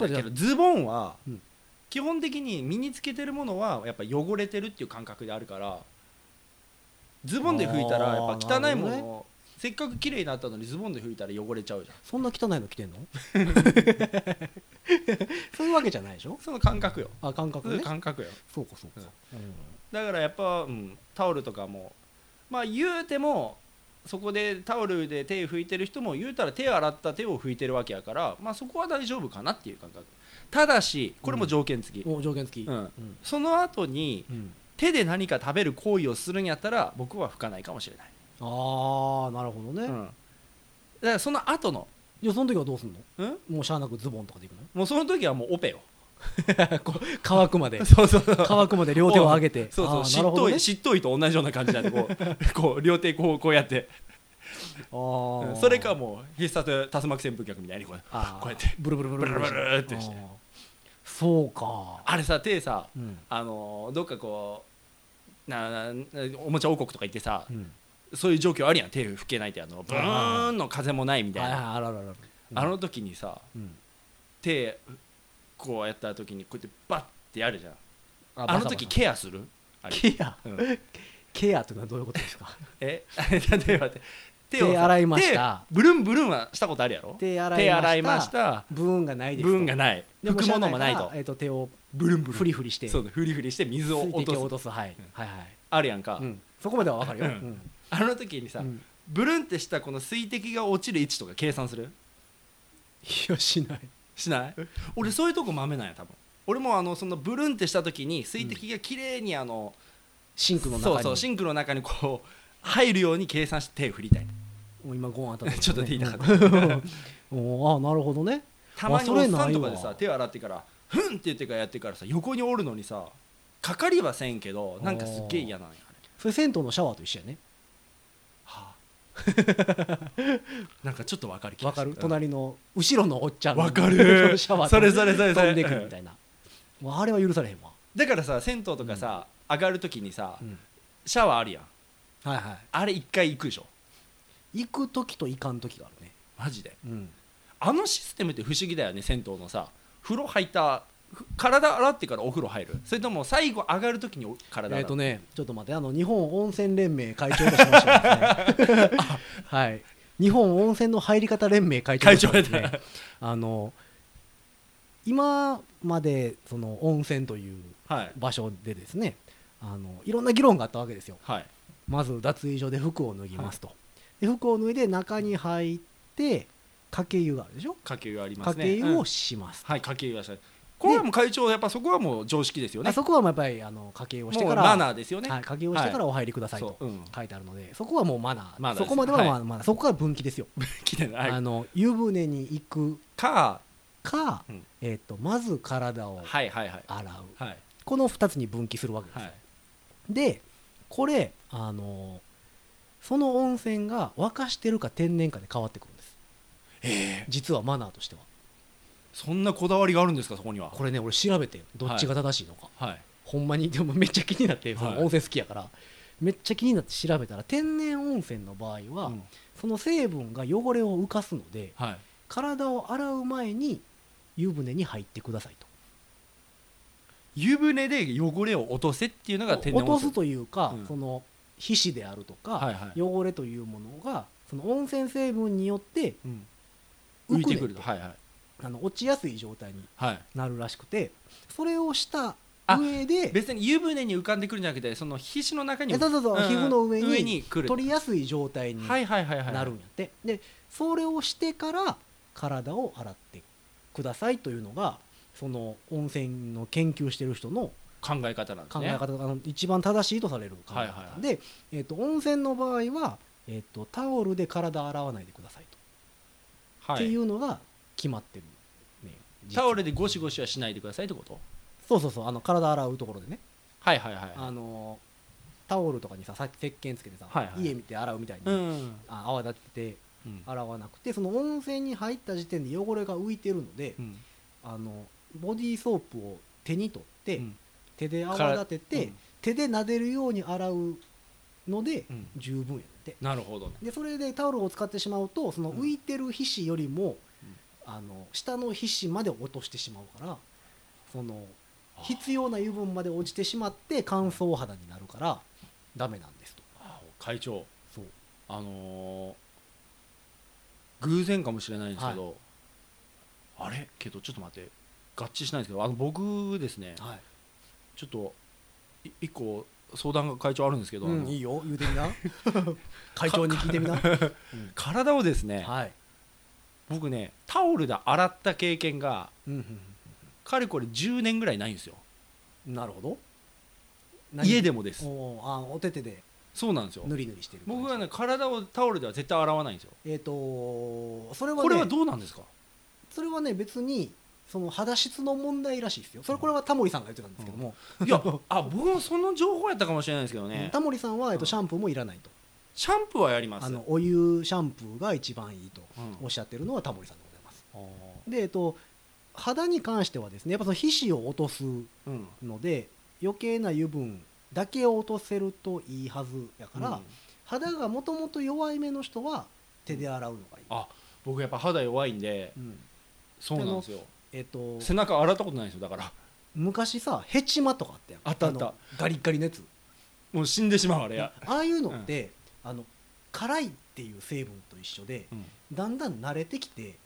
[SPEAKER 2] ぱりじゃ
[SPEAKER 3] だけどズボンは
[SPEAKER 2] うん
[SPEAKER 3] 基本的に身につけてるものはやっぱ汚れてるっていう感覚であるからズボンで拭いたらやっぱ汚いも
[SPEAKER 2] あーなるほど
[SPEAKER 3] のを、せっかく綺麗になったのにズボンで拭いたら汚れちゃうじゃん
[SPEAKER 2] そんな汚いの着て んのそういうわけじゃないでしょ
[SPEAKER 3] その感覚よ
[SPEAKER 2] あ感
[SPEAKER 3] そ
[SPEAKER 2] 覚
[SPEAKER 3] ういう
[SPEAKER 2] ね
[SPEAKER 3] 感覚よ
[SPEAKER 2] そうかそうか、うん
[SPEAKER 3] だからやっぱ、うん、タオルとかもまあ言うてもそこでタオルで手拭いてる人も言うたら手洗った手を拭いてるわけやからまあそこは大丈夫かなっていう感覚ただしこれも条件付き、
[SPEAKER 2] お条件付き、
[SPEAKER 3] うん
[SPEAKER 2] うん
[SPEAKER 3] その後に
[SPEAKER 2] うん
[SPEAKER 3] 手で何か食べる行為をするんやったら僕は拭かないかもしれない、
[SPEAKER 2] ああなるほどね、
[SPEAKER 3] うん、だからその後の、
[SPEAKER 2] じゃあその時はどうすんの
[SPEAKER 3] うん、
[SPEAKER 2] もうしゃあなくズボンとかでいくの
[SPEAKER 3] もうその時はもうオ ペよ
[SPEAKER 2] こう乾くま で
[SPEAKER 3] そうそうそう
[SPEAKER 2] 乾くまで両手を上げて
[SPEAKER 3] そうそう
[SPEAKER 2] あー
[SPEAKER 3] し
[SPEAKER 2] な
[SPEAKER 3] っ
[SPEAKER 2] るほど
[SPEAKER 3] と
[SPEAKER 2] ね
[SPEAKER 3] いしっといと同じような感じなんでこうこう両手こうこうやって
[SPEAKER 2] あ
[SPEAKER 3] うん
[SPEAKER 2] ー
[SPEAKER 3] それかもう必殺竜巻旋風脚みたいにこう
[SPEAKER 2] あー
[SPEAKER 3] こうやって
[SPEAKER 2] ブルブルブル
[SPEAKER 3] ブルブルブルってして
[SPEAKER 2] あーそうか
[SPEAKER 3] あれさ手さ
[SPEAKER 2] うん
[SPEAKER 3] あのーどっかこうななおもちゃ王国とか行ってさ
[SPEAKER 2] うん
[SPEAKER 3] そういう状況あるやん手吹けないってあのブーンの風もないみた
[SPEAKER 2] はいいはい
[SPEAKER 3] な
[SPEAKER 2] あらららら
[SPEAKER 3] あの時にさ
[SPEAKER 2] うん
[SPEAKER 3] 手こうやった時にこうやってバッてやるじゃん
[SPEAKER 2] あ
[SPEAKER 3] あの時
[SPEAKER 2] バサ
[SPEAKER 3] ケアするあ
[SPEAKER 2] バ
[SPEAKER 3] れ
[SPEAKER 2] サケア
[SPEAKER 3] うん
[SPEAKER 2] ケアというのはどういうことですか
[SPEAKER 3] え例えば手手を
[SPEAKER 2] 手
[SPEAKER 3] さ
[SPEAKER 2] 洗いました
[SPEAKER 3] 手ブルンブルンはしたことあるやろ
[SPEAKER 2] 手洗いました
[SPEAKER 3] 手洗いました
[SPEAKER 2] ブーンがないです
[SPEAKER 3] ブーンが
[SPEAKER 2] ない
[SPEAKER 3] ない
[SPEAKER 2] で
[SPEAKER 3] 拭くものもないと
[SPEAKER 2] えっと手を
[SPEAKER 3] ブルン
[SPEAKER 2] フリフリして
[SPEAKER 3] そうだフリフリして水を
[SPEAKER 2] 水
[SPEAKER 3] 落
[SPEAKER 2] 滴を
[SPEAKER 3] と
[SPEAKER 2] 落
[SPEAKER 3] す
[SPEAKER 2] とすはい
[SPEAKER 3] うん
[SPEAKER 2] はいはい
[SPEAKER 3] あるやんか、
[SPEAKER 2] うんそこまではわかるよ
[SPEAKER 3] うん
[SPEAKER 2] うん
[SPEAKER 3] あの時にさ、
[SPEAKER 2] うん
[SPEAKER 3] ブルンってしたこの水滴が落ちる位置とか計算する
[SPEAKER 2] いやしない
[SPEAKER 3] しない俺そういうとこまめなんや多分俺もあのそのブルンってした時に水滴が綺麗にあの、
[SPEAKER 2] シンクの中に
[SPEAKER 3] そうそうシンクの中にこう入るように計算して手を振りたい
[SPEAKER 2] もう今ゴーン当たった、
[SPEAKER 3] ちょっと 手痛かった
[SPEAKER 2] おーあーなるほどね
[SPEAKER 3] たま
[SPEAKER 2] あ
[SPEAKER 3] に
[SPEAKER 2] そ
[SPEAKER 3] お
[SPEAKER 2] れ
[SPEAKER 3] っさんとか
[SPEAKER 2] ない
[SPEAKER 3] で
[SPEAKER 2] わ
[SPEAKER 3] さ手を洗ってからふんって言ってからやってからさ横におるのにさかかりはせんけどなんかすっげえ嫌なんやあれ
[SPEAKER 2] それ銭湯のシャワーと一緒やね
[SPEAKER 3] はあ なんかちょっとわかる気
[SPEAKER 2] わ
[SPEAKER 3] がす
[SPEAKER 2] かる、
[SPEAKER 3] うん
[SPEAKER 2] 隣の後ろのおっちゃんの
[SPEAKER 3] わか
[SPEAKER 2] の
[SPEAKER 3] る
[SPEAKER 2] シャワーと
[SPEAKER 3] それそれそれそ
[SPEAKER 2] 飛
[SPEAKER 3] れ
[SPEAKER 2] んでくるみたいなもうあれは許されへんわ、
[SPEAKER 3] だからさ銭湯とかさ、上がるときにさ、
[SPEAKER 2] うん
[SPEAKER 3] シャワーあるやん
[SPEAKER 2] はいは
[SPEAKER 3] あれ一回行くでしょ
[SPEAKER 2] い行く時と行かん時があるね
[SPEAKER 3] マジで
[SPEAKER 2] うん
[SPEAKER 3] あのシステムって不思議だよね銭湯のさ風呂入ったふ体洗ってからお風呂入るそれとも最後上がるときにお体
[SPEAKER 2] え
[SPEAKER 3] 洗
[SPEAKER 2] っ、
[SPEAKER 3] う、
[SPEAKER 2] とねちょっと待ってあの日本温泉連盟会長としました、ね、 はい日本温泉の入り方連盟会長をしてます
[SPEAKER 3] 会長やっ
[SPEAKER 2] あの今までその温泉という
[SPEAKER 3] はい
[SPEAKER 2] 場所でですねあのいろんな議論があったわけですよ
[SPEAKER 3] はい
[SPEAKER 2] まず脱衣所で服を脱ぎますと、で服を脱いで中に入って掛け湯があるでしょ
[SPEAKER 3] 家計があります
[SPEAKER 2] 掛
[SPEAKER 3] ね
[SPEAKER 2] け湯
[SPEAKER 3] うん
[SPEAKER 2] をします、
[SPEAKER 3] はい家計がしたこれはもう会長やっぱそこはもう常識ですよね
[SPEAKER 2] あそこはまあやっぱりあの掛け湯をしてから
[SPEAKER 3] もうマナーですよね、
[SPEAKER 2] はい、掛け湯をしてからお入りください
[SPEAKER 3] そ
[SPEAKER 2] と
[SPEAKER 3] ううん
[SPEAKER 2] 書いてあるので、そこはもうマナー
[SPEAKER 3] マナーです
[SPEAKER 2] そこまではまあ
[SPEAKER 3] は
[SPEAKER 2] マナーそこから分岐ですよ、
[SPEAKER 3] 来てない、
[SPEAKER 2] あの湯船に行く
[SPEAKER 3] か
[SPEAKER 2] か、
[SPEAKER 3] うん
[SPEAKER 2] えっとまず体を
[SPEAKER 3] はいはいはい
[SPEAKER 2] 洗う、
[SPEAKER 3] はい
[SPEAKER 2] この2つに分岐するわけです
[SPEAKER 3] はい
[SPEAKER 2] でこれあのその温泉が沸かしてるか天然かで変わってくるんです
[SPEAKER 3] えー、
[SPEAKER 2] 実はマナーとしては
[SPEAKER 3] そんなこだわりがあるんですかそこには
[SPEAKER 2] これね俺調べてどっちが正しいのか、
[SPEAKER 3] はい
[SPEAKER 2] ほんまにでもめっちゃ気になってその
[SPEAKER 3] はい
[SPEAKER 2] 温泉好きやから、めっちゃ気になって調べたら天然温泉の場合は、
[SPEAKER 3] うん
[SPEAKER 2] その成分が汚れを浮かすので
[SPEAKER 3] はい
[SPEAKER 2] 体を洗う前に湯船に入ってくださいと
[SPEAKER 3] 湯船で汚れを落とせっていうのが天然
[SPEAKER 2] 落
[SPEAKER 3] 温
[SPEAKER 2] と
[SPEAKER 3] 泉
[SPEAKER 2] すというか、
[SPEAKER 3] うん
[SPEAKER 2] その皮脂であるとか、
[SPEAKER 3] はいはい
[SPEAKER 2] 汚れというものがその温泉成分によって
[SPEAKER 3] うん
[SPEAKER 2] 浮くね
[SPEAKER 3] 浮いてくるとはいはい
[SPEAKER 2] あの落ちやすい状態に
[SPEAKER 3] はい
[SPEAKER 2] なるらしくてそれをした
[SPEAKER 3] あ
[SPEAKER 2] 上で
[SPEAKER 3] 別に湯船に浮かんでくるんじゃなくてその皮脂の中に
[SPEAKER 2] えそうそうそう皮膚の上に
[SPEAKER 3] 来る
[SPEAKER 2] 取りやすい状態にな
[SPEAKER 3] はいはいはいはい
[SPEAKER 2] るんやってでそれをしてから体を洗ってくださいというのがその温泉の研究してる人の
[SPEAKER 3] 考え方なんです
[SPEAKER 2] 考
[SPEAKER 3] ね
[SPEAKER 2] え方があの一番正しいとされる考え方、
[SPEAKER 3] はいはいはい
[SPEAKER 2] で、えー、と温泉の場合は、えー、とタオルで体洗わないでくださいと、
[SPEAKER 3] はい、
[SPEAKER 2] っていうのが決まってる、ね、
[SPEAKER 3] タオルで
[SPEAKER 2] ゴ
[SPEAKER 3] ゴシゴシはしないでくださいってこと
[SPEAKER 2] そうそうそうあの体洗うところでね、
[SPEAKER 3] はいはいはい
[SPEAKER 2] あのタオルとかにささ石鹸つけてさ、
[SPEAKER 3] はいはい
[SPEAKER 2] 家見て洗うみたいに、
[SPEAKER 3] うん、
[SPEAKER 2] あ泡立てて
[SPEAKER 3] うん
[SPEAKER 2] 洗わなくてその温泉に入った時点で汚れが浮いてるので、
[SPEAKER 3] うん
[SPEAKER 2] あのボディーソープを手に取って、
[SPEAKER 3] うん
[SPEAKER 2] 手で泡立てて、
[SPEAKER 3] うん
[SPEAKER 2] 手で撫でるように洗うので、
[SPEAKER 3] うん
[SPEAKER 2] 十分やって
[SPEAKER 3] なるほどね
[SPEAKER 2] でそれでタオルを使ってしまうとその
[SPEAKER 3] うん
[SPEAKER 2] 浮いてる皮脂よりも、
[SPEAKER 3] うん
[SPEAKER 2] あの下の皮脂まで落としてしまうからその必要な油分まで落ちてしまって乾燥肌になるからダメなんですと
[SPEAKER 3] あ会長
[SPEAKER 2] そう
[SPEAKER 3] あのー偶然かもしれないんですけど、あれけどちょっと待って合致しないんですけどあの僕ですね
[SPEAKER 2] はい、
[SPEAKER 3] ちょっとい一個相談が会長あるんですけど、
[SPEAKER 2] う
[SPEAKER 3] あ
[SPEAKER 2] ん、
[SPEAKER 3] の
[SPEAKER 2] いいよ言うてみ な会長に聞いてみな、うん
[SPEAKER 3] 体をですね
[SPEAKER 2] はい、
[SPEAKER 3] 僕ねタオルで洗った経験が
[SPEAKER 2] うんうん
[SPEAKER 3] かれこれ10年ぐらいないんですよ
[SPEAKER 2] うん、なるほど
[SPEAKER 3] 家
[SPEAKER 2] で
[SPEAKER 3] でもです
[SPEAKER 2] おーあお手手で
[SPEAKER 3] そうなんですよ
[SPEAKER 2] ぬりぬりしてる感じ
[SPEAKER 3] 僕はね体をタオルでは絶対洗わないんですよ
[SPEAKER 2] えっ、とそれはね
[SPEAKER 3] これはどうなんで すか
[SPEAKER 2] それはね別にその肌質の問題らしいですよそれこれはタモリさんが言ってたんですけども、
[SPEAKER 3] いやあ僕もその情報やったかもしれないですけどね
[SPEAKER 2] タモリさんは、えっ
[SPEAKER 3] う
[SPEAKER 2] と、
[SPEAKER 3] ん
[SPEAKER 2] シャンプーもいらないと、
[SPEAKER 3] シャンプーはやります
[SPEAKER 2] あのお湯シャンプーが一番いいと
[SPEAKER 3] うん
[SPEAKER 2] おっしゃってるのはタモリさんでございます
[SPEAKER 3] あ
[SPEAKER 2] でえっと肌に関してはですねやっぱその皮脂を落とす
[SPEAKER 3] ーうん
[SPEAKER 2] ので余計な油分だけを落とせるといいはずやから、
[SPEAKER 3] うん
[SPEAKER 2] 肌がもともと弱い目の人は手で洗うのがいい、
[SPEAKER 3] あ僕やっぱ肌弱いんで
[SPEAKER 2] うん
[SPEAKER 3] そうなんですよ
[SPEAKER 2] えっと
[SPEAKER 3] 背中洗ったことないんですよだから
[SPEAKER 2] 昔さヘチマとかあったやん
[SPEAKER 3] あったあった
[SPEAKER 2] のガリッガリのやつ
[SPEAKER 3] もう死んでしまうあれや、
[SPEAKER 2] ああいうのって、あの辛いっていう成分と一緒で
[SPEAKER 3] うん
[SPEAKER 2] だんだん慣れてきて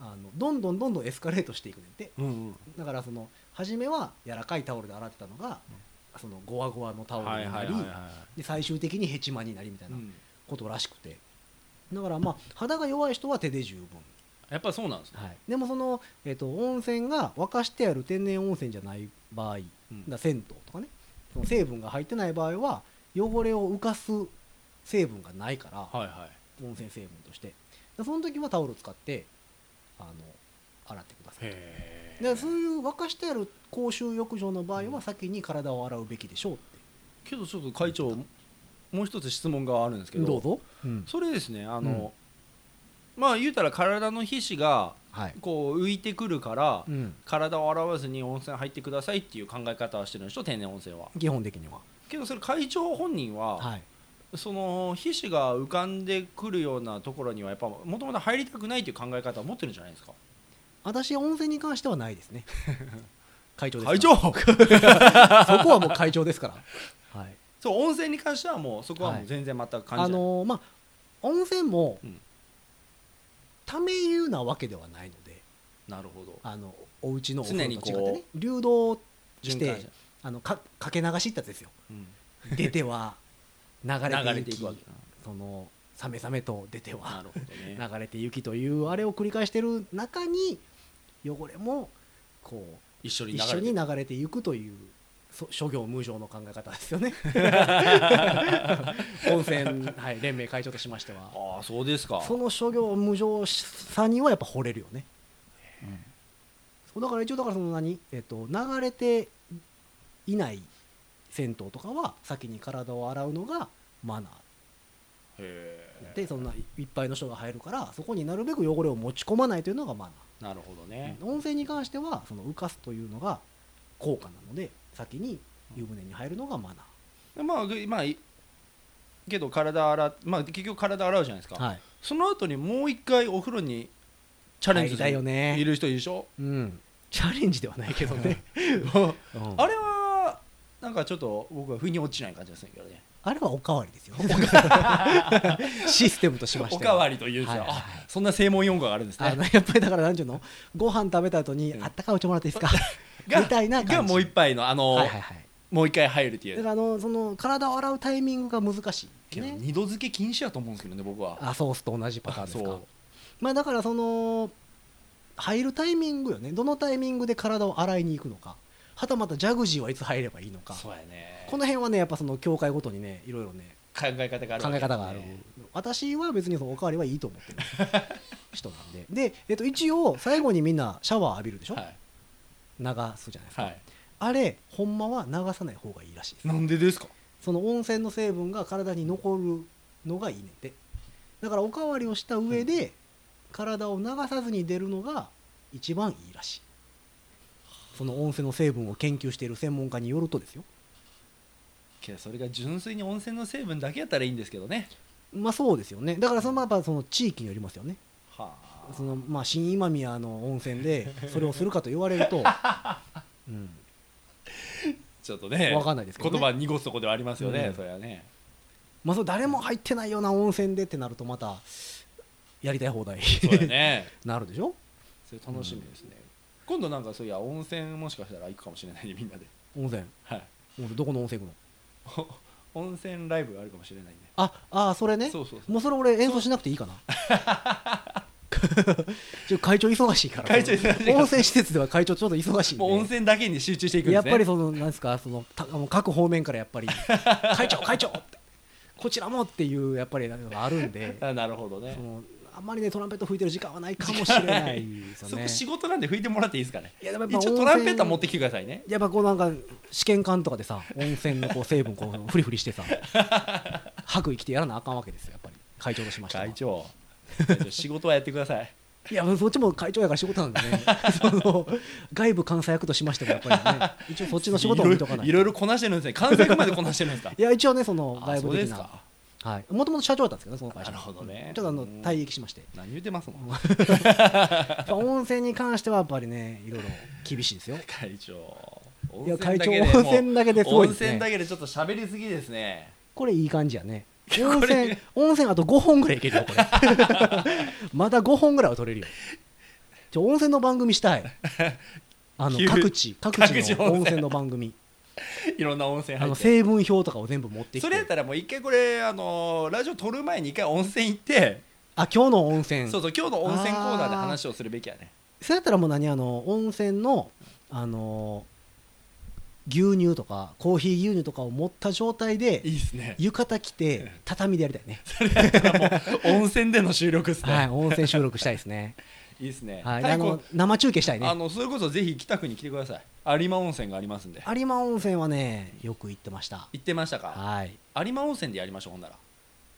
[SPEAKER 2] あのどんどんどんどんエスカレートしていくねんて
[SPEAKER 3] うんうん
[SPEAKER 2] だからその初めは柔らかいタオルで洗ってたのが、そのゴワゴワのタオル
[SPEAKER 3] は
[SPEAKER 2] に
[SPEAKER 3] いは
[SPEAKER 2] ない
[SPEAKER 3] はい
[SPEAKER 2] り
[SPEAKER 3] は
[SPEAKER 2] で最終的にヘチマになりみたい
[SPEAKER 3] い、う
[SPEAKER 2] なんことらしくて、だからまあ肌が弱い人は手で十分、
[SPEAKER 3] やっぱそうなんですね、
[SPEAKER 2] でもその、えっと温泉が沸かしてある天然温泉じゃない場合
[SPEAKER 3] うん
[SPEAKER 2] だ銭湯とかねその成分が入ってない場合は汚れを浮かす成分がないから
[SPEAKER 3] はいはい
[SPEAKER 2] 温泉成分としてでその時はタオルを使ってあの洗ってください
[SPEAKER 3] へ
[SPEAKER 2] で
[SPEAKER 3] え
[SPEAKER 2] そういう沸かしてある公衆浴場の場合
[SPEAKER 3] うん
[SPEAKER 2] は先に体を洗うべきでしょうっ
[SPEAKER 3] けどちょっと会長もう一つ質問があるんです
[SPEAKER 2] て
[SPEAKER 3] けど
[SPEAKER 2] ぞ、うん
[SPEAKER 3] それですねあの、まあ言うたら体の皮脂が
[SPEAKER 2] はい
[SPEAKER 3] こう浮いてくるから、
[SPEAKER 2] うん、
[SPEAKER 3] 体を洗わずに温泉入ってくださいっていう考え方はしてるんでしょ天然温泉は
[SPEAKER 2] 基本的には、
[SPEAKER 3] けどそれ会長本人は、
[SPEAKER 2] はい、
[SPEAKER 3] その皮脂が浮かんでくるようなところにはやっぱもともと入りたくないっていう考え方を持ってるんじゃないですか
[SPEAKER 2] 私温泉に関してはないです ね会長ですから
[SPEAKER 3] 会長
[SPEAKER 2] そこはもう会長ですから、はい、
[SPEAKER 3] そう温泉に関してはもうそこはも
[SPEAKER 2] は
[SPEAKER 3] う
[SPEAKER 2] い
[SPEAKER 3] 全然全く感じない、
[SPEAKER 2] あのーまあ温泉も、
[SPEAKER 3] うん
[SPEAKER 2] ため湯なわけではないので
[SPEAKER 3] なるほど
[SPEAKER 2] あのお家のお風呂と違って
[SPEAKER 3] 常にこ
[SPEAKER 2] ね流動し
[SPEAKER 3] 循環
[SPEAKER 2] て
[SPEAKER 3] して、
[SPEAKER 2] あのかかけ流しってやつ ですよ
[SPEAKER 3] うん
[SPEAKER 2] 出ては流れて
[SPEAKER 3] 流れ
[SPEAKER 2] い
[SPEAKER 3] てい
[SPEAKER 2] き
[SPEAKER 3] くわけだ
[SPEAKER 2] そのサメサメと出て
[SPEAKER 3] な
[SPEAKER 2] は
[SPEAKER 3] るほどね
[SPEAKER 2] 流れていきというあれを繰り返してる中に汚れもこう
[SPEAKER 3] 一緒に流
[SPEAKER 2] 一
[SPEAKER 3] れ
[SPEAKER 2] 緒
[SPEAKER 3] て
[SPEAKER 2] に流れていくというそ諸行無常の考え方ですよね 温泉、はい、連盟会長としましては
[SPEAKER 3] ああそうですか
[SPEAKER 2] その諸行無常さにはやっぱ惚れるよね、そうだから一応だからその何、えっと流れていない銭湯とかは先に体を洗うのがマナ
[SPEAKER 3] へえ
[SPEAKER 2] ーでそんないっぱいの人が入るからそこになるべく汚れを持ち込まないというのがマナー
[SPEAKER 3] なるほどね、
[SPEAKER 2] 温泉に関してはその浮かすというのが効果なので先に湯船に入るのがマナ
[SPEAKER 3] でまあぐまあいけど体洗っまあ結局体洗うじゃないですか、
[SPEAKER 2] ー、はい、
[SPEAKER 3] その後にもう一回お風呂にチャレン
[SPEAKER 2] 入
[SPEAKER 3] ジす
[SPEAKER 2] りたいよ
[SPEAKER 3] る、
[SPEAKER 2] ね
[SPEAKER 3] いる人いるでしょ
[SPEAKER 2] うん、チャレンジではないけどね、
[SPEAKER 3] あ
[SPEAKER 2] うん
[SPEAKER 3] れはなんかちょっと僕は腑に落ちない感じがするけどね
[SPEAKER 2] あれはおかわりですよシステムとしまして
[SPEAKER 3] お
[SPEAKER 2] は
[SPEAKER 3] かわりという
[SPEAKER 2] はいはい
[SPEAKER 3] あそんな正門用語があるんです
[SPEAKER 2] あ
[SPEAKER 3] ね
[SPEAKER 2] のやっぱりだから何ていうのご飯食べた後に、
[SPEAKER 3] うん
[SPEAKER 2] あったかいお茶もらっていいですか
[SPEAKER 3] が
[SPEAKER 2] みたいな感じ
[SPEAKER 3] がもう一杯のあの、
[SPEAKER 2] はいはいはい
[SPEAKER 3] もう一回入るってい
[SPEAKER 2] だか
[SPEAKER 3] う
[SPEAKER 2] らあのその体を洗うタイミングが難しい、
[SPEAKER 3] けど
[SPEAKER 2] ね、
[SPEAKER 3] 二度漬け禁止やと思うんですけどね僕は
[SPEAKER 2] あソースと同じパターンです
[SPEAKER 3] そ
[SPEAKER 2] か
[SPEAKER 3] う
[SPEAKER 2] まあだからその入るタイミングよねどのタイミングで体を洗いに行くのかはたまたジャグジーはいつ入ればいいのか
[SPEAKER 3] そうやね
[SPEAKER 2] この辺はねやっぱその教会ごとにねいろいろね
[SPEAKER 3] 考え方がある
[SPEAKER 2] 考え方がある、
[SPEAKER 3] ね
[SPEAKER 2] 私は別にそのおかわりはいいと思ってる 人なんでで、えっと、一応最後にみんなシャワー浴びるでしょ、
[SPEAKER 3] はい
[SPEAKER 2] 流すじゃないですか、
[SPEAKER 3] はい
[SPEAKER 2] あれほんまは流さない方がいいらしいです
[SPEAKER 3] なんでですか
[SPEAKER 2] その温泉の成分が体に残るのがいいねんてだからおかわりをした上で体を流さずに出るのが一番いいらしいその温泉の成分を研究している専門家によるとですよ
[SPEAKER 3] けどそれが純粋に温泉の成分だけやったらいいんですけどね
[SPEAKER 2] まあそうですよねだからそのやっぱその地域によりますよね
[SPEAKER 3] は
[SPEAKER 2] そのまあ新今宮の温泉でそれをするかと言われると、 うん、
[SPEAKER 3] ちょっとね
[SPEAKER 2] わかんないですけどね
[SPEAKER 3] 言葉濁すとこではありますよね、
[SPEAKER 2] うん
[SPEAKER 3] それ はね
[SPEAKER 2] まあそう誰も入ってないような温泉でってなるとまたやりたい放題
[SPEAKER 3] そうやね
[SPEAKER 2] なるでしょ
[SPEAKER 3] それ楽しみですね、今度なんかそういや温泉もしかしたら行くかもしれないねみんなで
[SPEAKER 2] 温泉
[SPEAKER 3] はい
[SPEAKER 2] 温泉どこの温泉行くの
[SPEAKER 3] 温泉ライブがあるかもしれないね
[SPEAKER 2] ああーそれね
[SPEAKER 3] そうそうそう
[SPEAKER 2] もうそれ俺演奏しなくていいかな ちょ会長忙しいから
[SPEAKER 3] 会長忙しいから
[SPEAKER 2] 温泉施設では会長ちょっと忙しいんで
[SPEAKER 3] もう温泉だけに集中していくんで
[SPEAKER 2] や
[SPEAKER 3] す
[SPEAKER 2] っ
[SPEAKER 3] ね
[SPEAKER 2] ぱりそのなんですかそのたあの各方面からやっぱり 会長会長ってこちらもっていうやっぱりなんかあるん で
[SPEAKER 3] あなるほどね
[SPEAKER 2] そのあんまりねトランペット吹いてる時間はないかもしれないですよ
[SPEAKER 3] そ
[SPEAKER 2] ね
[SPEAKER 3] こ仕事なんで拭いてもらっていいですかね
[SPEAKER 2] いやでもやっぱ
[SPEAKER 3] 一応トランペッター持ってきてくださいね
[SPEAKER 2] やっぱこうなんか試験管とかでさ温泉のこう成分こうフリフリしてさ 吐く息ってやらなあかんわけですよやっぱり会長としましては
[SPEAKER 3] 会長会長仕事はやってください
[SPEAKER 2] いやそっちも会長やから仕事なんで ねその外部監査役としましてもやっぱりね一応そっちの仕事を見とかない
[SPEAKER 3] い
[SPEAKER 2] と
[SPEAKER 3] ろいろこなしてるんですね関西までこなしてるんですか
[SPEAKER 2] いや一応ねその
[SPEAKER 3] あ
[SPEAKER 2] 外
[SPEAKER 3] そ
[SPEAKER 2] 部
[SPEAKER 3] うで
[SPEAKER 2] 的
[SPEAKER 3] す
[SPEAKER 2] な
[SPEAKER 3] か
[SPEAKER 2] はいもともと社長だったんですけどねその会社
[SPEAKER 3] なるほどね
[SPEAKER 2] ちょっとあの
[SPEAKER 3] うん
[SPEAKER 2] 退役しまして
[SPEAKER 3] 何言ってますもん
[SPEAKER 2] やっぱ温泉に関してはやっぱりねいろいろ厳しいですよ
[SPEAKER 3] 会長
[SPEAKER 2] いや
[SPEAKER 3] 温泉だけで
[SPEAKER 2] 会長
[SPEAKER 3] もう
[SPEAKER 2] 温泉だけですごいですね
[SPEAKER 3] 温泉だけでちょっと喋りすぎですね
[SPEAKER 2] これいい感じやね
[SPEAKER 3] れ
[SPEAKER 2] 温泉温泉あと5本ぐらいいけるよこ れまだ5本ぐらいは取れるよちょ温泉の番組したいあの
[SPEAKER 3] 急
[SPEAKER 2] 各地各
[SPEAKER 3] 各
[SPEAKER 2] 地
[SPEAKER 3] 地
[SPEAKER 2] の
[SPEAKER 3] 温
[SPEAKER 2] 温
[SPEAKER 3] 泉
[SPEAKER 2] 泉の番組
[SPEAKER 3] いろんな温泉
[SPEAKER 2] あ
[SPEAKER 3] 入
[SPEAKER 2] の
[SPEAKER 3] って
[SPEAKER 2] 成分表とかを全部持ってきて
[SPEAKER 3] それやったらもう一回これあのーラジオ撮る前に一回温泉行って
[SPEAKER 2] あ今日の温泉
[SPEAKER 3] そ
[SPEAKER 2] そう
[SPEAKER 3] そう今日の温泉コーナーで話をするべ きやね
[SPEAKER 2] れやったらもう何あの温泉のあの牛乳とかコーヒー牛乳とかを持った状態で
[SPEAKER 3] いいですね
[SPEAKER 2] 浴衣着て畳でやりた いね
[SPEAKER 3] 温泉での収録ですね、
[SPEAKER 2] はい温泉収録したいです ね
[SPEAKER 3] い、いですね、
[SPEAKER 2] はい
[SPEAKER 3] 太
[SPEAKER 2] あ
[SPEAKER 3] 鼓
[SPEAKER 2] の生中継したいね
[SPEAKER 3] あのそれこそぜひ北区に来てください有馬温泉がありますんで
[SPEAKER 2] 有馬温泉はねよく行ってました
[SPEAKER 3] 行ってましたか
[SPEAKER 2] はい
[SPEAKER 3] 有馬温泉でやりましょうほんなら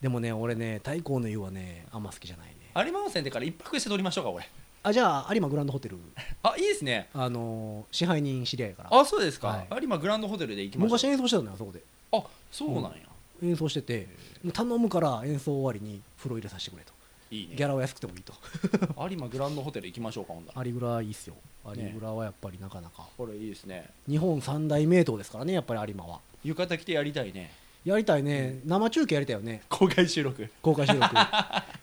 [SPEAKER 2] でもね俺ね太閤の湯はねあんま好きじゃないね
[SPEAKER 3] 有馬温泉でから一泊して撮りましょうか俺
[SPEAKER 2] あじゃあ有馬グランドホテル
[SPEAKER 3] あいいですね
[SPEAKER 2] あの支配人知り合いやから
[SPEAKER 3] あそうですか、
[SPEAKER 2] は
[SPEAKER 3] 有馬グランドホテルで行きましょう
[SPEAKER 2] 昔演奏してたのよあそこで
[SPEAKER 3] あそうなんや、
[SPEAKER 2] 演奏してて頼むから演奏終わりに風呂入れさせてくれと
[SPEAKER 3] いいね
[SPEAKER 2] ギャラは安くてもいいと
[SPEAKER 3] 有馬グランドホテル行きましょうかほんなら
[SPEAKER 2] アリグラいいっすよア
[SPEAKER 3] ね
[SPEAKER 2] リグラはやっぱりなかなか
[SPEAKER 3] これいいですね
[SPEAKER 2] 日本三大名湯ですからねやっぱり有馬は
[SPEAKER 3] 浴衣着てやりたいね
[SPEAKER 2] やりたいね生中継やりたいよね
[SPEAKER 3] 公開収録
[SPEAKER 2] 公開収 録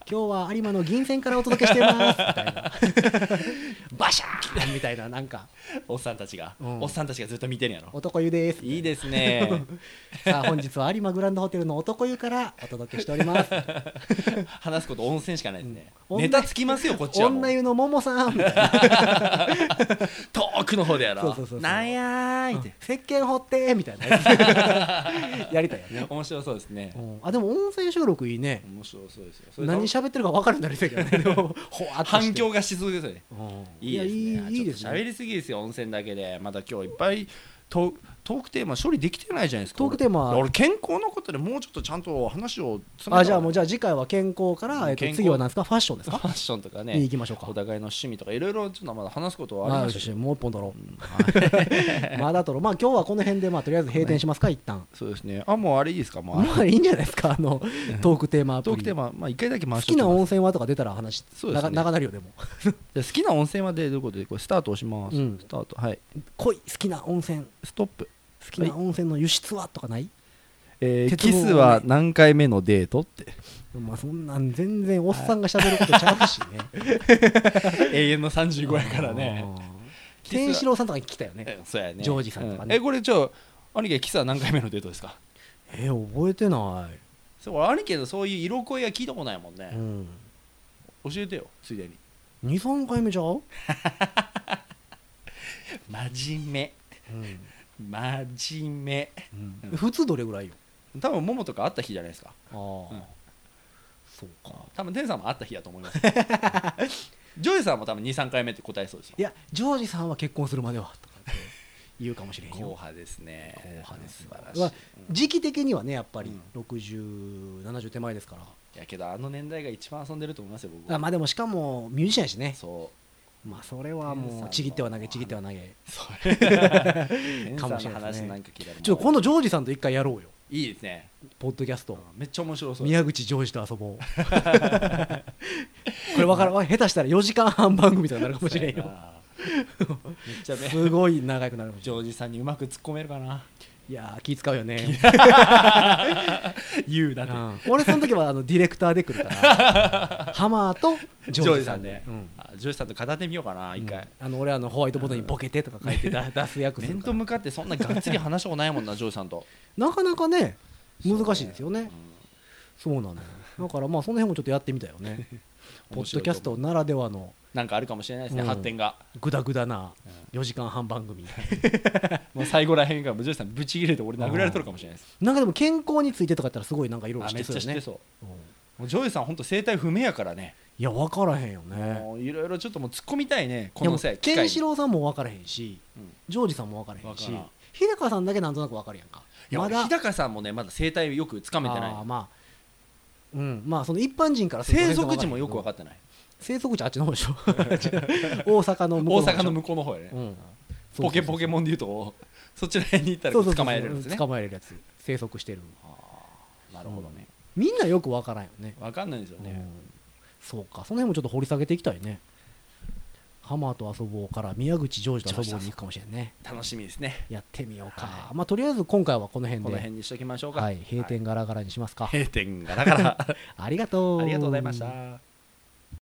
[SPEAKER 2] 今日は有馬の銀線からお届けしてますみたいなバシャーンみたいななんか
[SPEAKER 3] おっさんたちが、
[SPEAKER 2] うん
[SPEAKER 3] おっさんたちがずっと見てるやろ
[SPEAKER 2] 男湯です
[SPEAKER 3] いいで すね
[SPEAKER 2] さあ本日は有馬グランドホテルの男湯からお届けしており ます
[SPEAKER 3] 話すこと温泉しかないですね、
[SPEAKER 2] うん
[SPEAKER 3] ネタつきますよこっちはもう
[SPEAKER 2] 女湯のももさんみたいな
[SPEAKER 3] 遠くの方でやろ
[SPEAKER 2] そうそうそうそう
[SPEAKER 3] なんやーいって、
[SPEAKER 2] 石鹸掘ってみたい なやつやりたいよね、
[SPEAKER 3] 面白そうですね
[SPEAKER 2] う、んあでも温泉収録いいね
[SPEAKER 3] 面白そうですよそれ
[SPEAKER 2] 何喋ってるか分かるんだりするけどねでもほわっとして
[SPEAKER 3] 反響がしそうですよね
[SPEAKER 2] うん
[SPEAKER 3] いいですね
[SPEAKER 2] やいいいいです
[SPEAKER 3] ちょっと喋
[SPEAKER 2] ね
[SPEAKER 3] りすぎですよ温泉だけでまだ今日いっぱいトトークテーマ処理できてないじゃないですか
[SPEAKER 2] トークテーマ
[SPEAKER 3] 俺俺健康のことでもうちょっとちゃんと話を詰めた
[SPEAKER 2] あじゃあもうじゃあ次回は健康から、えっと
[SPEAKER 3] 健康
[SPEAKER 2] 次は何ですかファッションです
[SPEAKER 3] フ
[SPEAKER 2] か
[SPEAKER 3] ァッションとかね
[SPEAKER 2] に行きましょうか
[SPEAKER 3] お互いの趣味とかいろいろちょっとまだ話すことはあ
[SPEAKER 2] あよ
[SPEAKER 3] りま
[SPEAKER 2] しよ
[SPEAKER 3] す
[SPEAKER 2] しもう一本取ろう まだ取ろうまあ今日はこの辺でまあとりあえず閉店しますか一旦
[SPEAKER 3] そうですねあもうあれいいですかもうあ
[SPEAKER 2] まあいいんじゃないですかあのトークテーマアプ
[SPEAKER 3] ト
[SPEAKER 2] リ
[SPEAKER 3] ークテーマまあ一回だけ回
[SPEAKER 2] 好
[SPEAKER 3] して
[SPEAKER 2] きな温泉はとか出たら話
[SPEAKER 3] そうですね
[SPEAKER 2] 長長なるよでも
[SPEAKER 3] 好きな温泉はでどういうことでこれスタート押します、
[SPEAKER 2] うん
[SPEAKER 3] スタートはい
[SPEAKER 2] 恋好きな温泉
[SPEAKER 3] ストップ
[SPEAKER 2] 好きな温泉の輸出はとかない、
[SPEAKER 3] ええー
[SPEAKER 2] 鉄棒
[SPEAKER 3] キスは何回目のデートって
[SPEAKER 2] まあそんなん全然おっさんがしゃべることちゃうしね
[SPEAKER 3] 永遠の35やからね
[SPEAKER 2] あーケンシロウさんとかに来たよね
[SPEAKER 3] うんそうやね
[SPEAKER 2] ジョージさんとかね
[SPEAKER 3] うえこれちょ兄貴キスは何回目のデートですか
[SPEAKER 2] えー覚えてな
[SPEAKER 3] そう俺兄貴のそういう色恋は聞いたことないもん
[SPEAKER 2] い、う
[SPEAKER 3] ね、
[SPEAKER 2] ん、
[SPEAKER 3] 教えてよついでに
[SPEAKER 2] 23回目ちゃう、
[SPEAKER 3] 真面目
[SPEAKER 2] うん
[SPEAKER 3] 真面目
[SPEAKER 2] うん普通どれぐらいよ
[SPEAKER 3] 多分ももとかあった日じゃないですか
[SPEAKER 2] ああ、
[SPEAKER 3] うん
[SPEAKER 2] そうか
[SPEAKER 3] 多分天さんもあった日だと思います ジョージさんも多分23回目って答えそうですよ
[SPEAKER 2] いやジョージさんは結婚するまではとかって言うかもしれへん
[SPEAKER 3] 後
[SPEAKER 2] よ
[SPEAKER 3] 派ですね
[SPEAKER 2] 硬派です
[SPEAKER 3] 素晴らしい、
[SPEAKER 2] まあ
[SPEAKER 3] うん
[SPEAKER 2] 時期的にはねやっぱり
[SPEAKER 3] う
[SPEAKER 2] 6070手前ですから
[SPEAKER 3] いやけどあの年代が一番遊んでると思いますよ僕
[SPEAKER 2] あ
[SPEAKER 3] は
[SPEAKER 2] まあでもしかもミュージシャンやしね
[SPEAKER 3] そ
[SPEAKER 2] まあそれは
[SPEAKER 3] 天
[SPEAKER 2] も
[SPEAKER 3] 才
[SPEAKER 2] うちぎっては投げちぎっては投げ
[SPEAKER 3] うそう天
[SPEAKER 2] か
[SPEAKER 3] さん
[SPEAKER 2] も
[SPEAKER 3] の
[SPEAKER 2] しれないです
[SPEAKER 3] 話
[SPEAKER 2] ね
[SPEAKER 3] なんか聞いたらもう
[SPEAKER 2] ちょっと今度ジョージさんと一回やろうよ
[SPEAKER 3] いいですね、
[SPEAKER 2] ポッドキャスト
[SPEAKER 3] うんめっちゃ面白そう
[SPEAKER 2] 宮口ジョージと遊ぼう これ分からん下手したら4時間半番組とかになるかもしれん
[SPEAKER 3] そう
[SPEAKER 2] よ
[SPEAKER 3] やなめっちゃね
[SPEAKER 2] すごい長くなるかもし
[SPEAKER 3] ジ
[SPEAKER 2] れん
[SPEAKER 3] ョージさんにうまく突っ込めるかな
[SPEAKER 2] いやー気使うよね
[SPEAKER 3] 言うだって、
[SPEAKER 2] うん俺その時はあのディレクターで来るから ハマーとジ
[SPEAKER 3] ジ
[SPEAKER 2] ョー
[SPEAKER 3] ョー
[SPEAKER 2] ジ
[SPEAKER 3] ジ
[SPEAKER 2] さ
[SPEAKER 3] さ
[SPEAKER 2] ん
[SPEAKER 3] ん
[SPEAKER 2] で
[SPEAKER 3] で、
[SPEAKER 2] うん
[SPEAKER 3] あジョージさんと語ってみようかな一回、
[SPEAKER 2] うんあの俺あのホワイトボードにボケてとか書いてだ出す役する
[SPEAKER 3] 面
[SPEAKER 2] か
[SPEAKER 3] と
[SPEAKER 2] ら
[SPEAKER 3] 向かってそんながっつり話したことないもんなジョージさ んと
[SPEAKER 2] なかなかね難しいですよねそうなのよだからまあその辺もちょっとやってみたよ ねポッドキャストならではの
[SPEAKER 3] なんかあるかもしれないですね、
[SPEAKER 2] うん
[SPEAKER 3] 発展が
[SPEAKER 2] グダグダな4時間半番組
[SPEAKER 3] もう最後らへんからジョージさんぶち切れて俺殴られとるかもしれないです、
[SPEAKER 2] なんかでも健康についてとかやったらすごいなんかいろいろ
[SPEAKER 3] あ
[SPEAKER 2] し
[SPEAKER 3] め
[SPEAKER 2] て
[SPEAKER 3] っ
[SPEAKER 2] そう
[SPEAKER 3] ちゃ
[SPEAKER 2] よ
[SPEAKER 3] 知って
[SPEAKER 2] ね
[SPEAKER 3] そう
[SPEAKER 2] うん
[SPEAKER 3] もうジョージさん本当生態不明やからね
[SPEAKER 2] いや分からへんよね
[SPEAKER 3] もういろいろちょっともう突っ込みたいねこ
[SPEAKER 2] いやも
[SPEAKER 3] の
[SPEAKER 2] う
[SPEAKER 3] 際
[SPEAKER 2] ケンシ
[SPEAKER 3] い
[SPEAKER 2] ロウさんも分からへんし
[SPEAKER 3] うん
[SPEAKER 2] ジョージさんも分からへんし
[SPEAKER 3] 分からん
[SPEAKER 2] 日高さんだけなんとなく分かるやんか
[SPEAKER 3] や
[SPEAKER 2] ま
[SPEAKER 3] 俺
[SPEAKER 2] だ
[SPEAKER 3] 日高さんもねまだ生態よくつかめてない
[SPEAKER 2] あーまあうんまあその一般人からすると
[SPEAKER 3] 生
[SPEAKER 2] 全然わ
[SPEAKER 3] 息
[SPEAKER 2] から
[SPEAKER 3] 地
[SPEAKER 2] へん
[SPEAKER 3] も
[SPEAKER 2] けど
[SPEAKER 3] よく分かってない
[SPEAKER 2] 生息地あっちの方で しょ大阪の向こ
[SPEAKER 3] 大
[SPEAKER 2] う
[SPEAKER 3] 阪の
[SPEAKER 2] 向
[SPEAKER 3] 向こうの方やね、
[SPEAKER 2] うん
[SPEAKER 3] ポケポケモンで言うとそっちら辺に行った
[SPEAKER 2] そうそうそ
[SPEAKER 3] ら
[SPEAKER 2] う
[SPEAKER 3] 捕まえれるんですね
[SPEAKER 2] 捕まえれるやつ生息してる
[SPEAKER 3] なるほどね
[SPEAKER 2] みんなよくわからんよね
[SPEAKER 3] 分かんないですよね、
[SPEAKER 2] うんそうかその辺もちょっと掘り下げていきたいねハマーと遊ぼうから宮口ジョージと遊ぼうに行くかもしれんね
[SPEAKER 3] 楽しみですね
[SPEAKER 2] やってみようか、
[SPEAKER 3] は
[SPEAKER 2] まあとりあえず今回はこの辺
[SPEAKER 3] この
[SPEAKER 2] で
[SPEAKER 3] 辺にしときましょうか、
[SPEAKER 2] はい、閉店ガラガラにしますか、
[SPEAKER 3] 閉店ガラガラ
[SPEAKER 2] ありがとう
[SPEAKER 3] ありがとうございました